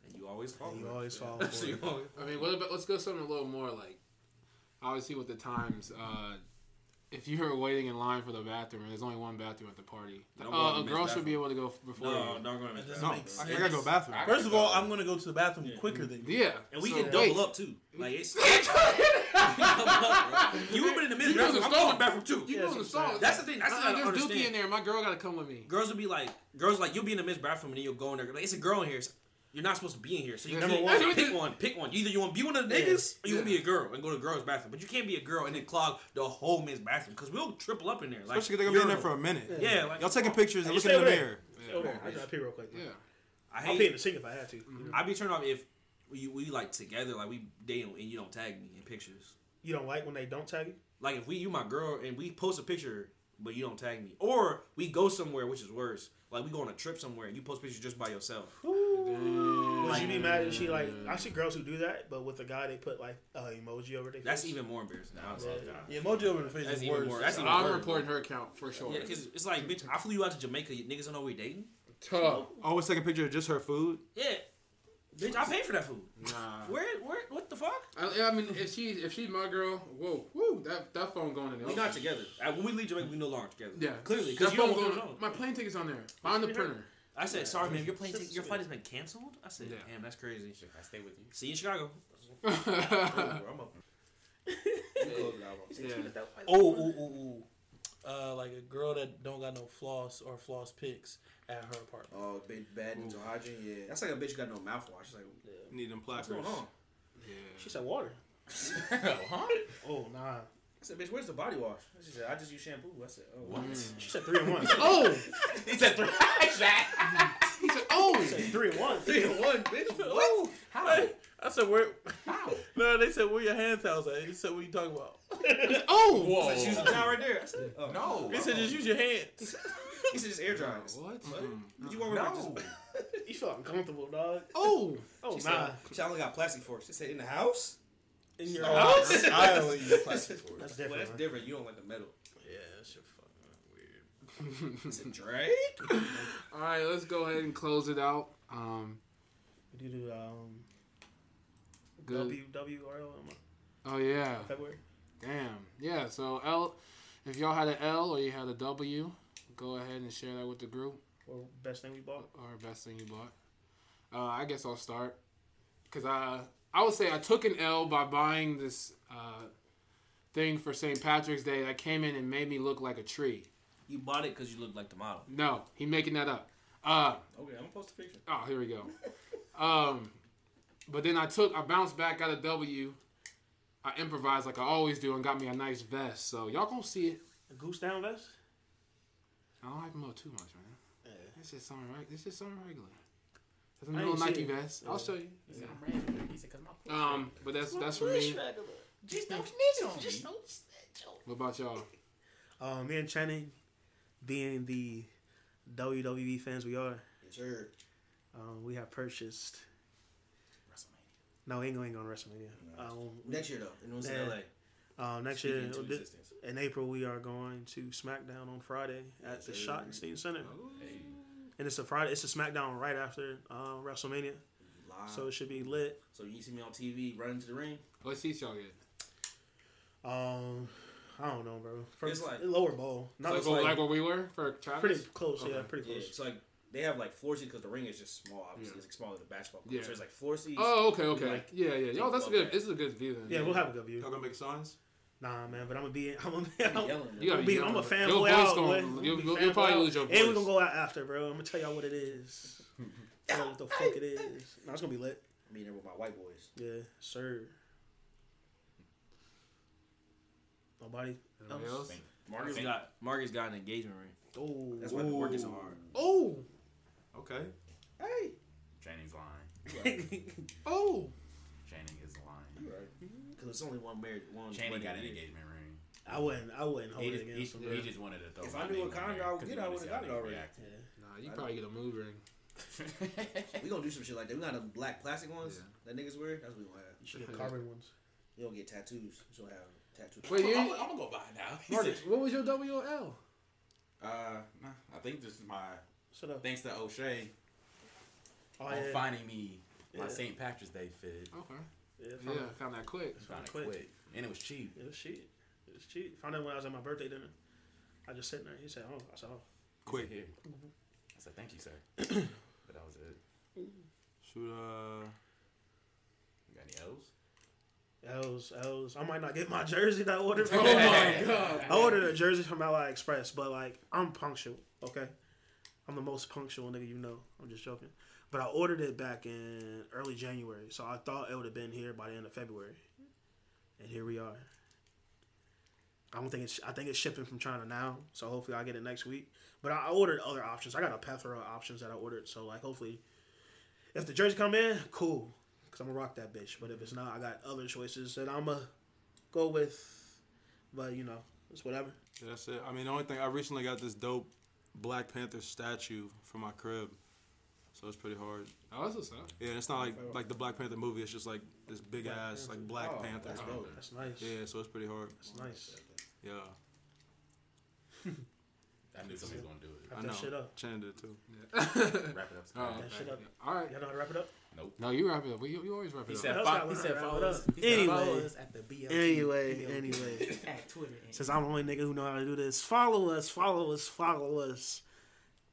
Speaker 3: and you always fall.
Speaker 2: You
Speaker 3: for it.
Speaker 2: always fall
Speaker 3: So
Speaker 2: for
Speaker 3: you
Speaker 2: it.
Speaker 3: always-
Speaker 1: I mean, what about? Let's go something a little more like. Obviously, with the times, uh, if you're waiting in line for the bathroom and there's only one bathroom at the party,
Speaker 3: Don't go
Speaker 1: uh,
Speaker 3: to
Speaker 1: a
Speaker 3: the
Speaker 1: girl
Speaker 3: men's
Speaker 1: should be able to go f- before
Speaker 3: No,
Speaker 1: you.
Speaker 3: don't go in
Speaker 6: It
Speaker 3: the
Speaker 6: doesn't
Speaker 4: No,
Speaker 3: bathroom,
Speaker 6: make
Speaker 4: I,
Speaker 6: sense.
Speaker 4: I gotta go to the bathroom.
Speaker 6: First of all, I'm gonna go to the bathroom quicker than you.
Speaker 1: Yeah,
Speaker 3: And we
Speaker 1: so
Speaker 3: can double
Speaker 1: wait.
Speaker 3: up too. Like it's you women in the middle.
Speaker 1: You guys
Speaker 3: bathroom,
Speaker 1: are
Speaker 3: I'm going
Speaker 1: stalling.
Speaker 3: bathroom too.
Speaker 1: You
Speaker 2: Yeah,
Speaker 1: know the
Speaker 2: that's what I'm
Speaker 1: song.
Speaker 2: saying.
Speaker 3: That's the thing. That's the
Speaker 1: Uh-uh,
Speaker 3: thing. I
Speaker 1: there's
Speaker 3: don't
Speaker 1: Dookie in
Speaker 3: understand.
Speaker 1: there. My girl gotta come with me.
Speaker 3: Girls will be like, girls like you'll be in the men's bathroom and then you'll go in there. Like, it's a girl in here. so You're not supposed to be in here. So you
Speaker 1: Number
Speaker 3: can't
Speaker 1: one.
Speaker 3: pick one. Pick one. Either you want to be one of the
Speaker 2: Yeah.
Speaker 3: niggas or you want to
Speaker 1: Yeah.
Speaker 3: be a girl and go to the girls' bathroom. But you can't be a girl and then clog the whole men's bathroom because we'll triple up in there. Like,
Speaker 4: Especially 'cause they're gonna be in there for
Speaker 3: urinal.
Speaker 4: a minute.
Speaker 3: Yeah, like-
Speaker 4: y'all taking pictures and
Speaker 2: You
Speaker 4: looking
Speaker 2: stay
Speaker 4: in the
Speaker 2: over there.
Speaker 4: mirror.
Speaker 2: Hold on, I gotta pee real quick.
Speaker 1: Yeah,
Speaker 3: I
Speaker 2: I'll pee in
Speaker 3: hate.
Speaker 2: the sink if I had to. You, know.
Speaker 3: I'd be turned off if we, we like together, like we dating and you don't tag me in pictures.
Speaker 2: You don't like when they don't tag you?
Speaker 3: Like if we you my girl and we post a picture but you don't tag me. Or we go somewhere, which is worse. Like we go on a trip somewhere and you post pictures just by yourself.
Speaker 2: What Would
Speaker 5: like,
Speaker 2: you be mad if she like? I see girls who do that, but with a guy they put like a emoji over their
Speaker 3: That's
Speaker 2: face.
Speaker 3: even more embarrassing.
Speaker 2: Yeah.
Speaker 3: honestly.
Speaker 6: Yeah, Mojo over the face
Speaker 3: That's
Speaker 6: is
Speaker 3: even
Speaker 6: worse. Uh,
Speaker 3: more. That's even
Speaker 1: I'm
Speaker 3: worse.
Speaker 1: reporting her account for sure.
Speaker 3: Yeah, because it's like, bitch, I flew you out to Jamaica. You niggas don't know we dating.
Speaker 1: Tough.
Speaker 4: Always take a picture of just her food.
Speaker 3: Yeah, bitch, I paid for that food.
Speaker 7: Nah.
Speaker 3: Where, where, what the fuck?
Speaker 1: I, I mean, if she if she's my girl, whoa, woo, that that phone going in there.
Speaker 3: We not together. Uh, When we leave Jamaica, we no longer together.
Speaker 1: Yeah,
Speaker 3: clearly,
Speaker 1: That
Speaker 3: because you
Speaker 1: phone
Speaker 3: don't
Speaker 1: going-
Speaker 3: know what's on.
Speaker 1: My plane ticket's on there. Find the printer.
Speaker 3: I said, sorry, man, your plane,
Speaker 2: Shut
Speaker 3: ticket- your
Speaker 2: the
Speaker 3: flight has been canceled. I said,
Speaker 1: Yeah.
Speaker 3: damn, that's crazy.
Speaker 7: I stay with you.
Speaker 3: See you in Chicago.
Speaker 9: I'm up. You close it out, bro.
Speaker 6: Oh, ooh, ooh, ooh. Uh, like a girl that don't got no floss or floss picks at her apartment.
Speaker 9: Oh, big bad into hygiene. Yeah, that's like a bitch got no mouthwash. It's like,
Speaker 4: Need them
Speaker 9: what's
Speaker 4: placards.
Speaker 9: going on?
Speaker 2: She said water.
Speaker 9: huh?
Speaker 2: Oh nah.
Speaker 9: I said, bitch, where's the body wash? She said, I just use shampoo. I said, oh, what?
Speaker 2: She said three and one.
Speaker 1: Oh,
Speaker 7: He said three.
Speaker 1: he said, oh,
Speaker 2: She said three and one.
Speaker 9: Three in one, bitch. What? How?
Speaker 6: I said, where?
Speaker 9: How?
Speaker 6: No, they said, where your hand towels at? He said, what you talking about?
Speaker 1: oh,
Speaker 9: I said, she used a towel right there. I said, oh.
Speaker 7: No.
Speaker 6: He said, just use your hands.
Speaker 9: He said, just air dry. it.
Speaker 1: What?
Speaker 9: You want to
Speaker 7: No.
Speaker 9: just?
Speaker 2: You feel uncomfortable, dog.
Speaker 1: Oh,
Speaker 2: Oh
Speaker 9: She
Speaker 2: nah.
Speaker 9: said, she only got plastic forks. She said, in the house?
Speaker 2: In your
Speaker 6: house?
Speaker 9: I
Speaker 5: only use plastic forks.
Speaker 2: That's
Speaker 9: Well,
Speaker 2: different.
Speaker 9: that's
Speaker 2: man.
Speaker 9: different. You don't like the metal.
Speaker 6: Yeah, that's your fucking weird.
Speaker 9: I said, Drake?
Speaker 1: all right. Let's go ahead and close it out. Um,
Speaker 2: We do do um
Speaker 1: good.
Speaker 2: WWRL in
Speaker 1: Oh yeah.
Speaker 2: February.
Speaker 1: Damn. Yeah. So L, if y'all had an L or you had a W, go ahead and share that with the group.
Speaker 2: Or best thing we bought.
Speaker 1: or best thing you bought? Uh, I guess I'll start because I I would say I took an L by buying this uh, thing for St. Patrick's Day that came in and made me look like a tree.
Speaker 3: You bought it because you look like the model.
Speaker 1: No, he making that up. Uh,
Speaker 9: Okay, I'm going to post a picture.
Speaker 1: oh, here we go. Um, but then I took I bounced back, got a W. I improvised like I always do and got me a nice vest. So y'all gonna see it.
Speaker 2: A goose down vest.
Speaker 1: I don't hype him up too much, man.
Speaker 2: Yeah.
Speaker 1: This is something right. This is something regular. It's a
Speaker 2: I
Speaker 1: little
Speaker 2: ain't
Speaker 1: Nike
Speaker 2: seen it.
Speaker 1: vest. I'll show you. Yeah.
Speaker 7: He said, cause my
Speaker 1: Um, but that's that's for me.
Speaker 7: just don't snitch on me. Just don't
Speaker 1: What about y'all?
Speaker 2: Uh, me and Channing, being the WWE fans we are,
Speaker 9: Sure.
Speaker 2: um, we have purchased. No, we ain't going on WrestleMania. Um, we-
Speaker 9: Next year, though. And it was
Speaker 2: Yeah.
Speaker 9: in LA.
Speaker 2: um, next
Speaker 9: Speaking
Speaker 2: year,
Speaker 9: into
Speaker 2: thi-
Speaker 9: existence.
Speaker 2: in April, we are going to SmackDown on Friday at the Schottenstein Center,
Speaker 9: Oh.
Speaker 2: and it's a Friday. It's a SmackDown right after uh, WrestleMania,
Speaker 9: Live.
Speaker 2: so
Speaker 9: So,
Speaker 2: it should be lit.
Speaker 9: you see me on TV running to the ring?
Speaker 1: What seats y'all get?
Speaker 2: Um, I don't know, bro. First,
Speaker 9: It's like-
Speaker 2: lower bowl, not
Speaker 1: Like,
Speaker 9: It's
Speaker 1: what-
Speaker 9: like-
Speaker 1: like where we were for Travis.
Speaker 2: pretty close. Yeah,
Speaker 1: Okay.
Speaker 2: pretty
Speaker 9: Yeah,
Speaker 2: close.
Speaker 9: it's like they have like floor seats because the ring is just small. Obviously, it's like smaller than a basketball court.
Speaker 1: Yeah.
Speaker 9: So there's like floor seats.
Speaker 1: Oh, okay, okay,
Speaker 9: like,
Speaker 1: yeah, yeah. Y'all, that's a
Speaker 9: above
Speaker 1: good.
Speaker 9: that.
Speaker 1: This is a good view then.
Speaker 2: yeah, we'll have a good view.
Speaker 4: Y'all gonna make signs?
Speaker 2: Nah, man, but I'm gonna be. I'm gonna be.
Speaker 9: I'm yelling.
Speaker 1: You gotta
Speaker 2: I'm be,
Speaker 1: yell,
Speaker 2: I'm a
Speaker 1: but
Speaker 2: fanboy
Speaker 1: your voice gonna-
Speaker 2: out. boy.
Speaker 1: you'll-
Speaker 2: I'm
Speaker 1: you'll-
Speaker 2: gonna be
Speaker 1: you'll
Speaker 2: fanboy
Speaker 1: probably
Speaker 2: out.
Speaker 1: lose your
Speaker 2: And we're
Speaker 1: voice.
Speaker 2: gonna go out after, bro. I'm gonna tell y'all what it is. Tell y'all what the fuck it is. Nah, it's gonna be lit.
Speaker 9: I'm being there with my white boys.
Speaker 2: Yeah, sir. Nobody
Speaker 1: Anybody else?
Speaker 3: Marcus got Marcus got an engagement ring.
Speaker 2: Oh,
Speaker 9: That's why I'm working so hard.
Speaker 1: Oh,
Speaker 4: Okay.
Speaker 9: Hey.
Speaker 7: Channing's lying.
Speaker 1: oh.
Speaker 7: Channing is lying.
Speaker 9: Because it's only one married one.
Speaker 7: Channing
Speaker 9: wedding
Speaker 7: got an
Speaker 9: year.
Speaker 7: engagement ring.
Speaker 2: I wouldn't. I wouldn't hold
Speaker 7: He
Speaker 2: it
Speaker 7: just,
Speaker 2: against him.
Speaker 7: he,
Speaker 2: bro.
Speaker 7: he just wanted to throw.
Speaker 9: If
Speaker 7: my
Speaker 9: I knew
Speaker 7: name
Speaker 9: what
Speaker 7: on
Speaker 9: kind
Speaker 7: there
Speaker 9: I would
Speaker 7: 'cause
Speaker 9: get,
Speaker 7: he
Speaker 9: I
Speaker 7: wanted
Speaker 9: would've
Speaker 7: to see how
Speaker 9: got it
Speaker 7: they
Speaker 9: already.
Speaker 7: reacted.
Speaker 2: Yeah.
Speaker 1: Nah, you probably get a mood ring.
Speaker 9: We gonna do some shit like that. We got the black plastic ones that niggas wear. That's what we gonna have.
Speaker 2: You should get carbon ones.
Speaker 9: You don't get tattoos. You don't have tattoos.
Speaker 1: Wait, you,
Speaker 7: I'm, I'm
Speaker 1: ain't-
Speaker 7: gonna go buy it now. He
Speaker 1: Marcus,
Speaker 7: said,
Speaker 1: what was your WOL?
Speaker 7: uh, nah, I think this is my
Speaker 2: Shut up.
Speaker 7: thanks to O'Shea
Speaker 2: Oh
Speaker 7: on
Speaker 2: yeah.
Speaker 7: finding me my
Speaker 2: Yeah.
Speaker 7: St. Patrick's Day fit.
Speaker 1: Okay.
Speaker 2: Yeah.
Speaker 1: Yeah,
Speaker 2: Found, yeah.
Speaker 1: found that quick.
Speaker 7: Found it
Speaker 2: quick.
Speaker 7: quick, and it was cheap.
Speaker 2: It was cheap. It was cheap. Found out when I was at my birthday dinner. I just sitting there. He said, "Oh, I said, oh,
Speaker 7: Quick Mm-hmm. here. I said thank you, sir. but that was it.
Speaker 4: Shoot. Uh.
Speaker 7: You got any L's?
Speaker 2: L's, L's. I might not get my jersey that I ordered from.
Speaker 1: Oh my god.
Speaker 3: Oh.
Speaker 2: I ordered a jersey from Ally Express, but like I'm punctual, okay? I'm the most punctual nigga you know. I'm just joking. But I ordered it back in early January, so I thought it would have been here by the end of February. And here we are. I don't think it's I think it's shipping from China now, so hopefully I get it next week. But I I ordered other options. I got a plethora of options that I ordered, so like hopefully if the jersey come in, cool. Cause I'm gonna rock that bitch. But if it's not, I got other choices that I'ma go with. But you know, it's whatever.
Speaker 4: Yeah, that's it. I mean, the only thing I recently got this dope Black Panther statue for my crib. so it's pretty hard.
Speaker 1: Oh, that's what's up.
Speaker 4: Yeah, it's not like like the Black Panther movie. It's just like this big ass like Black
Speaker 9: Oh,
Speaker 4: Panther.
Speaker 9: that's dope.
Speaker 2: That's nice.
Speaker 4: Yeah, so it's pretty hard.
Speaker 2: That's nice.
Speaker 4: Yeah,
Speaker 7: I knew somebody was gonna do it.
Speaker 2: Wrap
Speaker 4: I
Speaker 2: that
Speaker 4: know.
Speaker 2: shit up.
Speaker 4: Channing did it too.
Speaker 7: Wrap it up.
Speaker 1: All right.
Speaker 2: That shit up.
Speaker 1: Oh, All right.
Speaker 2: Y'all know how to wrap it up?
Speaker 1: No, you wrap it up. You, you always wrap it
Speaker 7: He
Speaker 1: up.
Speaker 7: said,
Speaker 2: What else
Speaker 7: fo-
Speaker 2: got
Speaker 7: he said
Speaker 2: wrap it
Speaker 7: follow
Speaker 2: up?
Speaker 7: us. He said follow
Speaker 6: Anyway.
Speaker 7: us at the BLT.
Speaker 6: Anyway, anyway.
Speaker 9: At Twitter.
Speaker 2: Since I'm the only nigga who know how to do this, follow us, follow us, follow us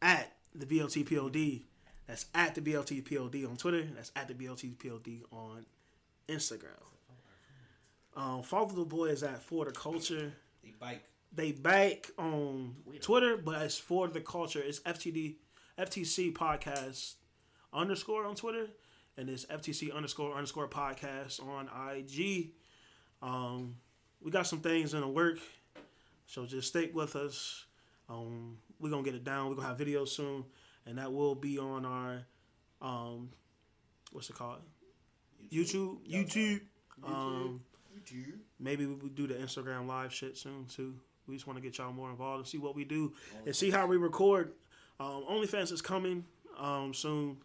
Speaker 2: at the BLTPOD. That's at the BLTPOD on Twitter. That's at the BLTPOD on Instagram. Um, follow the boys at For the Culture.
Speaker 9: They bike.
Speaker 2: They back on Twitter, but it's For the Culture. It's FTD, FTC podcast underscore on Twitter, and it's FTC underscore underscore podcast on IG. Um, we got some things in the work, so just stick with us. Um, we're gonna get it down. We're gonna have videos soon, and that will be on our um, what's it called? YouTube, YouTube. Um,
Speaker 9: YouTube.
Speaker 2: maybe we will do the Instagram live shit soon too. We just want to get y'all more involved and see what we do and see how we record. Um, OnlyFans is coming um, soon.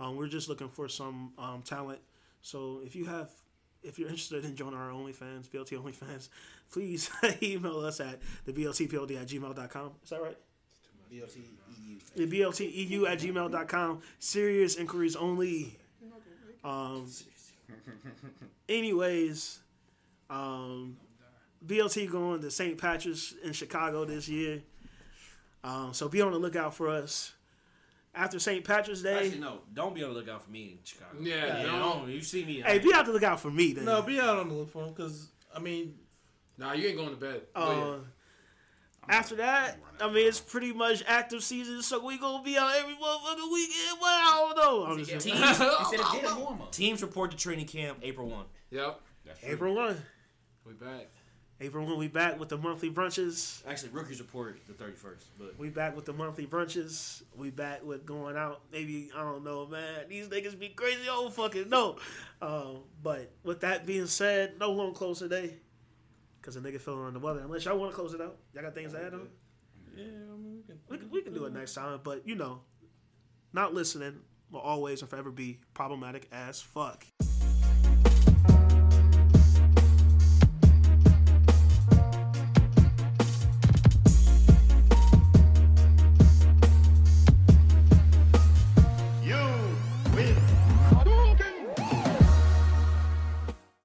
Speaker 2: Um, we're just looking for some um, talent. So if you have, if you're interested in joining our OnlyFans, BLT OnlyFans, please email us at the BLTPLD at gmail.com. Is that right?
Speaker 9: BLT EU.
Speaker 2: The BLTEU E at gmail.com. Serious inquiries only. Um, anyways, um, BLT going to St. Patrick's in Chicago this year. Um, so be on the lookout for us. After St. Patrick's Day,
Speaker 3: Actually, no. Don't be on the lookout for me in Chicago.
Speaker 1: Yeah, don't.
Speaker 3: don't. You see me.
Speaker 2: hey, be out the lookout for me then. Uh,
Speaker 6: No, be out on the look for him because I mean,
Speaker 1: Nah, you ain't going to bed.
Speaker 2: Uh,
Speaker 6: Oh,
Speaker 2: After that, I mean, it's pretty much active season, so we gonna be out every motherfucking weekend. Well, I don't know. I'm just
Speaker 9: Teams,
Speaker 2: saying.
Speaker 9: instead of getting warm up.
Speaker 3: Teams report to training camp April one.
Speaker 1: yep.
Speaker 2: April 1.
Speaker 1: We back.
Speaker 2: April 1, we back with the monthly brunches.
Speaker 3: Actually, rookies report the thirty first. But
Speaker 2: We back with the monthly brunches. We back with going out. Maybe I don't know, man. These niggas be crazy. I don't fucking know. Um, but with that being said, no long close today, cause a nigga feeling the weather. Unless y'all want to close it out, y'all got things to add on.
Speaker 5: Yeah, I mean, we can.
Speaker 2: We can, we can do it next time. But you know, not listening will always and forever be problematic as fuck.
Speaker 10: You win.